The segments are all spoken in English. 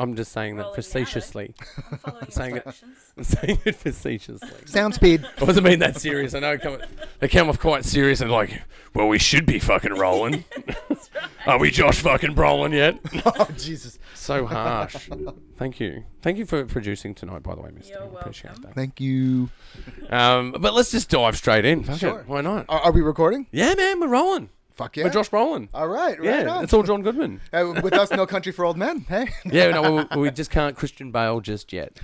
I'm just saying that Rolling the arrow. facetiously. I'm following Saying it- instructions. I'm saying it facetiously. Sound speed. I wasn't being that serious. I know it come, they came off quite serious and like, well, we should be fucking rolling. Are we Josh fucking Brolin yet? oh Jesus! So harsh. Thank you. Thank you for producing tonight, by the way, mister. You're I appreciate welcome. Thank you. that. Um, but let's just dive straight in. Fuck Sure. it. Why not? Are, are we recording? Yeah, man, we're rolling. Fuck yeah! We're Josh Brolin. All right. Right yeah, on. it's all John Goodman. Uh, with us, no country for old men. Hey. yeah, no, we, we just can't Christian Bale just yet.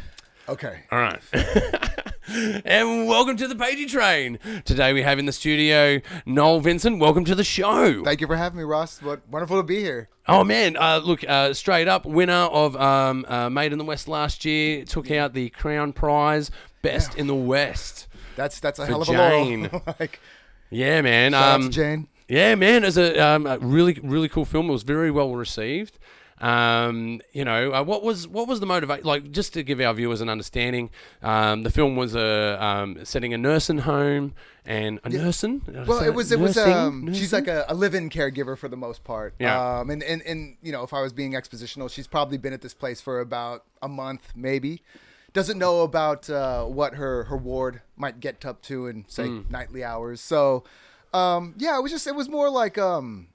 Okay. All right. and welcome to the Pagey Train. Today we have in the studio Noel Vincent. Welcome to the show. Thank you for having me, Ross. What wonderful to be here. Oh man, uh, look, uh, straight up winner of um, uh, Made in the West last year took out the Crown Prize, best in the West. That's that's a For hell of a Jane. laurel. like Yeah, man. shout out um, to Jane. Yeah, man. It's a, um, a really really cool film. It was very well received. Um, you know, uh, what was what was the motivate? Like, just to give our viewers an understanding, um, the film was a um, setting a nursing home and a nursing. Did I Well, say it that? was it was Nursing? um she's Nursing? like a, a live-in caregiver for the most part. Yeah. Um and, and and you know if I was being expositional, she's probably been at this place for about a month maybe. Doesn't know about uh, what her her ward might get up to in say nightly hours. So um yeah, it was just it was more like um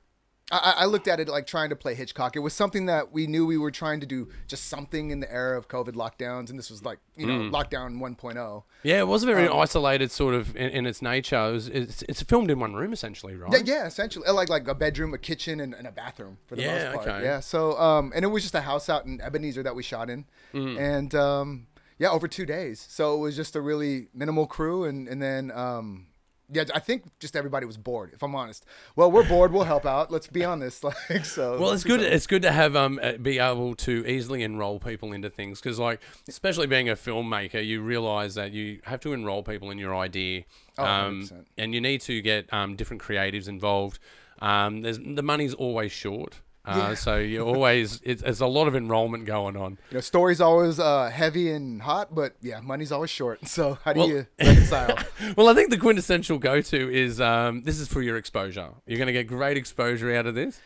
I, I- I looked at it like trying to play Hitchcock. It was something that we knew we were trying to do just something in the era of COVID lockdowns, and this was like you know lockdown oh. 1.0. yeah, it was a um, very isolated sort of in, in its nature. It was, it's it's filmed in one room essentially, right? Yeah, yeah, essentially, Uh, like like a bedroom, a kitchen, and, and a bathroom for the Yeah, most part. okay. Yeah. So, um, and it was just a house out in Ebenezer that we shot in, Mm. and um, yeah, over two days. So it was just a really minimal crew, and and then um, yeah, I think just everybody was bored. If I'm honest, well, we're bored. We'll help out. Let's be honest. Like so. Well, it's good. It's good to have um uh, be able to easily enroll people into things because, like, especially being a filmmaker, you realize that you have to enroll people in your idea, um, 100%. and you need to get um, different creatives involved. Um, there's the money's always short, uh, so you always it's, it's a lot of enrollment going on. You know, story's always uh, heavy and hot, but yeah, money's always short. So how do Well- you reconcile? Well, I think the quintessential go to is um, this is for your exposure. You're going to get great exposure out of this.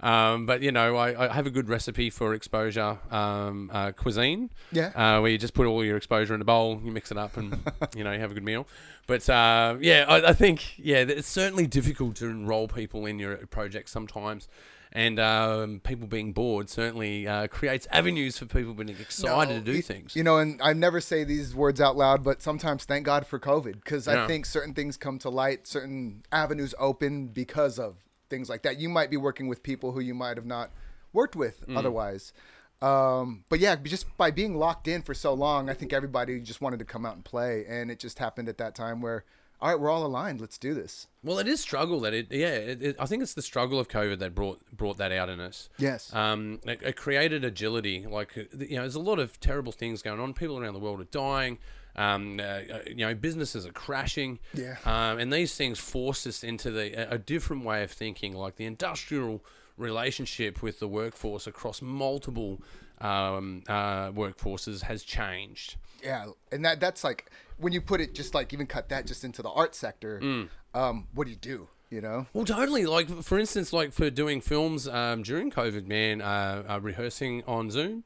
Um, but, you know, I, I have a good recipe for exposure um, uh, cuisine. Yeah. Uh, where you just put all your exposure in a bowl, you mix it up, and, you know, you have a good meal. But, uh, yeah, I, I think, yeah, th- it's certainly difficult to enroll people in your project sometimes. And um, people being bored certainly uh, creates avenues for people being excited No, to do you- things. You know, and I never say these words out loud, but sometimes thank God for COVID because Yeah. I think certain things come to light, certain avenues open because of things like that. You might be working with people who you might have not worked with Hmm. otherwise. Um, but yeah, just by being locked in for so long, I think everybody just wanted to come out and play. And it just happened at that time where, all right, we're all aligned. Let's do this. Well, it is struggle that it. Yeah, it, it, I think it's the struggle of COVID that brought brought that out in us. Yes. Um, it, it created agility. Like uh, you know, there's a lot of terrible things going on. People around the world are dying. Um, uh, uh, you know, businesses are crashing. Yeah. Um, and these things force us into the a, a different way of thinking, like the industrial relationship with the workforce across multiple um, uh, workforces has changed. Yeah, and that that's like when you put it just like even cut that just into the art sector. Hmm. Um, what do you do? You know, Well, totally. Like for instance, like for doing films um, during COVID, man, uh, uh, rehearsing on Zoom,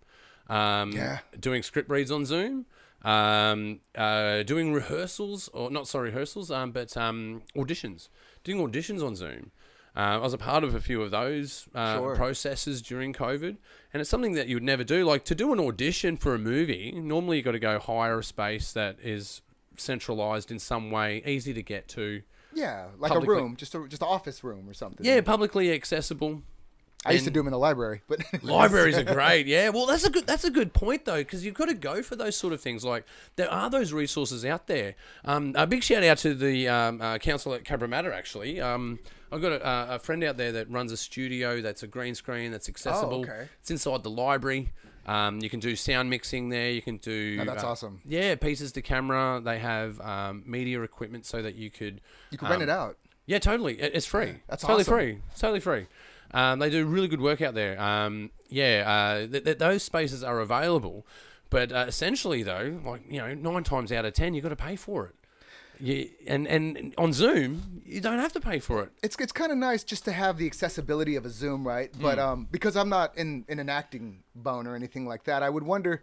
um, Yeah. doing script reads on Zoom, um, uh, doing rehearsals or not sorry rehearsals, um, but um, auditions, doing auditions on Zoom. Uh, I was a part of a few of those uh, Sure. processes during COVID, and it's something that you would never do. Like to do an audition for a movie, normally you got to go hire a space that is centralized in some way, easy to get to. Yeah, like Publicly. a room, just a just an office room or something. Yeah, publicly accessible. I used to do them in the library, but Libraries are great. Yeah. Well, that's a good that's a good point though, because you've got to go for those sort of things. Like there are those resources out there. Um, a big shout out to the um, uh, council at Cabramatta. Actually, um, I've got a, uh, a friend out there that runs a studio that's a green screen that's accessible. Oh, okay. It's inside the library. Um, you can do sound mixing there. You can do. uh, that's awesome. Yeah, pieces to camera. They have um, media equipment so that you could you could rent um, it out. yeah, totally. It- It's free. that's totally awesome. free. It's totally free. Um, they do really good work out there. Um, yeah, uh, th- th- those spaces are available, but uh, essentially though, like you know, nine times out of ten, you got to pay for it. You, and and on Zoom, you don't have to pay for it. it's it's kind of nice just to have the accessibility of a Zoom, right? Hmm. But um, because I'm not in in an acting bone or anything like that, I would wonder,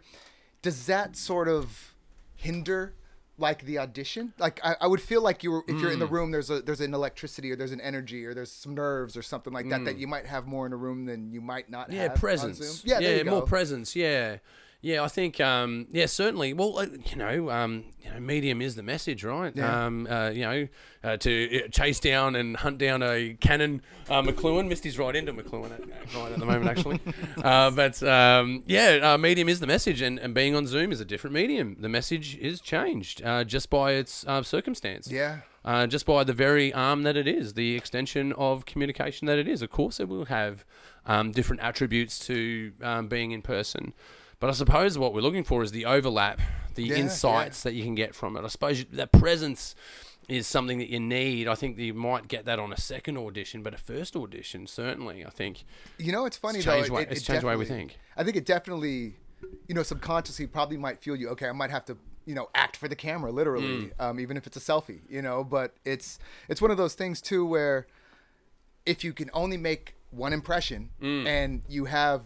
does that sort of hinder like the audition? Like I, I would feel like you were if you're in Hmm. the room, there's a there's an electricity or there's an energy or there's some nerves or something like that that you might have more in a room than you might not Hmm. yeah have. on Zoom. presence Yeah, there you more go. presence yeah yeah i think um yeah certainly well uh, you know um you know medium is the message right Yeah. um uh, you know uh, to uh, chase down and hunt down a canon uh, mcluhan misty's right into mcluhan at, at right at the moment actually uh, but um yeah uh, medium is the message and, and being on zoom is a different medium the message is changed uh, just by its uh, circumstance Yeah. uh, just by the very arm that it is, the extension of communication that it is. Of course, it will have um, different attributes to um, being in person. But I suppose what we're looking for is the overlap, the Yeah, insights that you can get from it. I suppose you- that presence is something that you need. I think that you might get that on a second audition, but a first audition, certainly, I think. You know, it's funny It's though. changed it- way- it- it's it changed the way we definitely- think. I think it definitely, you know, subconsciously probably might feel you. Okay, I might have to, you know, act for the camera Mm. literally, um, even if it's a selfie. You know, but it's it's one of those things too where if you can only make one impression Mm. and you have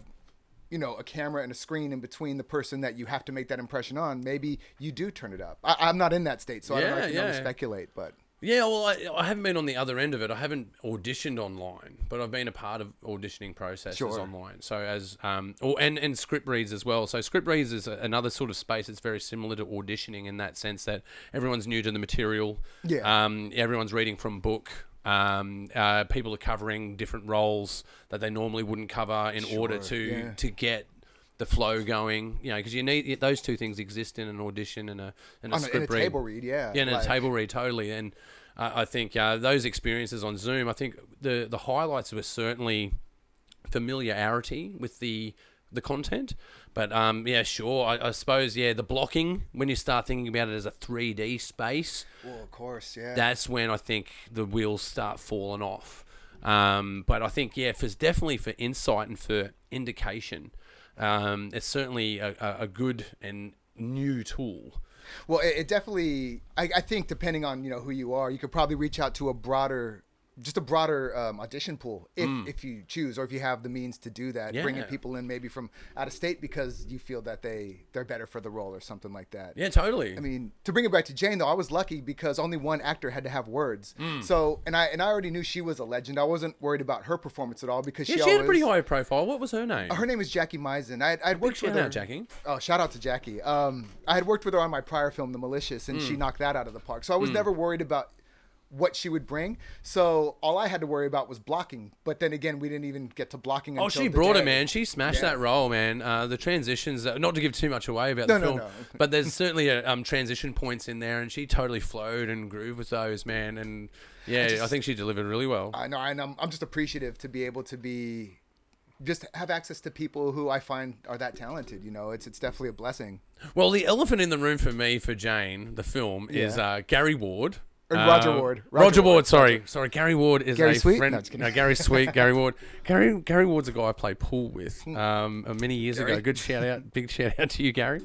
you know a camera and a screen in between the person that you have to make that impression on maybe you do turn it up I, i'm not in that state so i don't know Yeah, i can only yeah. speculate but Yeah, well, I, I haven't been on the other end of it. I haven't auditioned online, but I've been a part of auditioning processes Sure. online. So as um, or, and and script reads as well. So script reads is a, another sort of space that's very similar to auditioning in that sense that everyone's new to the material. Yeah. Um, everyone's reading from book. Um, uh, people are covering different roles that they normally wouldn't cover in order to Sure, yeah. to get the flow going. You know, because you need those two things exist in an audition and a and a on a, script in a read. table read yeah Yeah, and like- a table read totally. And uh, I think uh, those experiences on Zoom, I think the the highlights were certainly familiarity with the the content. But um, yeah, sure. I, I suppose yeah, the blocking when you start thinking about it as a three D space, well of course yeah that's when I think the wheels start falling off. Um, but I think yeah, for definitely for insight and for indication, um, it's certainly a, a, a good and new tool. Well, it, it definitely. I, I think depending on you know who you are, you could probably reach out to a broader, just a broader um, audition pool if if you choose or if you have the means to do that. Bringing Mm. Yeah. people in maybe from out of state because you feel that they they're better for the role or something like that. Yeah, totally. I mean, to bring it back to Jane though, I was lucky because only one actor had to have words. Mm. So, and I and I already knew she was a legend. I wasn't worried about her performance at all because Yeah, she, she, always had a pretty high profile. What was her name? her name is Jackie Meisen. I, I'd worked shout with her. out, Jackie. Oh, shout out to Jackie. Um, I had worked with her on my prior film, The Malicious, and she Mm. knocked that out of the park. So I was never worried about what she would bring. So all I had to worry about was blocking. But then again, we didn't even get to blocking. Oh, until she the brought day. it, man. She smashed Yeah. that role, man. Uh, the transitions, uh, not to give too much away about the No, no, film, no. but there's certainly uh um, transition points in there, and she totally flowed and grooved with those, man. And yeah, I, think she delivered really well. I know, and I'm, I'm just appreciative to be able to be, just have access to people who I find are that talented. You know, it's it's definitely a blessing. well, the elephant in the room for me for Jane, the film, is Yeah. uh, Gary Ward. Or Uh, Roger Ward. Roger, Roger Ward, Ward, sorry. Sorry, Gary Ward is Gary a Sweet? friend. No, just kidding. no, Gary Sweet, Gary Ward. Gary Gary Ward's a guy I played pool with um, uh, many years ago. Hmm. Gary. Good shout out, big shout out to you, Gary.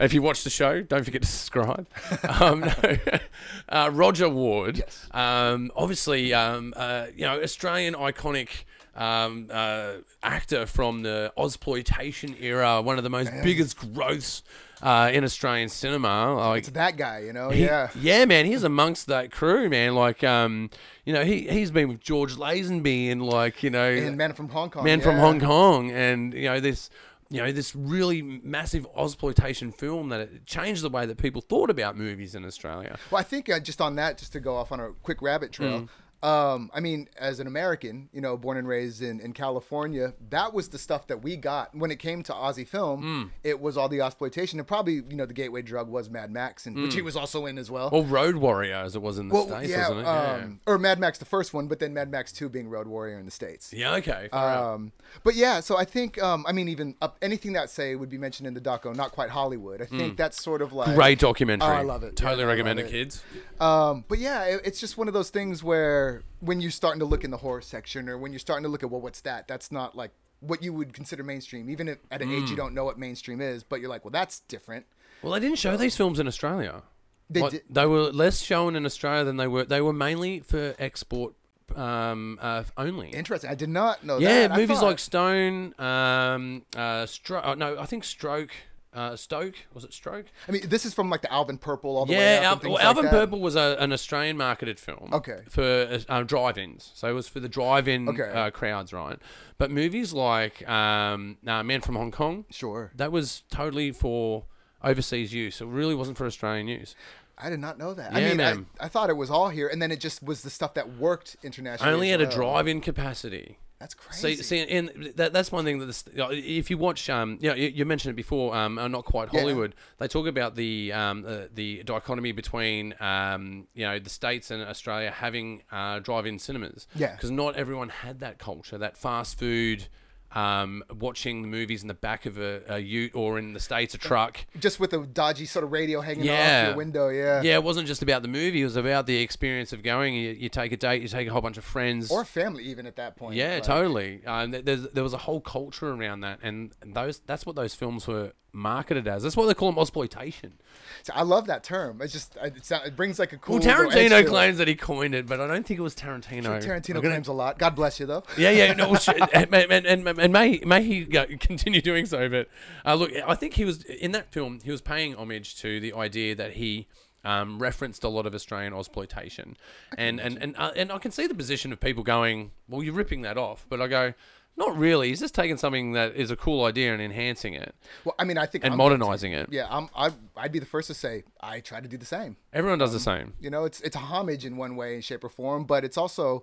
If you watch the show, don't forget to subscribe. Um, no. uh, Roger Ward, Yes. um, obviously, um, uh, you know, Australian iconic. Um, uh, actor from the Ozploitation era, one of the most biggest growths uh, in Australian cinema. Like, It's that guy, you know. he- yeah. man, he's amongst that crew, man. Like, um, you know, he he's been with George Lazenby and like, you know, And man from Hong Kong. Man from yeah. Hong Kong, and you know this, you know this really massive exploitation film that it changed the way that people thought about movies in Australia. Well, I think uh, just on that, just to go off on a quick rabbit trail. Um, I mean, as an American, you know, born and raised in, in California, that was the stuff that we got when it came to Aussie film. It was all the exploitation, and probably you know the gateway drug was Mad Max, and which he was also in as Mm. well. Or Road Warrior, as it was in the Well, states, yeah, wasn't it? Yeah. um, or Mad Max the first one, but then Mad Max two being Road Warrior in the states. yeah. Okay. fair enough. Um, but yeah, so I think um, I mean even up, anything that say would be mentioned in the doco, not quite Hollywood. I think that's sort of like Great documentary. Oh, I love it. Totally Yeah, I recommend love it, it. kids. Um, but yeah, it, it's just one of those things where when you're starting to look in the horror section or when you're starting to look at, well, what's that? That's not like what you would consider mainstream, even if Mm. at an age you don't know what mainstream is, but you're like, well, that's different. Well, they didn't show these films in Australia. They What- did, they were less shown in Australia than they were. They were mainly for export um, uh, only. interesting. I did not know yeah, that. I movies thought- like Stone, um, uh, Stro- oh, no, I think Stroke, uh, Stoke, was it Stroke? I mean, this is from like the Alvin Purple all the way Yeah, up. Al- and things well, like Alvin that. Purple was a, an Australian marketed film. Okay. For uh, uh, drive-ins, so it was for the drive-in Okay. uh, crowds, right? But movies like um, uh, Man from Hong Kong, Sure. that was totally for overseas use. It really wasn't for Australian use. I did not know that. Yeah, I mean, man. I, I thought it was all here, and then it just was the stuff that worked internationally. Only as at a well. drive-in capacity. That's crazy. See, see, and that, that's one thing that this, if you watch, um, you, know, you, you mentioned it before, um, uh, not quite Yeah. Hollywood. They talk about the um, uh, the dichotomy between um, you know the states and Australia having uh, drive-in cinemas. Yeah. because not everyone had that culture, that fast food. Um, watching the movies in the back of a, a Ute or in the states a truck. just with a dodgy sort of radio hanging off Yeah. your window. Yeah. Yeah, it wasn't just about the movie; it was about the experience of going. You, you take a date, you take a whole bunch of friends, Or family, even at that point. Yeah, Like, totally. Um, th- there's, there was a whole culture around that, and those that's what those films were marketed as. That's why they call them exploitation. so I love that term. It's just it, sound, it brings like a cool. Well, little edge to Tarantino it. claims that he coined it, but I don't think it was Tarantino. Tarantino I'm gonna- claims a lot. God bless you, though. Yeah, yeah, no, well, shit, and, and, and, and may may he go, continue doing so. But uh, look, I think he was in that film. He was paying homage to the idea that he um, referenced a lot of Australian exploitation, and and and uh, and I can see the position of people going, "Well, you're ripping that off," but I go. Not really. He's just taking something that is a cool idea and enhancing it Well, I mean, I think and I'm- modernizing it. Yeah, I'm, I, I'd be the first to say I try to do the same. Everyone does the same. You know, it's it's a homage in one way, shape, or form, but it's also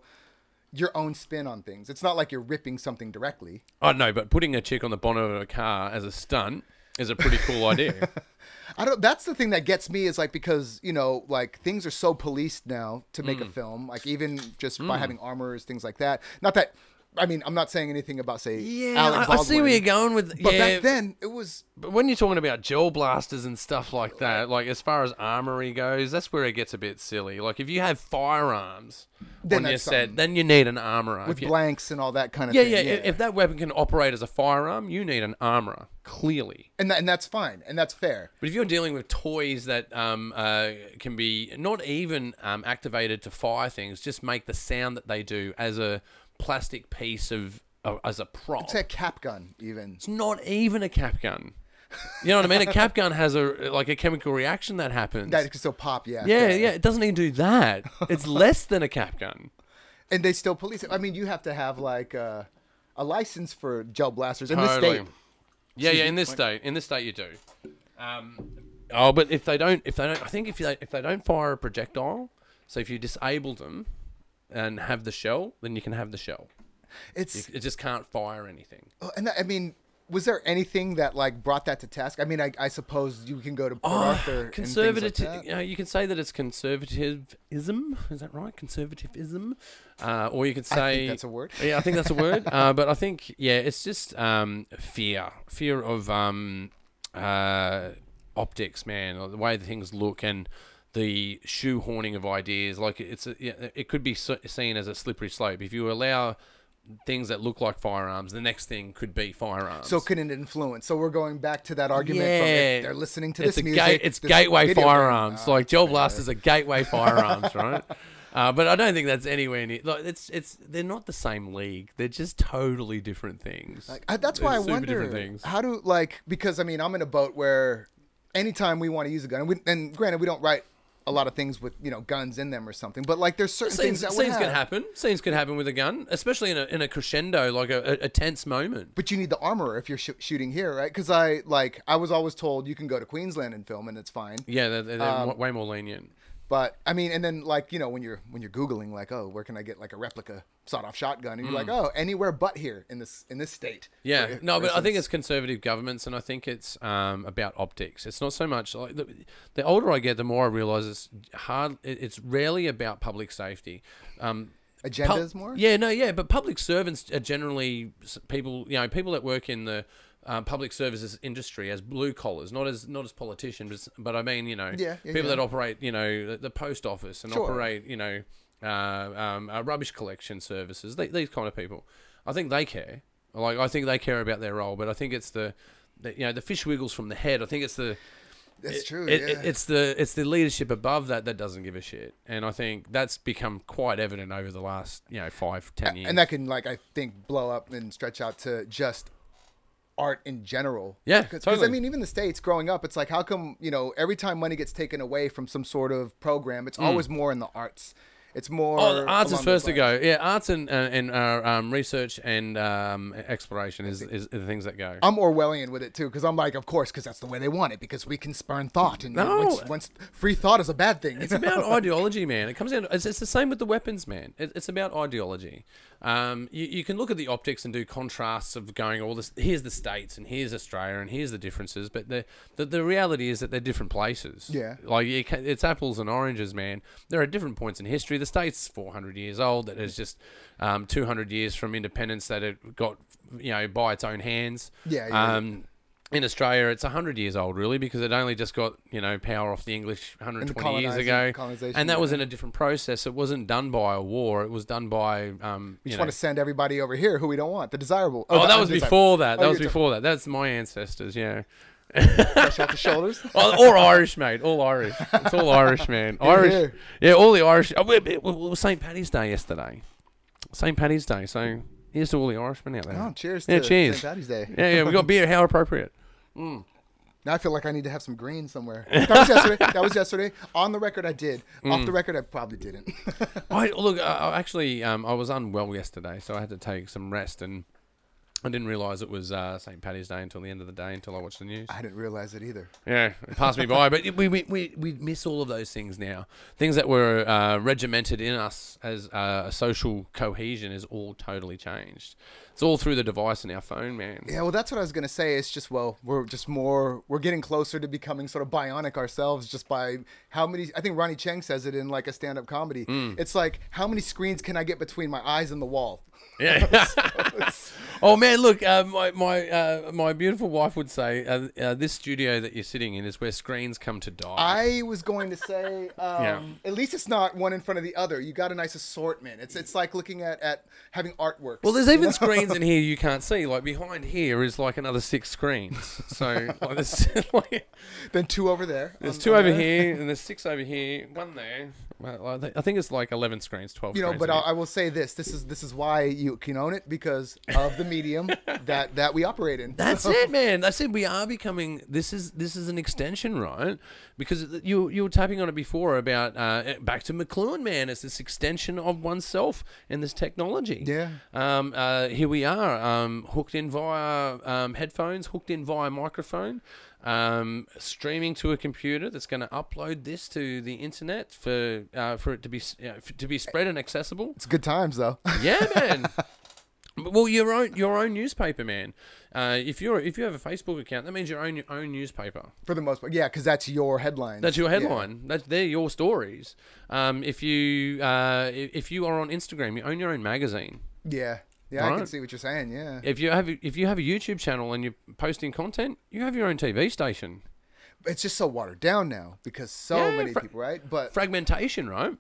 your own spin on things. It's not like you're ripping something directly. I know, but putting a chick on the bonnet of a car as a stunt is a pretty cool idea. I don't. That's the thing that gets me is like because you know like things are so policed now to make a Mm. film. Like even just by having armors, things like that. Not that. I mean, I'm not saying anything about say Alec I, I see where Baldwin, you're going with. But yeah, back then, it was But when you're talking about gel blasters and stuff like that, like as far as armory goes, that's where it gets a bit silly. Like if you have firearms Then on your that's set, something. then you need an armorer. with If you- blanks and all that kind of yeah, thing. yeah, i- If that weapon can operate as a firearm, you need an armorer, clearly. and that, and that's fine, and that's fair. But if you're dealing with toys that um, uh, can be not even um, activated to fire things, just make the sound that they do as a plastic piece of uh, as a prop. Say a cap gun, even. It's not even a cap gun. You know what I mean? A cap gun has a like a chemical reaction that happens. That could still pop, yeah. yeah, yeah, it doesn't even do that. It's less than a cap gun. And they still police it. I mean, you have to have like uh, a license for gel blasters in Totally. this state. Yeah, yeah. In this state, in this state, you do. Um, oh, but if they don't, if they don't, I think if they if they don't fire a projectile, so if you disable them and have the shell, then you can have the shell. It's oh, It just can't fire anything. and I mean, was there anything that like brought that to task? I mean, I, I suppose you can go to Port Arthur. Oh, Conservative, And things like you, know, you can say that it's conservatism. Is that right? Conservatism, uh, or you could say that's a word. Yeah, I think that's a word. uh, but I think yeah, it's just um, fear, fear of um, uh, optics, man, or the way that things look and the shoehorning of ideas. Like it's a, yeah, it could be so- seen as a slippery slope. If you allow things that look like firearms, the next thing could be firearms. that. So couldn't it influence? So we're going back to that argument. From Yeah, if they're listening to it's this a music. Gate, it's this gateway video game, firearms. uh, like Joel Blasters are gateway firearms, right? Uh, but I don't think that's anywhere near. Like, it's it's they're not the same league. They're just totally different things. Like, I, that's why They're I super wonder different things. how do like because I mean I'm in a boat where anytime we want to use a gun and, we, and granted we don't write a lot of things with you know guns in them or something, but like there's certain Scenes, things that we scenes have, can happen. Scenes can happen with a gun, especially in a, in a crescendo, like a, a, a tense moment. But you need the armorer if you're sh- shooting here, right? Because I like I was always told you can go to Queensland and film and it's fine. Yeah, they're, they're Um, wa- way more lenient. But I mean, and then like you know when you're when you're googling like oh where can I get like a replica sawed off shotgun and you're like oh anywhere but here in this in this state. Mm. Yeah, For- no, for but I think instance. it's conservative governments, and I think it's um, about optics. It's not so much like the, the older I get, the more I realize it's hard. it- It's rarely about public safety. Um, pub- agendas more. Yeah, no, yeah, but public servants are generally s- people. You know, people that work in the uh, public services industry as blue collars, not as not as politicians, but, but I mean, you know, Yeah, yeah, people yeah. that operate, you know, the, the post office and Sure. operate, you know, uh, um, uh, rubbish collection services. They, these kind of people, I think they care. Like, I think they care about their role, but I think it's the, the you know, the fish wiggles from the head. I think it's the That's true. It, yeah. it- it's the it's the leadership above that that doesn't give a shit, and I think that's become quite evident over the last you know five ten years. and that can like I think blow up and stretch out to just art in general. Yeah, because totally. I mean, even the states growing up, it's like how come you know every time money gets taken away from some sort of program, it's always more in the arts. It's more Hmm. Oh, arts is along those first to lines. go. Yeah, arts and uh, and uh, um, research and um, exploration is, is the things that go. I'm Orwellian with it too, because I'm like, of course, because that's the way they want it, because we can spurn thought, and No. once, once free thought is a bad thing. It's about ideology, man. It comes down. It's, it's the same with the weapons, man. It, it's about ideology. Um, you, you can look at the optics and do contrasts of going all this. Here's the states, and here's Australia, and here's the differences. But the the, the reality is that they're different places. Yeah. Like you ca it's apples and oranges, man. There are different points in history. The state's 400 years old. That is just um, 200 years from independence that it got, you know, by its own hands. Yeah, yeah. Um, in Australia, it's 100 years old, really, because it only just got, you know, power off the English 120 years colonizing- ago. colonization, And that yeah. was in a different process. It wasn't done by a war. It was done by, um, you just know. want to send everybody over here who we don't want, the desirable. Oh, the that was undesirable. before that. Oh, That was you're before that. That's my ancestors, yeah. Fresh off the shoulders. Or, or Irish, mate. All Irish. It's all Irish, man. Irish. here. Yeah, all the Irish. Oh, it, it was St. Patty's Day yesterday. St. Patty's Day. So here's to all the Irishmen out there. Oh, cheers! Yeah, to cheers. St. Patty's Day. Yeah, yeah. We got beer. How appropriate. Now I feel like I need to have some green somewhere. That was yesterday. That was yesterday. On the record, I did. Off the Mm. record, I probably didn't. I look. I, I actually, um, I was unwell yesterday, so I had to take some rest, and I didn't realise it was uh, St. Patty's Day until the end of the day, until I watched the news. I didn't realize it either. Yeah, it passed me by. But we, we, we, we miss all of those things now. Things that were uh, regimented in us as uh, a social cohesion is all totally changed. It's all through the device in our phone, man. Yeah, well, that's what I was gonna say. It's just well, we're just more. We're getting closer to becoming sort of bionic ourselves, just by how many. I think Ronnie Cheng says it in like a stand-up comedy. Mm. It's like how many screens can I get between my eyes and the wall? Yeah. oh man, look, uh, my my uh, my beautiful wife would say uh, uh, this studio that you're sitting in is where screens come to die. I was going to say, um, Yeah. at least it's not one in front of the other. You got a nice assortment. It's it's like looking at at having artworks. Well, there's even screens in here you can't see. Like behind here is like another six screens. So like, there's, like, then two over there. there's on- two on over there. here and there's six over here, one there. Well, I thi- I think it's like eleven screens, twelve. you know screens but in I, here. I will say this this is this is why you can own it because of the medium that that we operate in That's it, man. I said we are becoming. This is this is an extension, right? Because you you were tapping on it before about uh, back to McLuhan, man. It's this extension of oneself and this technology. Yeah. Um. Uh. Here we are. Um. Hooked in via um, headphones. Hooked in via microphone. Um, streaming to a computer that's going to upload this to the internet for uh, for it to be s- you know, f- to be spread and accessible. it's good times though Yeah, man. But- well, your own your own newspaper, man. Uh, if you're if you have a Facebook account, that means your own your own newspaper. for the most part yeah because that's your headline That's your headline. That they're your stories. Um, if you uh, i- if you are on Instagram, you own your own magazine. yeah yeah, I can Right. see what you're saying. Yeah, If you have if you have a YouTube channel and you're posting content, you have your own TV station. it's just so watered down now because so Yeah, many fra- people, right? But Fragmentation, right?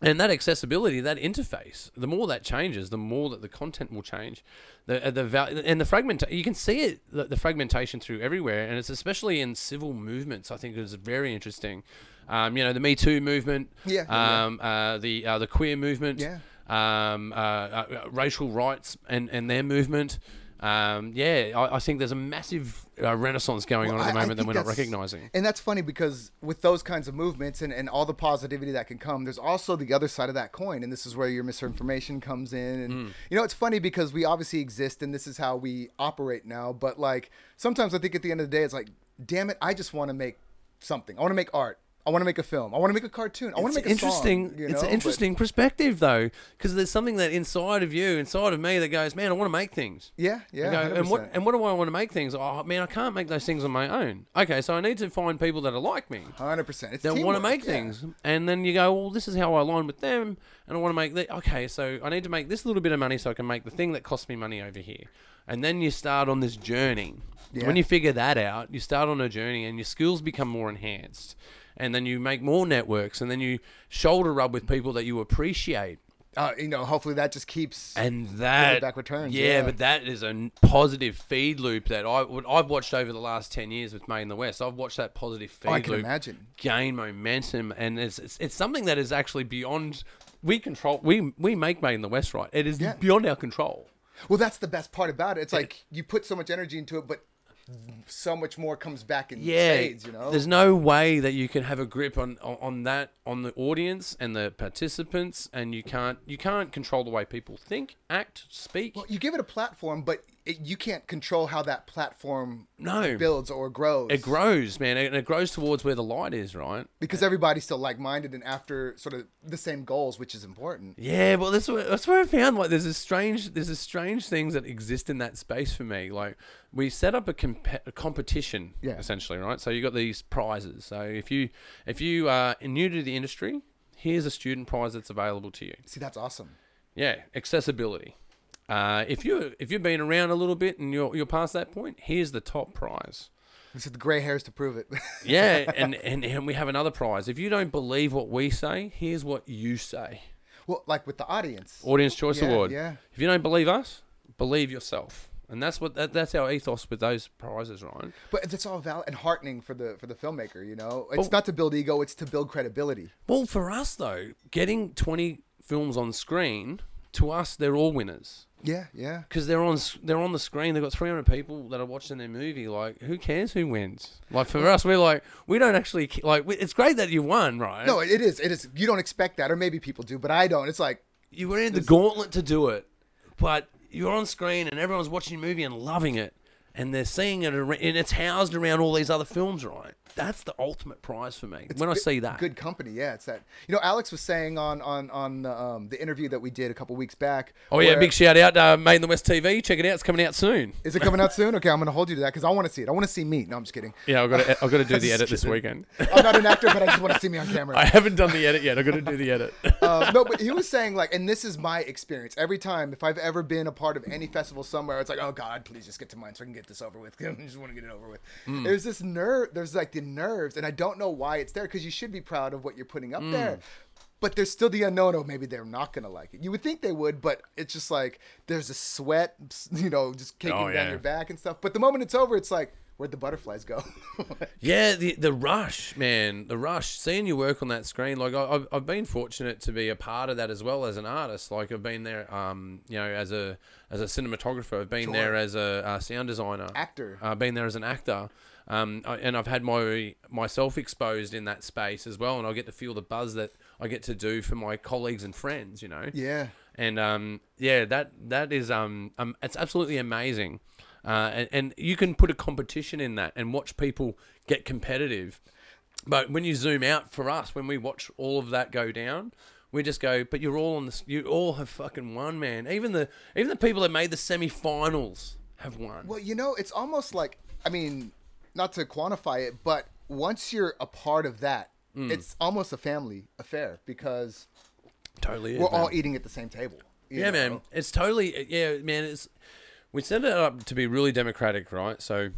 And that accessibility, that interface, the more that changes, the more that the content will change. The uh, the value and the fragment, you can see it, the, the fragmentation through everywhere, and it's especially in civil movements. I think is very interesting. Um, you know, the Me Too movement, Yeah, yeah. Um, Uh, the uh, the queer movement, Yeah. um, uh, uh, uh, racial rights and, and their movement. Um, yeah, I, I think there's a massive uh, renaissance going on at the I- I moment that think we're not that's- recognizing. And that's funny because with those kinds of movements and, and all the positivity that can come, there's also the other side of that coin. And this is where your misinformation comes in. And, Mm. you know, it's funny because we obviously exist and this is how we operate now. But, like, sometimes I think at the end of the day, it's like, damn it, I just want to make something. I want to make art. I want to make a film. I want to make a cartoon. I It's want to make a interesting. song. you it's know? an But- interesting perspective though, because there's something that inside of you, inside of me, that goes, man, I want to make things. Yeah, I yeah, go, uh, and what 100%. and what do I want to make things? Oh man, I can't make those things on my own. Okay, so I need to find people that are like me. 100%. It's That want to teamwork, make yeah. things, and then you go, well, this is how I align with them, and I want to make the okay. So I need to make this little bit of money so I can make the thing that costs me money over here, and then you start on this journey. Yeah. When you figure that out, you start on a journey, and your skills become more enhanced, and then you make more networks, and then you shoulder rub with people that you appreciate. uh, you know, hopefully that just keeps. and that back returns, Yeah, yeah. but that is a n- positive feed loop that I what I've watched over the last ten years with May in the West. I've watched that positive feed I can loop imagine. gain momentum, and it's, it's it's something that is actually beyond we control. We we make May in the West right. It is Yeah. beyond our control. Well, that's the best part about it. Eh. It's like you put so much energy into it, but so much more comes back in yeah, spades. You know, There's no way that you can have a grip on, on on that on the audience and the participants, and you can't you can't control the way people think, act, speak. Well, you give it a platform, but it, you can't control how that platform No. builds or grows. it grows, man, and it grows towards where the light is, right? because everybody's still like-minded and after sort of the same goals, which is important. Yeah, well, that's what that's where I found like there's a strange there's a strange things that exist in that space for me. Like we set up a, comp- a competition, Yeah. essentially, right? So you got these prizes. So if you if you are new to the industry, here's a student prize that's available to you. See, that's awesome. Yeah, accessibility. Uh, if you if you've been around a little bit and you're you're past that point, here's the top prize. This is the gray hairs to prove it. Yeah, and, and and we have another prize. If you don't believe what we say, here's what you say. well, like with the audience. Audience Choice Yeah, Award. yeah. If you don't believe us, believe yourself. And that's what that, that's our ethos with those prizes, Ryan. But it's all valid and heartening for the for the filmmaker, you know. It's not to build ego, it's to build credibility. Well, for us though, getting 20 films on screen, to us they're all winners. Yeah, yeah. Because they're on s- they're on the screen, they've got 300 people that are watching their movie. Like, who cares who wins? Like for us, we're like, we don't actually ca- like. We, it's great that you won, right? No, it is. It is. You don't expect that, or maybe people do, but I don't. It's like you were in the gauntlet to do it, but you're on screen and everyone's watching your movie and loving it, and they're seeing it, ar- and it's housed around all these other films, right? That's the ultimate prize for me. when I see that, good company. Yeah, it's that. You know, Alex was saying on on on the, um, the interview that we did a couple weeks back. oh yeah, where- big shout out, uh, Made in the West TV. Check it out; it's coming out soon. Is it coming out soon? Okay, I'm gonna hold you to that because I want to see it. I want to see me. No, I'm just kidding. Yeah, I've got to, I've got to do the edit this kidding. weekend. I'm not an actor, but I just want to see me on camera. I haven't done the edit yet. I've got to do the edit. Um, no, but he was saying like, and this is my experience. Every time, if I've ever been a part of any festival somewhere, it's like, oh God, please just get to mine so I can get this over with. I just want to get it over with. Hmm. There's this nerve. There's like the nerves, and I don't know why it's there because you should be proud of what you're putting up there. Hmm. But there's still the unknown. Oh, maybe they're not gonna like it. You would think they would, but it's just like there's a sweat, you know, just kicking Oh, down yeah. your back and stuff. But the moment it's over, it's like, where'd the butterflies go? Yeah, the the rush, man, the rush. Seeing you work on that screen, like I, I've I've been fortunate to be a part of that as well as an artist. Like I've been there, um, you know, as a as a cinematographer. I've been there as a, uh sound designer, Actor. I've been there as an actor, um, I, and I've had my myself exposed in that space as well. And I get to feel the buzz that I get to do for my colleagues and friends. You know. yeah. And um, yeah, that that is um, um it's absolutely amazing. Uh, and, and you can put a competition in that and watch people get competitive. But when you zoom out for us, when we watch all of that go down, we just go, but you're all on this, you all have fucking won, man. Even the even the people that made the semifinals have won. Well, you know, it's almost like I mean, not to quantify it, but once you're a part of that, Mm. it's almost a family affair because totally. is, we're man. all eating at the same table. you Yeah, know? man. It's totally yeah, man. It's we set it up to be really democratic, right? So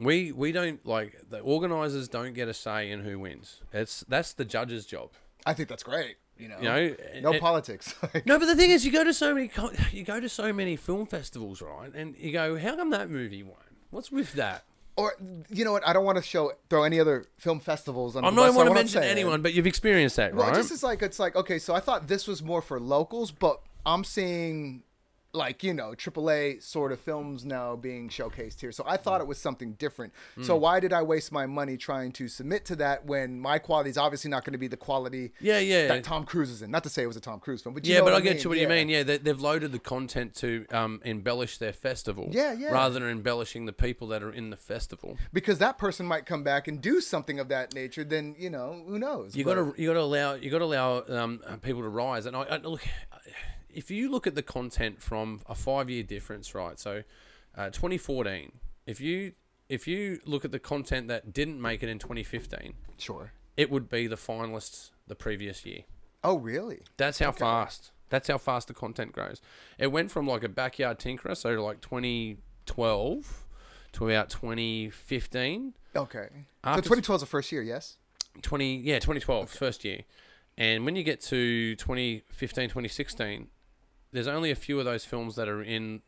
we we don't like the organizers don't get a say in who wins. It's that's the judge's job. I think that's great. You know, You know, no And- politics. Like, no, but the thing is, you go to so many co- you go to so many film festivals, right? And you go, how come that movie won? What's with that? or you know what? I don't want to show throw any other film festivals. Under I'm the not bus, even want so to what I'm mention saying- anyone, but you've experienced that, Well, right? it just is like it's like okay, so I thought this was more for locals, but I'm seeing like you know AAA sort of films now being showcased here. So I thought it was something different. So Hmm. why did I waste my money trying to submit to that when my quality is obviously not going to be the quality yeah, yeah. that Tom Cruise is in? Not to say it was a Tom Cruise film, but you yeah, know but I what get you what yeah. you mean. Yeah, they, they've loaded the content to um, embellish their festival. Yeah, yeah. Rather than embellishing the people that are in the festival. Because that person might come back and do something of that nature. Then you know who knows. You But- got to you got to allow you got to allow um, people to rise. And I, I look, if you look at the content from a five year difference, right? So, uh, 2014. If you if you look at the content that didn't make it in 2015, sure. it would be the finalists the previous year. Oh really? That's how fast. That's how fast the content grows. It went from like a backyard tinkerer, so like 2012 to about 2015. Okay. After- so 2012 is the first year, yes. 20 yeah 2012 first year And when you get to 2015, 2016, there's only a few of those films that are in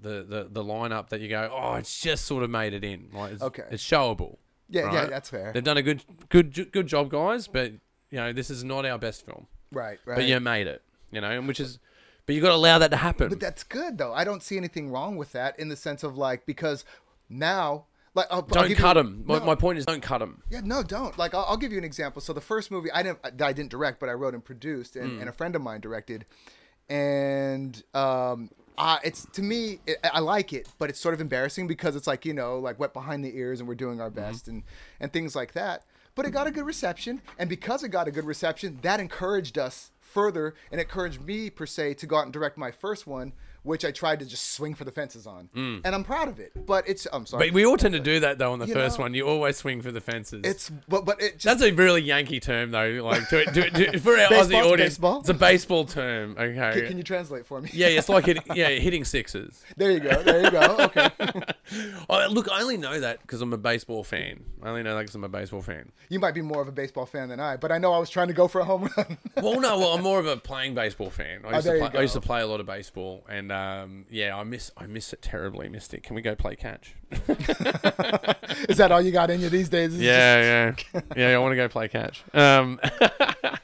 the, the, the lineup that you go, oh, it's just sort of made it in. Like, it's, Okay. It's showable. Yeah, yeah, right? that's fair. They've done a good, good, good job, guys. But you know, this is not our best film. Right, right. But you made it. You know, and which is, but you got to allow that to happen. But that's good though. I don't see anything wrong with that in the sense of like because now like I'll, I'll don't give you- cut them. My, No. my point is, don't cut them. Yeah, no, don't. Like, I'll, I'll give you an example. So the first movie I didn't, uh, that I didn't direct, but I wrote and produced, Mm. and, and a friend of mine directed, and um, I, it's to me, it, I like it, but it's sort of embarrassing because it's like you know, like wet behind the ears, and we're doing Mm-hmm. our best, and and things like that. But it got a good reception, and because it got a good reception, that encouraged us further, and encouraged me per se to go out and direct my first one, which I tried to just swing for the fences on, and I'm proud of it. But it's, I'm Mm. sorry, But we all tend to do that though. On the You first know- one, you always swing for the fences. it's, but but it just That's a really Yankee term, though. Like to, to, to, for our Aussie Baseball's audience, baseball. it's a baseball term. Okay. Can you translate for me? yeah, it's like hit, yeah, hitting sixes. There you go. There you go. Okay. Oh, look, I only know that because I'm a baseball fan. I only know that because I'm a baseball fan. you might be more of a baseball fan than I, but I know I was trying to go for a home run. Well, no, well, I'm more of a playing baseball fan. I used, Oh, there to, play, you I go. used to play a lot of baseball, and um, yeah, I miss I miss it terribly. Missed it. Can we go play catch? Is that all you got in you these days? Is yeah, yeah, yeah. I want to go play catch. Um,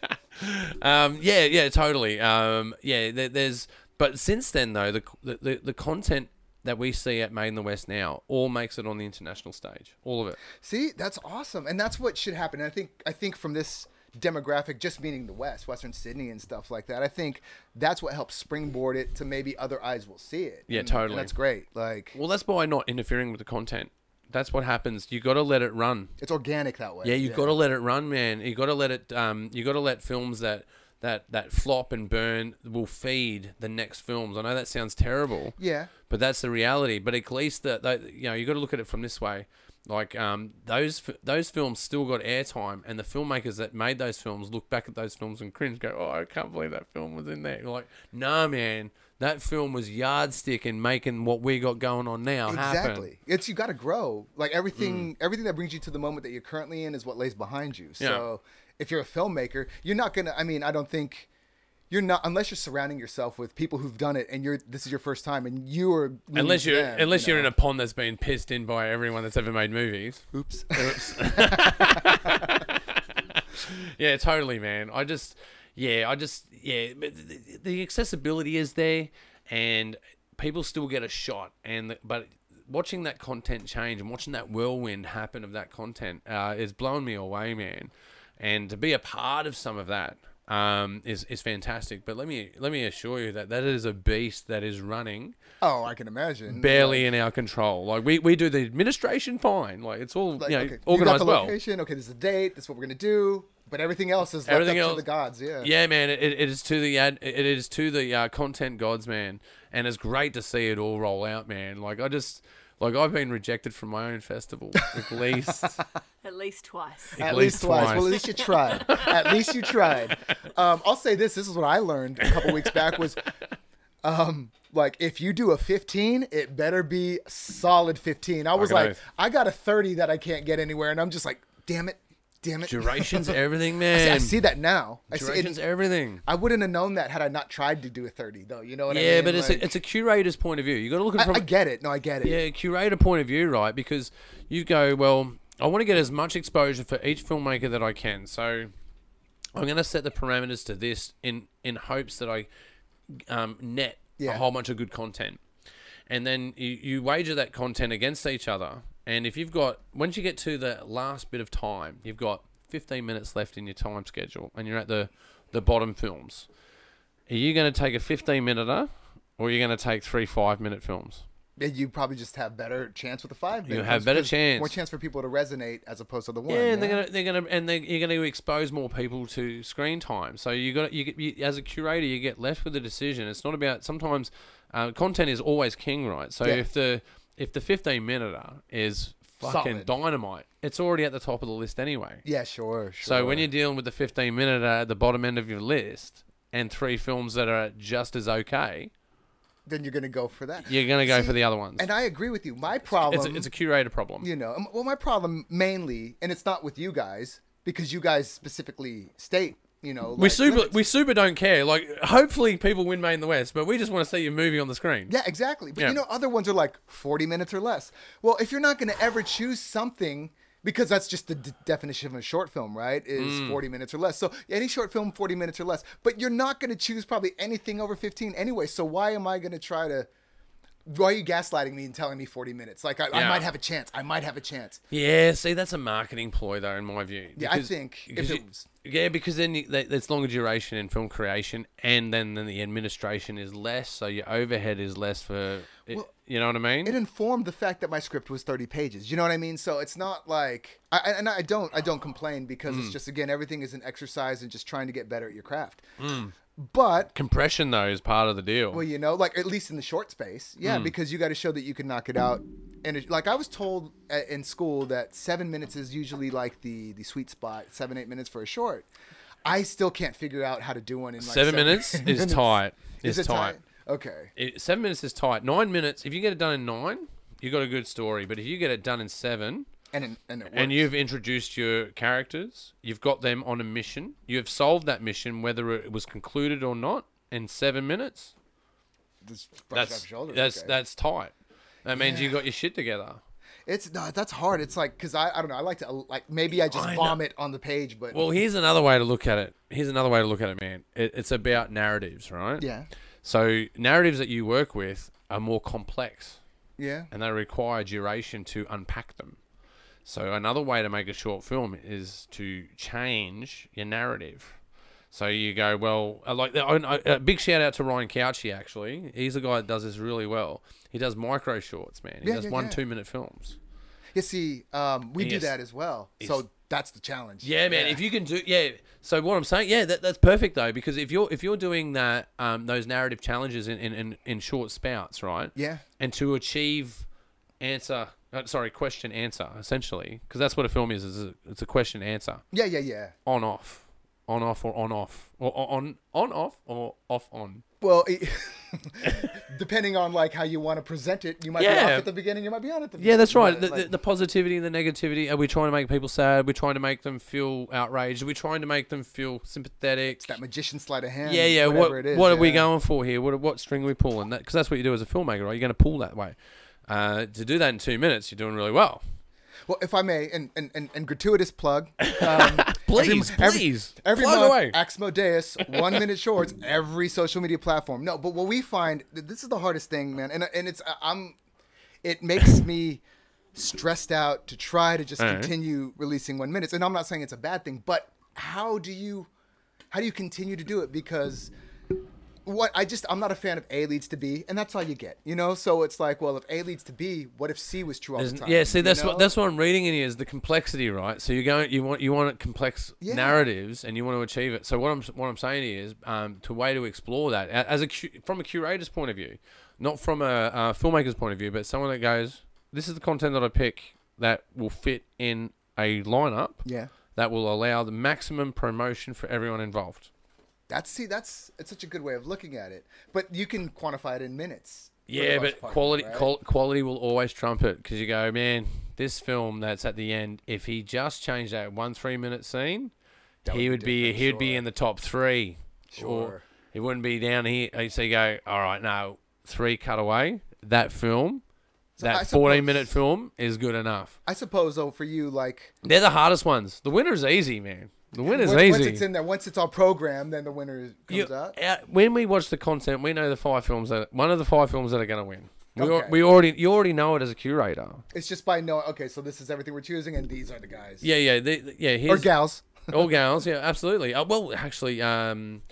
um, yeah, yeah, totally. Um, yeah, there, there's. But since then, though, the, the- the the content that we see at Made in the West now all makes it on the international stage. All of it. just- see, that's awesome, and that's what should happen. And I think I think from this demographic, just meaning the West, Western Sydney, and stuff like that. I think that's what helps springboard it to maybe other eyes will see it. Yeah, And- totally. And that's great. Like Well, that's by not interfering with the content. That's what happens. You got to let it run. it's organic that way. Yeah, you got to let it run, man. You got to let it. Um, you got to let films that that that flop and burn will feed the next films. I know that sounds terrible. Yeah. But that's the reality. But at least that that- you know you got to look at it from this way. Like um, those f- those films still got airtime, and the filmmakers that made those films look back at those films and cringe, go, "Oh, I can't believe that film was in there." You're like, nah, man, that film was yardstick in making what we got going on now Exactly. happen. Mm. It's you got to grow. Like everything, everything that brings you to the moment that you're currently in is what lays behind you. So if you're a filmmaker, you're not gonna. I mean, I don't think you're not unless you're surrounding yourself with people who've done it, and you're this is your first time, and you are leaning Unless to you're them, unless you you're know? in a pond that's been pissed in by everyone that's ever made movies. oops. Yeah, totally, man. I just, yeah, I just, yeah, but th- th- the accessibility is there, and people still get a shot. And the, but watching that content change and watching that whirlwind happen of that content uh, is blowing me away, man. And to be a part of some of that um, is is fantastic. But let me let me assure you that that is a beast that is running oh, I can imagine. barely in our control. Like we, we do the administration fine. Like it's all Like, you know, okay, you got organized the well. location. Okay, this is the date. This is what we're gonna do. But everything else is left Everything up else- to the gods. Yeah. Yeah, man, it, it is to the ad, it is to the uh, content gods, man, and it's great to see it all roll out, man. Like I just like I've been rejected from my own festival at least At least twice. at At least twice. Well, at least you tried. at least you tried. Um, I'll say this. This is what I learned a couple weeks back was, um, like if you do a 15, it better be solid 15. I was Fucking like, oath. I got a 30 that I can't get anywhere, and I'm just like, damn it, damn it. Duration's everything, See, man. I see that now. I see Duration's it. everything. I wouldn't have known that had I not tried to do a 30, though. You know what I mean? Yeah, but it's Like, a, it's a curator's point of view. You got to look at it I, from I get it. No, I get it. yeah, curator point of view, right? Because you go, well, I want to get as much exposure for each filmmaker that I can. So I'm going to set the parameters to this in in hopes that I um, net a Yeah. whole bunch of good content, and then you, you wager that content against each other. And if you've got once you get to the last bit of time, you've got 15 minutes left in your time schedule, and you're at the the bottom films. Are you going to take a 15 minute or are you going to take three five minute films? Yeah, You probably just have better chance with the five. You minute have ones better 'cause chance. More chance for people to resonate as opposed to the one. Yeah, and they're man. gonna they're gonna and they you're gonna expose more people to screen time. So you got you, get- you as a curator, you get left with a decision. It's not about sometimes uh, content is always king, right? So Yeah. if the if the 15 minute is fucking Solid. dynamite, it's already at the top of the list anyway. Yeah, sure, sure. So when you're dealing with the 15 minute at the bottom end of your list and three films that are just as okay, then you're gonna go for that. you're gonna go See, for the other ones. And I agree with you. My problem, it's a, it's a curator problem. you know, um, well, my problem mainly, and it's not with you guys because you guys specifically state you know, We like, super, limits. we super don't care. Like, hopefully, people win Main in the West, but we just want to see your movie on the screen. Yeah, exactly. But Yeah. you know, other ones are like 40 minutes or less. Well, if you're not going to ever choose something, because that's just the d- definition of a short film, right? Is Mm. 40 minutes or less. So any short film, 40 minutes or less. But you're not going to choose probably anything over 15 anyway. So why am I going to try to. Why are you gaslighting me and telling me 40 minutes? Like, I, I Yeah. might have a chance. I might have a chance. Yeah, see, that's a marketing ploy, though, in my view. Yeah, I think if because it you- was- yeah, because then you, that, that's longer duration in film creation, and then, then the administration is less, so your overhead is less for. it- you know what I mean? it informed the fact that my script was 30 pages you know what i mean so it's not like I, I- and i don't i don't complain because Mm. it's just again everything is an exercise and just trying to get better at your craft Mm. but Compression, though, is part of the deal. well you know like at least in the short space yeah Mm. because you got to show that you can knock it out and it, like i was told a- in school that seven minutes is usually like the the sweet spot seven eight minutes for a short i still can't figure out how to do one in like seven, minutes is tight. is Is it tight. tight okay It, seven minutes is tight. Nine minutes, if you get it done in nine, you got a good story. But if you get it done in seven, and it, and, it works. and you've introduced your characters, you've got them on a mission, you have solved that mission, whether it was concluded or not, in seven minutes. just brush it off that's your shoulders, that's okay. that's tight. That means you got your shit together. It's no, that's hard. It's like because I, I don't know. I like to uh, like maybe I just I know. vomit on the page, but Well, here's another way to look at it. Here's another way to look at it, man. It, it's about narratives, right? yeah, So narratives that you work with are more complex, yeah, and they require duration to unpack them. So another way to make a short film is to change your narrative. So you go well, I like oh, a big shout out to Ryan Couchy. Actually, he's a guy that does this really well. He does micro shorts, man. He Yeah, does yeah, one yeah. two minute films. you see, um, we do Yes. that as well. So that's the challenge. Yeah, man. If you can do, yeah. So what I'm saying, yeah, that, that's perfect though, because if you're if you're doing that, um, those narrative challenges in in, in, in short spouts, right? Yeah. And to achieve answer, uh, sorry, question answer, essentially, because that's what a film is. is a, it's a question answer yeah, yeah, yeah. on off, on off or on off or o- on on off or off on. Well, it, depending on like how you want to present it, you might be off Yeah. at the beginning, you might be on at the Yeah, that's beginning, right. but, The, like, the, the positivity and the negativity. Are we trying to make people sad? Are we trying to make them feel outraged? Are we trying to make them feel sympathetic? that magician sleight of hand. Yeah, yeah. Whatever What, it is, what are we yeah. going for here? What what string are we pulling? Because that's what you do as a filmmaker, right? You're going to pull that way. Uh, to do that in two minutes, you're doing really well. Well, if I may, and and, and, and gratuitous plug. Um, Please, every, please, every plug month, away. Axmodeus, one minute shorts, every social media platform. No, but what we find, th- this is the hardest thing, man, and and it's I- I'm, it makes me stressed out to try to just right. continue releasing one minutes, and I'm not saying it's a bad thing, but how do you, how do you continue to do it because what I just I'm not a fan of A leads to B, and that's all you get, you know. So it's like, well, if A leads to B, what if C was true all the time? yeah, see, you that's know? what that's what I'm reading in here is the complexity, right? So you're going, you want you want complex Yeah. narratives, and you want to achieve it. So what I'm what I'm saying here is um, to way to explore that a- as a cu- from a curator's point of view, not from a, uh filmmaker's point of view, but someone that goes, this is the content that I pick that will fit in a lineup. Yeah. That will allow the maximum promotion for everyone involved. That's see, that's it's such a good way of looking at it. But you can quantify it in minutes. for the Yeah, most but part, quality right? qual- quality will always trump it because you go, man, this film that's at the end. If he just changed that one three minute scene, he would would be, be different, he would be sure. in the top three. Sure. he wouldn't be down here. Uh, So you go, all right, no, three cutaway. That film, that I fourteen suppose- minute film is good enough. I suppose though for you, like They're the hardest ones. The winner's easy, man. The winner's once, once easy. it's in there, once it's all programmed, then the winner is- comes You- out. uh, when we watch the content, we know the five films that one of the five films that are going to win. We, al- Okay. we already you already know it as a curator. It's just by knowing. Okay, so this is everything we're choosing, and these are the guys Yeah, yeah, they, they- yeah. or Here's, gals. all gals, yeah, absolutely. Uh, well, actually, um,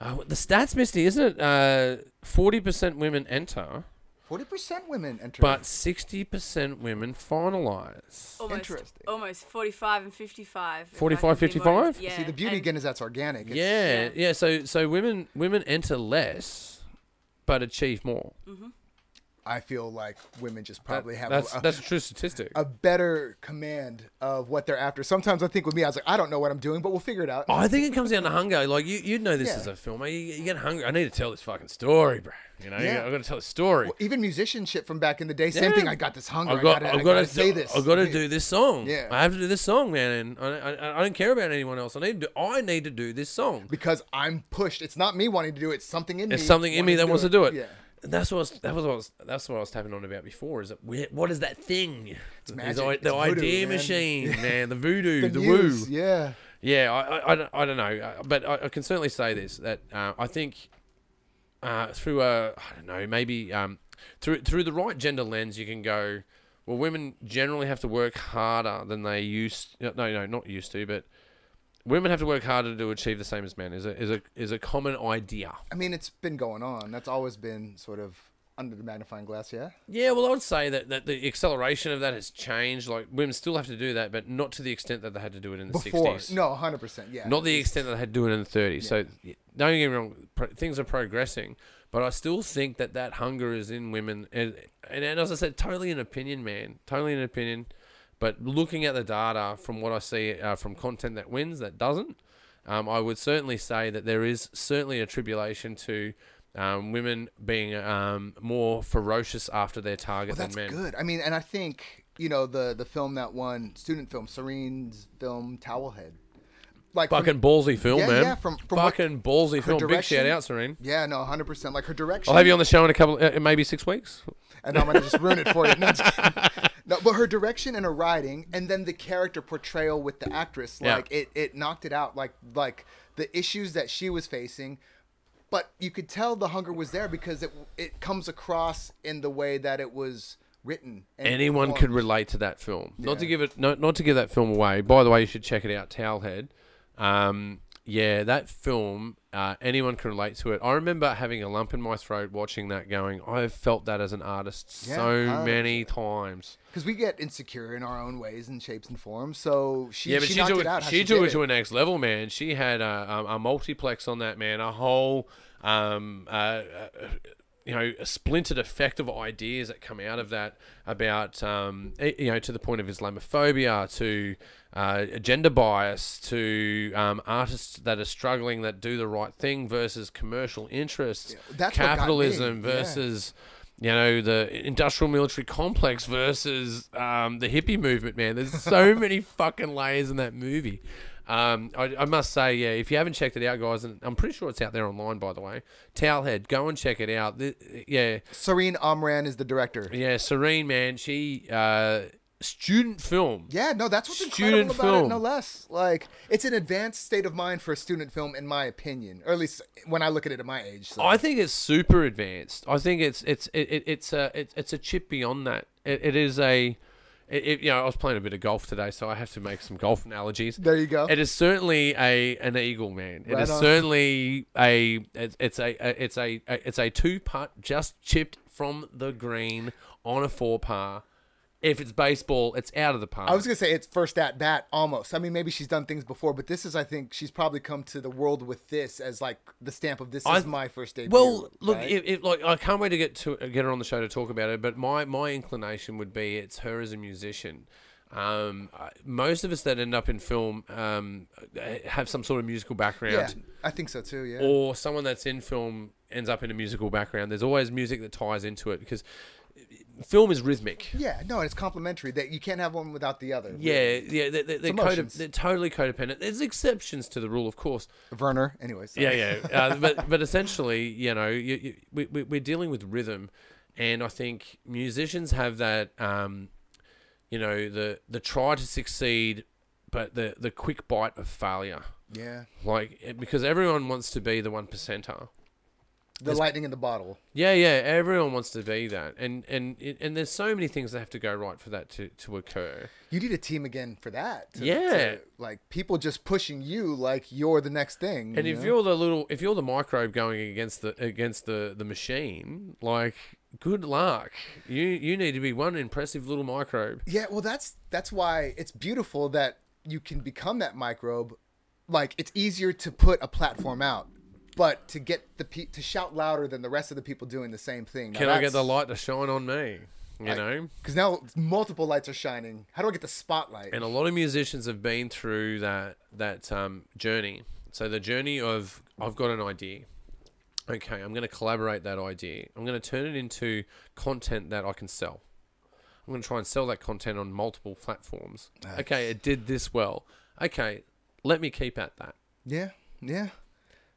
uh, the stats, Misty, isn't it? uh, Forty percent women enter, Forty percent women enter. but sixty percent women finalize. Almost, Interesting. Almost 45 and 55. if I 45, could be more- 55? Yeah. see, the beauty and- again is that's organic. It's- Yeah, yeah. So, so women women enter less, but achieve more. I feel like women just probably have That's a, that's a true statistic. a better command of what they're after. Sometimes I think with me, I was like, I don't know what I'm doing, but we'll figure it out. I think it comes down to hunger. Like you, you'd know this Yeah. as a filmer. You, you get hungry. I need to tell this fucking story, bro. You know, Yeah. I got to tell a story. Even musician shit from back in the day, same thing. I got this hunger. I've I got, gotta, I've got to say this. I've got to do this song. Yeah. I have to do this song, man. And I, I, I don't care about anyone else. I need to. I need to do this song. because I'm pushed. It's not me wanting to do it. It's something in me. There's something in me wanting that wants to do it. Yeah. And that's what I was, that was what I was, that's what I was tapping on about before. Is that we- what is that thing? It's magic. The, It's voodoo, idea man. machine, man. The voodoo, the, Muse, woo. Yeah. Yeah, I, I, I, don't, I don't know, uh, but I, I can certainly say this that uh, I think uh, through a I don't know maybe um, through through the right gender lens you can go well women generally have to work harder than they used no no not used to but women have to work harder to achieve the same as men is a is a is a common idea. I mean, it's been going on. That's always been sort of under the magnifying glass. Yeah. Yeah, well I would say that, that the acceleration of that has changed like women still have to do that but not to the extent that they had to do it in the Before. 60s. No, 100. percent Yeah. Not the extent that I had doing in the 30s. So y- don't get me wrong, pro- things are progressing, but I still think that that hunger is in women. And, and, and as I said, totally an opinion, man. Totally an opinion. But looking at the data from what I see uh, from content that wins, that doesn't, um, I would certainly say that there is certainly a tribulation to um, women being um, more ferocious after their target That's than men. good. I mean, and I think you know the the film that won student film, Serene's film, Towelhead. Like from- Fucking ballsy film, Yeah, man. yeah, from- from what- Fucking ballsy film. Big direction- shout out, Serene. Yeah, no, 100%. Like her direction. I'll have you on the show in a couple, uh, maybe six weeks. and I'm gonna just ruin it for you. No, I'm just kidding. No, but her direction and her writing, and then the character portrayal with the actress, Yeah. like it, it knocked it out. Like like the issues that she was facing, but you could tell the hunger was there because it it comes across in the way that it was written. and anyone could performed. relate to that film. Not to give it, no, not to give that film away. By the way, you should check it out, Towelhead. Um, yeah, that film, uh, anyone can relate to it. I remember having a lump in my throat watching that, going, I've felt that as an artist Yeah, so 100%. many times. because we get insecure in our own ways and shapes and forms. So she Yeah, but she, she, knocked took it out. it, how she, she took did it to a next level, man. She had a, a, a multiplex on that, man. A whole, um, uh, uh, you know, a splintered effect of ideas that come out of that about, um, eh, you know, to the point of Islamophobia, to uh, gender bias, to um, artists that are struggling that do the right thing versus commercial interests, that's what got me, capitalism yeah. versus. You know the industrial military complex versus um, the hippie movement, man. There's so many fucking layers in that movie. Um, I, I must say, yeah, if you haven't checked it out, guys, and I'm pretty sure it's out there online, by the way. Towelhead, go and check it out. Th yeah, Serene Amran is the director. yeah, Serene, man, she uh, student film. Yeah, no, that's what's Student incredible about film. it, no less. Like, it's an advanced state of mind for a student film, in my opinion, or at least when I look at it at my age. So. I think it's super advanced. I think it's it's it, it, it's a it, it's a chip beyond that. It, it is a, it, it, you know, I was playing a bit of golf today, so I have to make some golf analogies. There you go. It is certainly a an eagle, man. It is Right on. certainly a it's, it's a a- it's a a- it's a two putt just chipped from the green on a four par. If it's baseball, it's out of the park. I was gonna say it's first at bat almost. I mean, maybe she's done things before, but this is, I think, she's probably come to the world with this as like the stamp of this is I- my first debut. Well, look, right? if, if, like I can't wait to get to get her on the show to talk about it. But my my inclination would be it's her as a musician. Um, I- most of us that end up in film um, have some sort of musical yeah, background, I think so too. Yeah, or someone that's in film ends up in a musical background. There's always music that ties into it because film is rhythmic. yeah, no, it's complementary. That you can't have one without the other. Yeah, yeah, they're, they're, they're, code, emotions. they're totally codependent. There's exceptions to the rule, of course, Werner. Anyways, Yeah, yeah. Uh, but but essentially, you know, you, you, we, we we're dealing with rhythm, and I think musicians have that, um, you know, the the try to succeed, but the the quick bite of failure, yeah. like eh, because everyone wants to be the one percenter. The lightning in the bottle. Yeah, yeah. Everyone wants to be that, and and it- and there's so many things that have to go right for that to to occur. You need a team again for that. to- Yeah. to, like people just pushing you like you're the next thing. And you if know? you're the little, if you're the microbe going against the against the the machine, like good luck. You you need to be one impressive little microbe. Yeah, well, that's that's why it's beautiful that you can become that microbe. Like it's easier to put a platform out but to get the pe- to shout louder than the rest of the people doing the same thing. Can I get the light to shine on me? You know? Because now multiple lights are shining. How do I get the spotlight? and a lot of musicians have been through that that um, journey. So the journey of I've got an idea. Okay, I'm going to collaborate that idea. I'm going to turn it into content that I can sell. I'm going to try and sell that content on multiple platforms. Okay, it did this well. Okay, let me keep at that. yeah, yeah.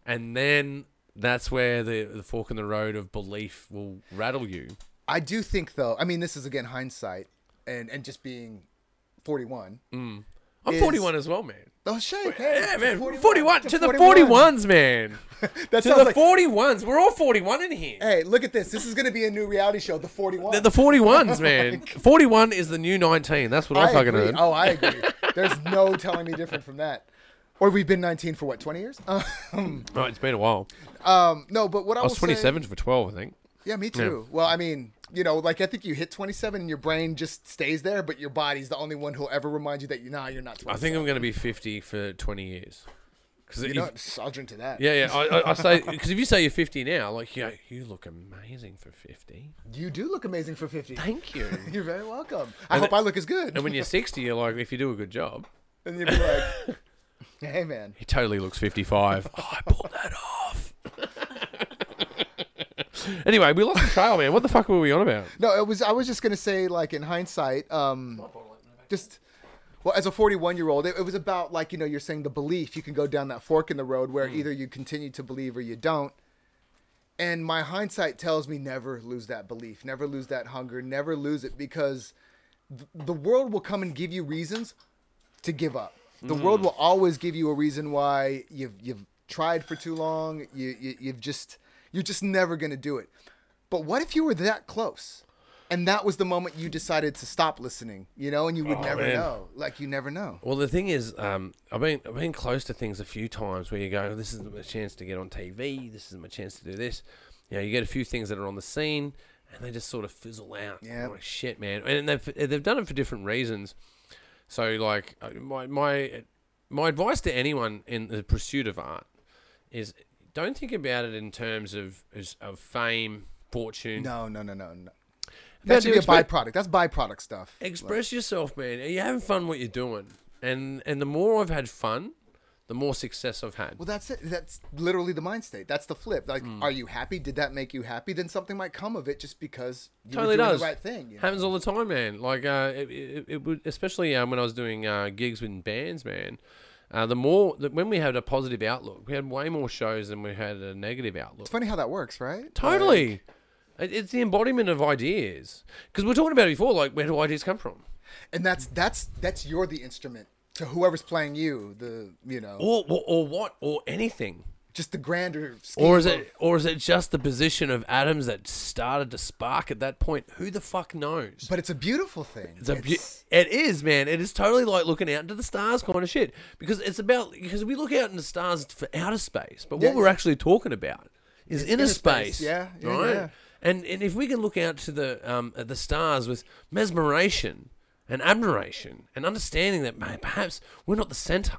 And then that's where the, the fork in the road of belief will rattle you. I do think though. I mean, this is again hindsight, and and just being forty-one. I'm Is- 41 as well, man. Oh shit! Hey, Mm. Yeah, man. 41, 41, to, the 41s, man. That to sounds the like- 41s. We're all 41 in here. Hey, look at this. This is going to be a new reality show. The forty-one. The, the 41s, man. 41 is the new 19. That's what I, I fucking agree. heard. Oh, I agree. There's no telling me different from that. Or we've been 19 for what 20 years? Um, Oh, it's been a while. um, no, but what I, I was will say- 27 for 12, I think. yeah, me too. Well, I mean, you know, like I think you hit 27 and your brain just stays there, but your body's the only one who'll ever remind you that you nah, you're not. 27. I think I'm going to be 50 for 20 years. Cause you if- know. I'll drink to that. yeah, yeah. I, I, I say because if you say you're 50 now, like yeah, you look amazing for 50. You do look amazing for 50. Thank you. You're very welcome. I hope I look as good. and when you're 60, you're like, if you do a good job, and you'd be like, hey man, he totally looks 55. oh, I pulled that off. anyway, we lost the trail, man. What the fuck were we on about? No, it was. I was just gonna say, like in hindsight, um, just well, as a 41 year old, it, it was about like you know you're saying the belief you can go down that fork in the road where either you continue to believe or you don't. And my hindsight tells me never lose that belief, never lose that hunger, never lose it because th- the world will come and give you reasons to give up. The world will always give you a reason why you've you've tried for too long. You, you you've just you're just never gonna do it. But what if you were that close, and that was the moment you decided to stop listening? You know, and you would never man. know. Like you never know. Well, the thing is, um, I've been I've been close to things a few times where you go, "This is my chance to get on TV. This is my chance to do this." You know, you get a few things that are on the scene, and they just sort of fizzle out. Yep. Like, shit, man. And they've they've done it for different reasons. So, like, uh, my my my advice to anyone in the pursuit of art is don't think about it in terms of as- of fame, fortune. No, no, no, no, no. Now, That do should be a expect- byproduct. That's byproduct stuff. express yourself man are you having fun what you're doing and and the more i've had fun the more success i've had Well, that's it. That's literally the mind state. That's the flip. Like, Hmm. are you happy? Did that make you happy? Then something might come of it just because you totally were doing does the right thing. you know? happens all the time man like uh it, it, it would especially um, when i was doing uh gigs with bands man uh, the more that when we had a positive outlook we had way more shows than we had a negative outlook It's funny how that works, right? totally It- it's the embodiment of ideas because we we're talking about it before like where do ideas come from and that's that's that's you're the instrument to whoever's playing you. The you know or or, or what or anything just the grander scheme Or is of- it or is it just the position of atoms that started to spark at that point? Who the fuck knows? But it's a beautiful thing. It's a bu- it is, man. It is totally like looking out into the stars kind of shit. Because it's about because we look out into the stars for outer space, but Yeah. what we're actually talking about is inner, inner space. space, yeah, yeah, right? yeah. And and if we can look out to the um at the stars with mesmeration and admiration and understanding that man, perhaps we're not the center.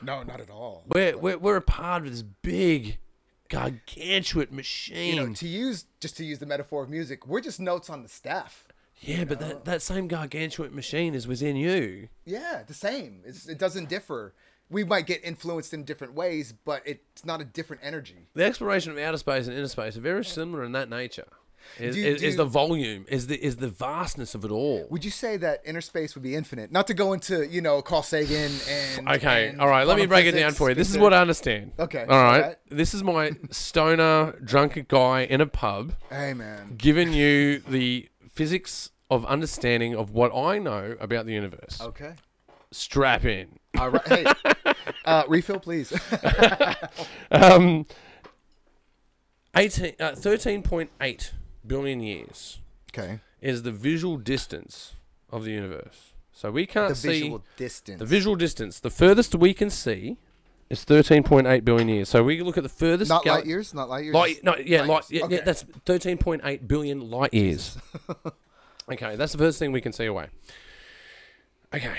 no, not at all. We're, we're, we're a part of this big, gargantuan machine. You know, to use just to use the metaphor of music, we're just notes on the staff. Yeah, but that, that same gargantuan machine is within you. Yeah, the same. It's, it doesn't differ. We might get influenced in different ways, but it's not a different energy. The exploration of outer space and inner space are very similar in that nature. Is, Do you- is, do is the you- volume, is the is the vastness of it all. Would you say that inner space would be infinite? Not to go into you know Carl Sagan and okay, and all right, let me quantum break it down physics, for you. This is because what I understand. Okay, All right. alright. This is my stoner, drunken guy in a pub they're- Hey man, giving you the physics of understanding of what I know about the universe. okay, Strap in. all right. Hey, uh, refill please. um, 18, uh, 13.8 billion years okay, is the visual distance of the universe. So we can't the see visual distance. the visual distance. The furthest we can see is 13.8 billion years. So we look at the furthest not gal- light years, not light years. Light, no, yeah, light, years. yeah, yeah, Okay. that's 13.8 billion light years. okay, that's the first thing we can see away. Okay.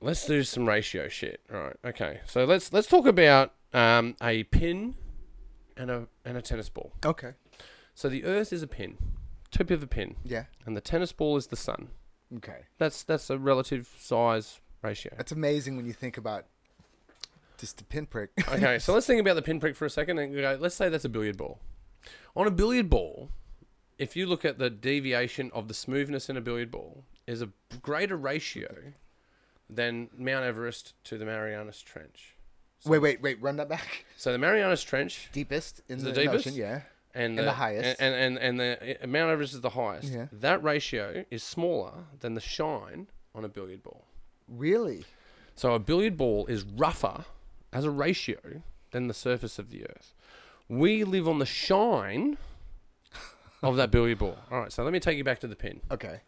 Let's do some ratio shit. All right. Okay. So let's let's talk about um, a pin and a and a tennis ball. Okay. So the Earth is a pin, tip of a pin, Yeah. and the tennis ball is the sun. Okay. That's that's a relative size ratio. That's amazing when you think about just the pinprick. Okay, so let's think about the pinprick for a second and go, let's say that's a billiard ball. On a billiard ball, if you look at the deviation of the smoothness in a billiard ball, is a greater ratio than Mount Everest to the Marianas Trench. wait, wait, wait. Run that back. So the Marianas Trench Deepest in The the, deepest? ocean. Yeah. and the highest. and and, and the uh, Mount Everest is the highest. Yeah. That ratio is smaller than the shine on a billiard ball. Really? So a billiard ball is rougher as a ratio than the surface of the earth. We live on the shine of that billiard ball. All right, so let me take you back to the pin. Okay.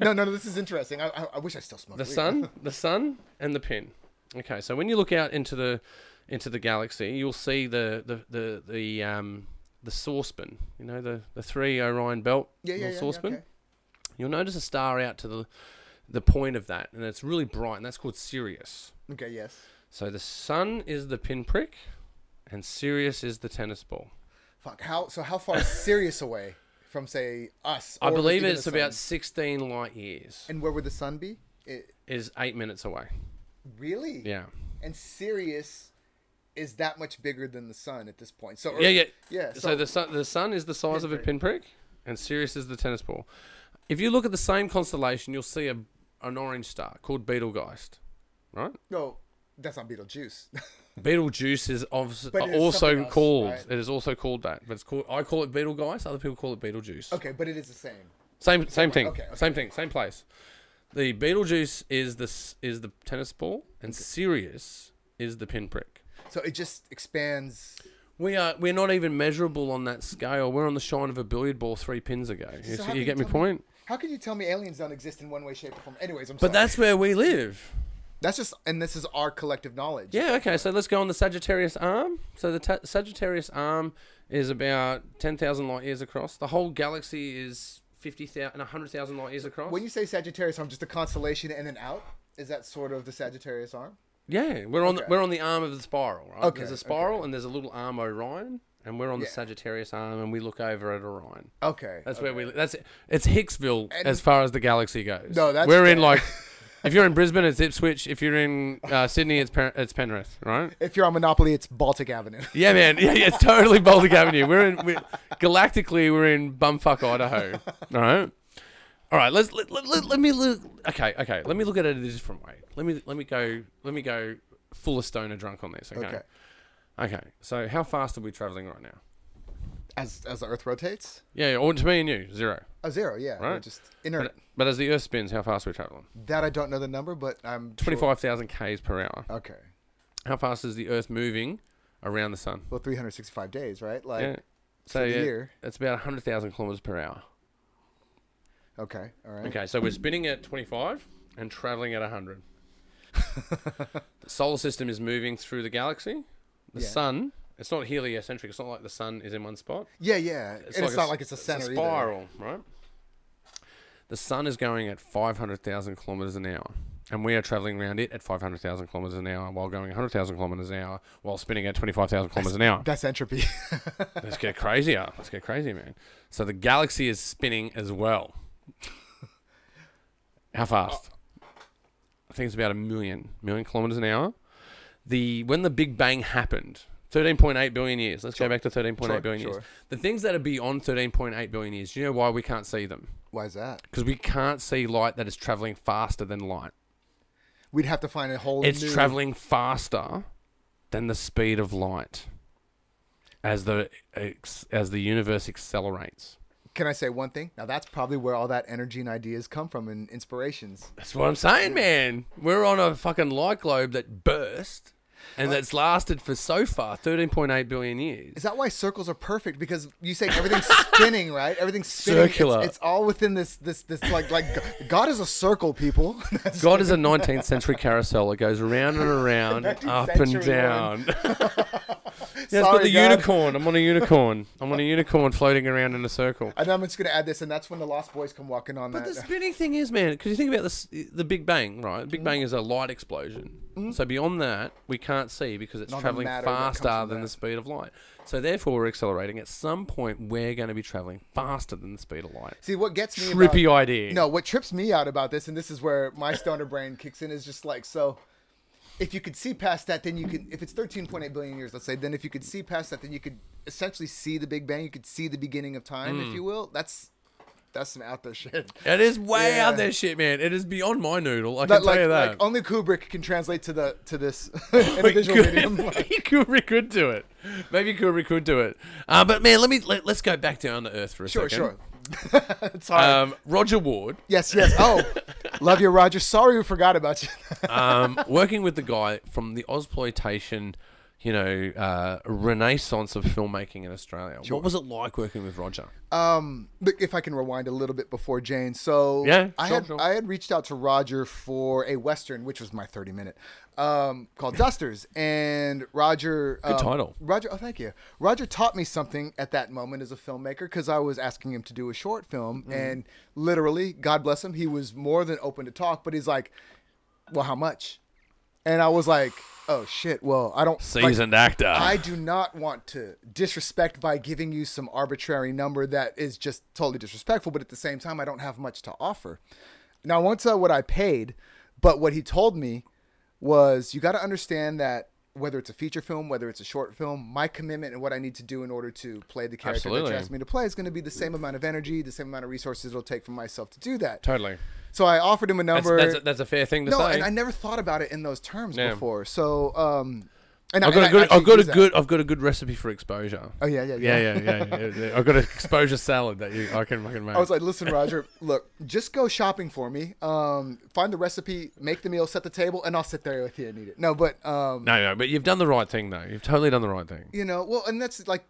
no, no, no. This is interesting. I, I, I wish I still smoked. The weed. sun, the sun and the pin. Okay, so when you look out into the into the galaxy, you'll see the the the, the um the saucepan, you know, the, the three Orion belt Yeah, yeah, little yeah. saucepan. Yeah, okay. You'll notice a star out to the the point of that, and it's really bright, and that's called Sirius. okay. Yes. So the sun is the pinprick, and Sirius is the tennis ball. Fuck. How? So how far is Sirius away from say us? I or believe even it's the about sun? 16 light years. And where would the sun be? It, Is eight minutes away. really? Yeah. And Sirius is that much bigger than the sun at this point. So Yeah, yeah. yeah. So, the sun, the sun is the size of a pinprick, and Sirius is the tennis ball. If you look at the same constellation, you'll see a an orange star called Betelgeist, right? no, that's not Beetlejuice. Beetlejuice is obviously But it is also something else, called. right? It is also called that, but it's called. I call it Beetlegeist. Other people call it Beetlejuice. okay, but it is the same. Same same thing. okay, okay. Same thing. Same place. The Beetlejuice is the s- is the tennis ball, and Sirius is the pinprick. So it just expands. We are we're not even measurable on that scale. We're on the shine of a billiard ball three pins ago. You, see- So how you can get my tell me- point? How can you tell me aliens don't exist in one way, shape, or form? Anyways, I'm But sorry. that's where we live. that's just and this is our collective knowledge. Yeah. Okay. So let's go on the Sagittarius arm. So the ta- Sagittarius arm is about ten thousand light years across. The whole galaxy is fifty thousand, hundred thousand light years across. When you say Sagittarius arm, just a constellation in and out. Is that sort of the Sagittarius arm? Yeah, we're on the, Okay. we're on the arm of the spiral, right? Okay, There's a okay. spiral and there's a little arm Orion, and we're on the Yeah. Sagittarius arm, and we look over at Orion. Okay. That's okay. where we. That's it. It's Hicksville And- as far as the galaxy goes. No, that's we're in fair. like. If you're in Brisbane, it's Ipswich. If you're in uh, Sydney, it's per- it's Penrith, right? If you're on Monopoly, it's Baltic Avenue. Yeah, man. Yeah, yeah it's totally Baltic Avenue. We're in we're, galactically, we're in bumfuck Idaho. All right. All right. Let's let, let, let, let me look. Okay, okay. Let me look at it a different way. Let me let me go. Let me go full of stoner drunk on this. Okay. Okay. Okay. So how fast are we traveling right now? As as the Earth rotates, Yeah. yeah, Or to me and you, zero. a zero. Yeah. We're Right. Just inert. But as the Earth spins, how fast are we traveling? That I don't know the number, but I'm sure- Twenty-five thousand k's per hour. Okay. How fast is the Earth moving around the sun? Well, 365 days, right? Like. Yeah. So the yeah, year. that's about hundred thousand kilometers per hour. Okay. All right. Okay, so we're spinning at 25 and traveling at 100. the solar system is moving through the galaxy. The Yeah. sun, it's not heliocentric. It's not like the sun is in one spot. Yeah, yeah. and it's a not s- like it's a center either. spiral, right? The sun is going at 500,000 kilometers an hour. And we are traveling around it at 500,000 kilometers an hour while going 100,000 kilometers an hour while spinning at 25,000 kilometers an hour. That's entropy. Let's get crazier. Let's get crazy, man. So the galaxy is spinning as well. How fast? I think it's about a million, million kilometers an hour. The when the Big Bang happened, thirteen point eight billion years. Let's go back to thirteen point eight Sure, billion sure. years. The things that are beyond thirteen point eight billion years. Do you know why we can't see them? Why is that? Because we can't see light that is traveling faster than light. We'd have to find a whole It's new traveling faster than the speed of light as the ex- as the universe accelerates. Can I say one thing? Now that's probably where all that energy and ideas come from and inspirations. That's what I'm saying, man. We're on a fucking light globe that burst and that's lasted for so far 13.8 billion years. Is that why circles are perfect? Because you say everything's spinning, right? Everything's spinning. It's- Circular. It's, all within this, this, this. Like, like God is a circle, people. God is a 19th century carousel. It goes around and around, 19th up and century down. yeah, it's got Sorry, the God. unicorn. I'm on a unicorn. I'm on a unicorn floating around in a circle. And I'm just gonna add this, and that's when the Lost Boys come walking on But that. Mm. the spinning thing is, man, because you think about this, the Big Bang, right? Big Bang is a light explosion. So beyond that, we can't see because it's Not a traveling matter what comes faster from than that. the speed of light. So therefore, we're accelerating. At some point, we're going to be traveling faster than the speed of light. See what gets me about- Trippy idea. No, what trips me out about this, and this is where my stoner brain kicks in, is just like so. If you could see past that, then you could. If it's 13.8 billion years, let's say, then if you could see past that, then you could essentially see the Big Bang. You could see the beginning of time, Hmm. if you will. That's that's some out there shit. It is way Yeah. out there, shit, man. It is beyond my noodle. I But can like, tell you that. like only Kubrick can translate to the to this in a visual medium. Like, Maybe Kubrick could do it. Maybe Kubrick could do it. Uh, but man, let me let, let's go back down to earth for a sure, second. sure. it's hard. Um, Roger Ward, yes, yes. Oh, love you, Roger. Sorry we forgot about you. um, working with the guy from the Ausploitation, you know, uh, renaissance of filmmaking in Australia. What was it like working with Roger? Um, but if I can rewind a little bit before Jane, so Yeah, I sure, had sure. I had reached out to Roger for a western, which was my thirty minute, um, called Dusters, and Roger. Good title. Roger, oh thank you. Roger taught me something at that moment as a filmmaker because I was asking him to do a short film, Mm. and literally, God bless him, he was more than open to talk, but he's like, "Well, how much?" And I was like, "Oh shit, well I don't like, Seasoned actor. I do not want to disrespect by giving you some arbitrary number that is just totally disrespectful, but at the same time, I don't have much to offer. Now, I won't tell what I paid, but what he told me was you got to understand that whether it's a feature film, whether it's a short film, my commitment and what I need to do in order to play the character that Absolutely. you asked me to play is going to be the same amount of energy, the same amount of resources it'll take for myself to do that. totally. So I offered him a That's, number. that's, a, that's a fair thing to no, say. and I never thought about it in those terms Yeah. before. So, um, and I- I've got and a I good. I've actually got a use that. good. I've got a good recipe for exposure. Oh yeah, yeah, yeah. Yeah, yeah, yeah. yeah, yeah. I've got an exposure salad that you, I can fucking make. I was like, listen, Roger, look, just go shopping for me. Um, find the recipe, make the meal, set the table, and I'll sit there with you and eat it. No, but um, no, no, but you've done the right thing though. You've totally done the right thing. you know, well, and that's like,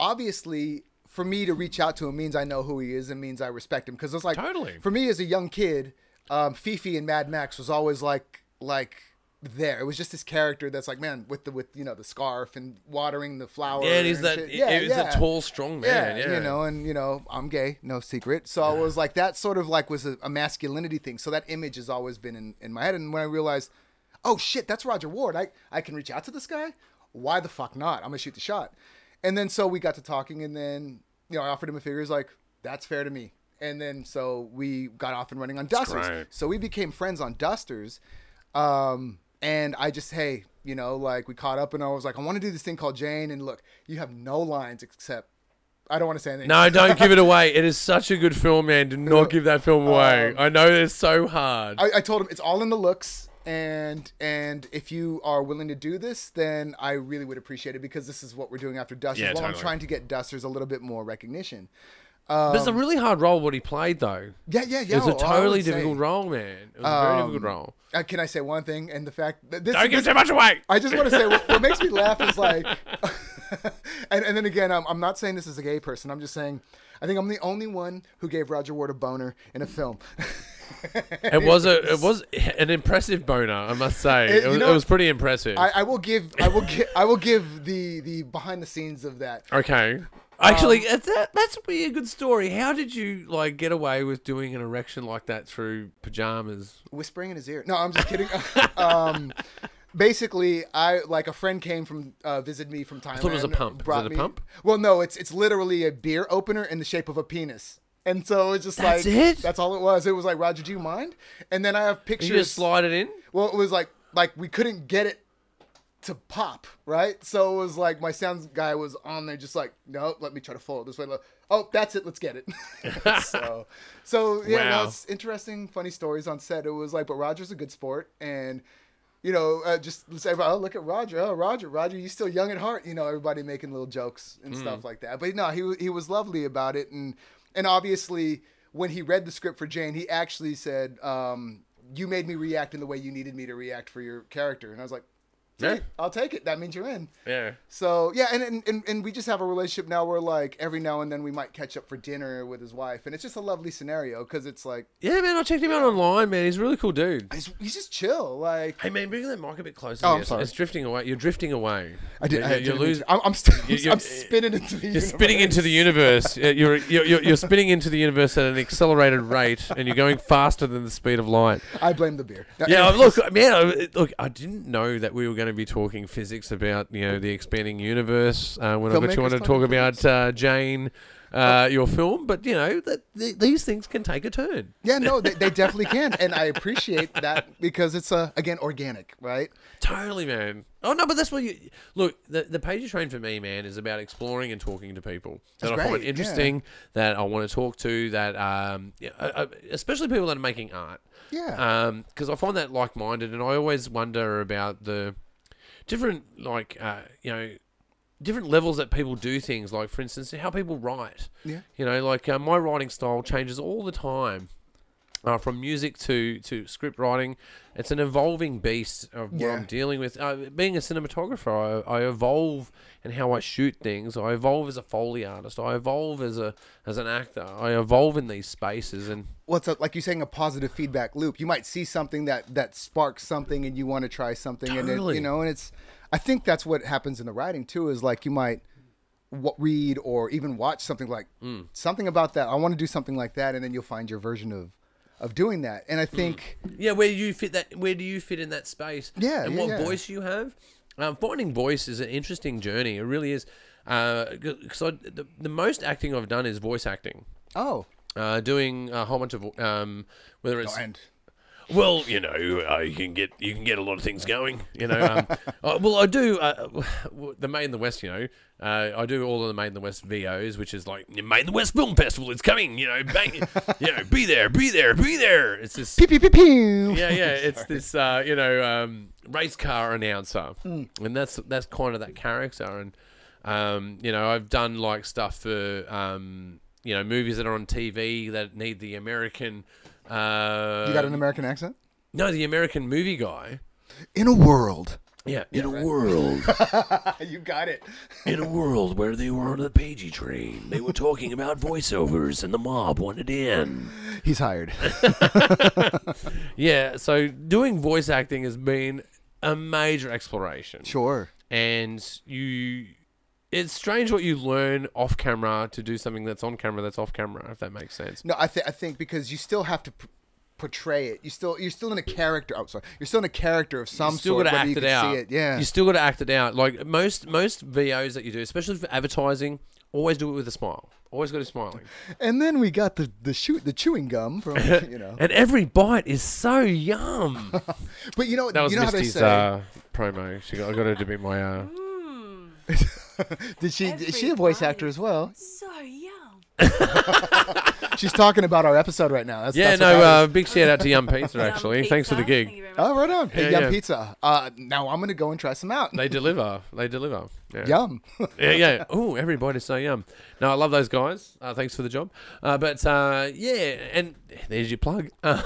obviously, for me to reach out to him means I know who he is and means I respect him because it's like, Totally. for me as a young kid, um, Fifi and Mad Max was always like, like there. It was just this character that's like, man, with the with you know the scarf and watering the flower. Yeah, it is and that. shit. It, it is a tall, strong man. Yeah, you know, and you know, I'm gay, no secret. So I was like, that sort of like was a, a masculinity thing. So that image has always been in, in my head. And when I realized, oh shit, that's Roger Ward. I I can reach out to this guy. Why the fuck not? I'm gonna shoot the shot. And then so we got to talking, and then you know, I offered him a figure. He's like, that's fair to me. And then so we got off and running on Dusters. great. So we became friends on Dusters. Um, and I just, hey, you know, like we caught up and I was like, I want to do this thing called Jane. And look, you have no lines except, I don't want to say anything. No, don't give it away. It is such a good film, man. Do not give that film away. I know it's so hard. Um, I, I told him it's all in the looks. And and if you are willing to do this, then I really would appreciate it because this is what we're doing after Dusters. Yeah, well, I'm totally. trying to get Dusters a little bit more recognition. But it's a really hard role what he played, though. um, Yeah, yeah, yeah. It was a well, I would totally say- difficult role, man. It was a very difficult role. Uh, can I say one thing? And the fact that this, Don't give too much away. I just want to say what, what makes me laugh is like, and, and then again, I'm, I'm not saying this as a gay person. I'm just saying, I think I'm the only one who gave Roger Ward a boner in a film. It was a, it was an impressive boner, I must say. It- It, you was, know- it was pretty impressive. I, I will give, I will give, I will give the the behind the scenes of that. um, okay. Actually, it's that, that's be a good story. How did you like get away with doing an erection like that through pajamas? whispering in his ear. No, I'm just kidding. um, basically, I like a friend came from uh, visited me from Thailand. thought it was a pump. Is brought it a me- pump? Well, no, it's it's literally a beer opener in the shape of a penis. And so it's just That's like it? that's all it was. It was like Roger, do you mind? And then I have pictures. You just slide it in. well, it was like like we couldn't get it to pop right. So it was like my sounds guy was on there just like no, let me try to fold it this way. Look, Oh, that's it. Let's get it. so, so yeah, no, Wow. it's interesting, funny stories on set. It was like, but Roger's a good sport, and you know, uh, just say, oh, look at Roger. Oh, Roger, Roger, you still young at heart. You know, everybody making little jokes Hmm. and stuff like that. But no, he wa- he was lovely about it, and and obviously when he read the script for Jane, he actually said, um, "You made me react in the way you needed me to react for your character," and I was like. Yeah. Sweet. I'll take it. That means you're in. Yeah. So yeah, and, and and and we just have a relationship now where like every now and then we might catch up for dinner with his wife, and it's just a lovely scenario because it's like Yeah, man, I checked him out online, man. He's a really cool dude. he's, he's just chill. Like Hey, man, bring that mic a bit closer. Oh, to I'm you. It's- sorry. It's drifting away. You're drifting away. did- You're, I you're didn't mean losing. to- I'm, I'm still You- you- I'm spinning into the You're universe. spinning into the universe. Yeah, You're, you're, you're, you're spinning into the universe at an accelerated rate, and you're going faster than the speed of light. I blame the beer. Yeah, look, man, I- look, I didn't know that we were going to be talking physics about you know the expanding universe uh, when I got Filmmakers you on to talking talk about uh, Jane, uh, your film. But you know that th- these things can take a turn. Yeah, no, they, they definitely can, and I appreciate that because it's uh, again organic, right? Totally, man. Oh no, but that's what you look. The the page you train for me, man, is about exploring and talking to people that That's I find great, interesting, that I want to talk to, that um, yeah, uh, uh, especially people that are making art. Yeah. Um, because I find that like minded, and I always wonder about the different like uh, you know different levels that people do things. Like for instance, how people write. Yeah. You know, like uh, my writing style changes all the time uh, from music to, to script writing. It's an evolving beast of what Yeah. I'm dealing with. Uh, being a cinematographer, I, I evolve in how I shoot things. I evolve as a foley artist. I evolve as a as an actor. I evolve in these spaces, and What's up? Like you're saying, a positive feedback loop. You might see something that that sparks something, and you want to try something, and it, Totally. you know, and it's. I think that's what happens in the writing too. Is like you might w- read or even watch something like Mm. something about that. I want to do something like that, and then you'll find your version of of doing that. And I think yeah, where do you fit that? Where do you fit in that space? Yeah, and yeah, what yeah. voice you have. Um, finding voice is an interesting journey. It really is. Because I the, the most acting I've done is voice acting. oh, Uh, doing a whole bunch of um, whether it's and Well, you know, uh, you can get you can get a lot of things going. You know, um, uh, well, I do uh, w- the May in the West. You know, uh, I do all of the May in the West VOs, which is like May in the West Film Festival. It's coming. You know, bang, you know, be there, be there, be there. It's this. pew pew pew pew. Yeah, yeah, it's this. Uh, you know, um, race car announcer, Hmm. and that's that's kind of that character. And um, you know, I've done like stuff for um, you know movies that are on TV that need the American. Uh, You got an American accent? no, the American movie guy. In a world, Yeah. In a world, you got it. in a world where they were on the Pagey train, they were talking about voiceovers, and the mob wanted in. He's hired. Yeah. So doing voice acting has been a major exploration, Sure. and you. It's strange what you learn off camera to do something that's on camera that's off camera, if that makes sense. No, I think I think because you still have to p- portray it. You still you're still in a character. Oh, sorry, you're still in a character of some you still sort. got to whether act you it can out. See it. Yeah. you still got to act it out. Like most most VOs that you do, especially for advertising, always do it with a smile. Always got to be smiling. and then we got the the shoot the chewing gum from you know. And every bite is so yum. But you know That was you know Misty's how they say. uh, promo. She got, I got her to be my. Uh, hmm, did she is she a every voice bite. actor as well? So young. She's talking about our episode right now. That's, yeah, that's what no. that Uh, is. big shout out to Yum Pizza. Actually, Yum thanks for the pizza. gig. Thank you very much. Oh, right on. Hey, Yeah, Yum yeah. Pizza. Uh, now I'm gonna go and try some out. They deliver. They deliver. Yeah. Yum. Yeah, yeah. Oh, everybody's so yum. No, I love those guys. Uh, thanks for the job. Uh, but uh, yeah, and there's your plug. Uh,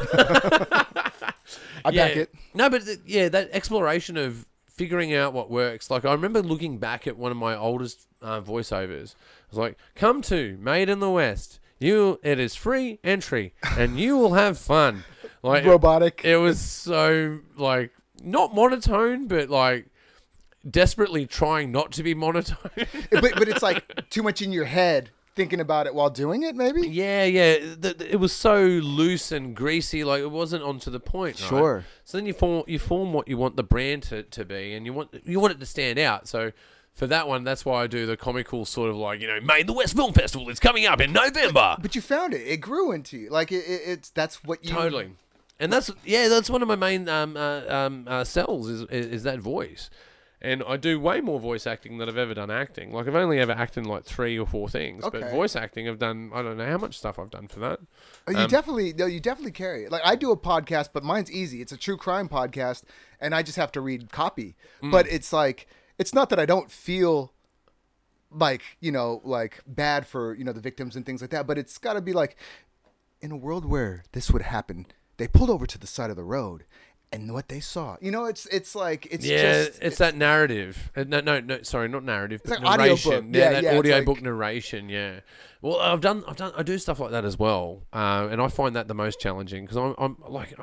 I yeah. back it. No, but th- yeah, that exploration of figuring out what works. Like I remember looking back at one of my oldest uh, voiceovers. I was like, "Come to Made in the West. You, it is free entry, and you will have fun." Like Robotic. It was so like not monotone, but like desperately trying not to be monotone. but but it's like too much in your head thinking about it while doing it. Maybe. Yeah, yeah. The, the- it was so loose and greasy, like it wasn't onto the point. right? Sure. So then you form you form what you want the brand to, to be, and you want you want it to stand out. So for that one, that's why I do the comical sort of like you know, May the West Film Festival is coming up in November. But you found it. It grew into you. Like it, it, it's that's what you Totally. And that's yeah, that's one of my main um, uh, um, uh, sells is, is is that voice, and I do way more voice acting than I've ever done acting. Like I've only ever acted in like three or four things, but Okay. voice acting I've done I don't know how much stuff I've done for that. Oh, You Um, definitely no, you definitely carry it. Like I do a podcast, but mine's easy. It's a true crime podcast, and I just have to read copy. Mm. But it's like it's not that I don't feel like you know like bad for you know the victims and things like that. But it's got to be like in a world where this would happen, they pulled over to the side of the road. and what they saw. You know, it's it's like it's yeah, just it's that narrative. Uh, No, no, no. Sorry, not narrative. But like narration. audiobook. Yeah, Yeah, that yeah, it's audiobook like- narration. Yeah. Well, I've done, I've done, I do stuff like that as well, uh, and I find that the most challenging because I'm, I'm like,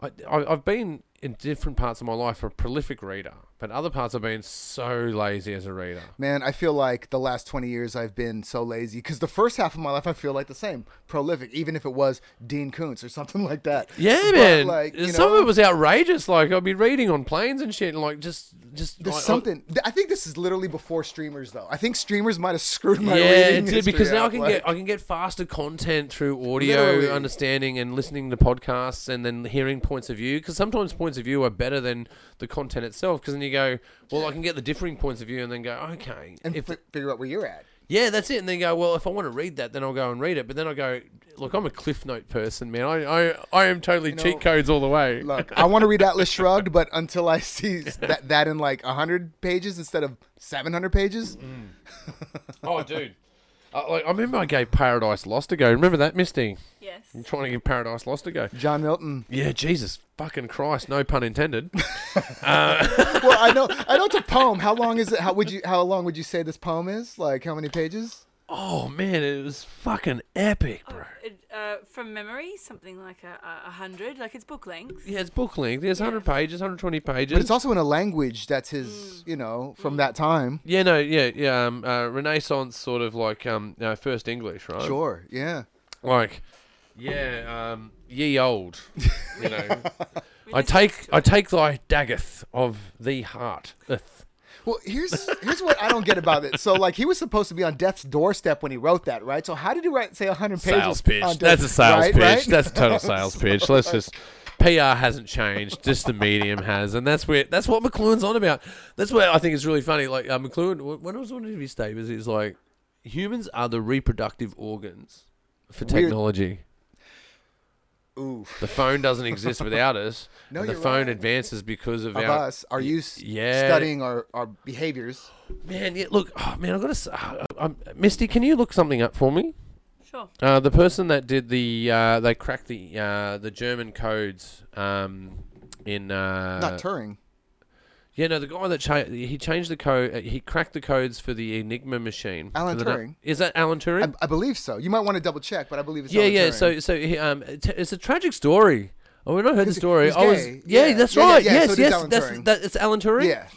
I, I, I've been in different parts of my life a prolific reader, but other parts I've been so lazy as a reader. Man, I feel like the last 20 years I've been so lazy because the first half of my life I feel like the same, prolific, even if it was Dean Koontz or something like that. Yeah, But, man. Like, you Some know, of it was outrageous. Like I'd be reading on planes and shit, and like just, just there's like, I- something. th- I think this is literally before streamers, though. I think streamers might have screwed my yeah, reading. it did history because now I up, can like- get I can get faster content through audio Literally. understanding and listening to podcasts and then hearing points of view because sometimes points of view are better than the content itself because then you go well I can get the differing points of view and then go okay and if fi- figure out where you're at. yeah that's it and then you go well if I want to read that then I'll go and read it but then I go look I'm a cliff note person man I I, I am totally know, cheat codes all the way Look, I want to read Atlas Shrugged, but until I see s- that, that in like 100 pages instead of 700 pages, Mm. oh dude. I, like, I remember I gave Paradise Lost a go. Remember that, Misty? Yes. I'm trying to give Paradise Lost a go. John Milton. Yeah, Jesus fucking Christ, no pun intended. Well, I know, I know it's a poem. How long is it? How would you? How long would you say this poem is? Like, how many pages? oh man, it was fucking epic, bro. It, uh, from memory, something like a, a hundred, like it's book length. Yeah, it's book length. There's 100 pages, 120 pages. But it's also in a language that's his, you know, from that time. yeah, no, yeah, yeah. Um, uh, Renaissance sort of like um, uh, first English, right? Sure, yeah. Like, yeah, um, ye old, you know. mean, I this take is- I take thy daggeth of the heart. Eth. Well, here's here's what I don't get about it. So, like, he was supposed to be on death's doorstep when he wrote that, right? So, how did he write say 100 pages? Sales pitch. on death- That's a sales right, pitch. right? That's a total sales pitch. Let's just. PR hasn't changed, just the medium has, and that's where that's what McLuhan's on about. That's where I think it's really funny. Like uh, McLuhan, wh- when I was one of his statements, he's like, "Humans are the reproductive organs for Weird. technology. Ooh, The phone doesn't exist without us. No, and the you're phone right. advances because of, of our us, are you s- yeah. studying our, our behaviors? man. Yeah, look, oh, man, I got to. Uh, I'm- Misty, can you look something up for me? Sure. Uh, the person that did the uh, they cracked the uh, the German codes um, in uh, Not Turing. yeah no the guy that cha- he changed the code uh, he cracked the codes for the Enigma machine. Alan For the na- Turing. is that Alan Turing? I, I believe so. You might want to double check, but I believe it's yeah Alan yeah. Turing. So so he, um, t- it's a tragic story. Oh, when I heard the He's- story, he's I was gay. yeah, Yeah. that's Yeah, yeah, right yeah, so yes it is yes Alan that's Turing. that, it's Alan Turing yeah,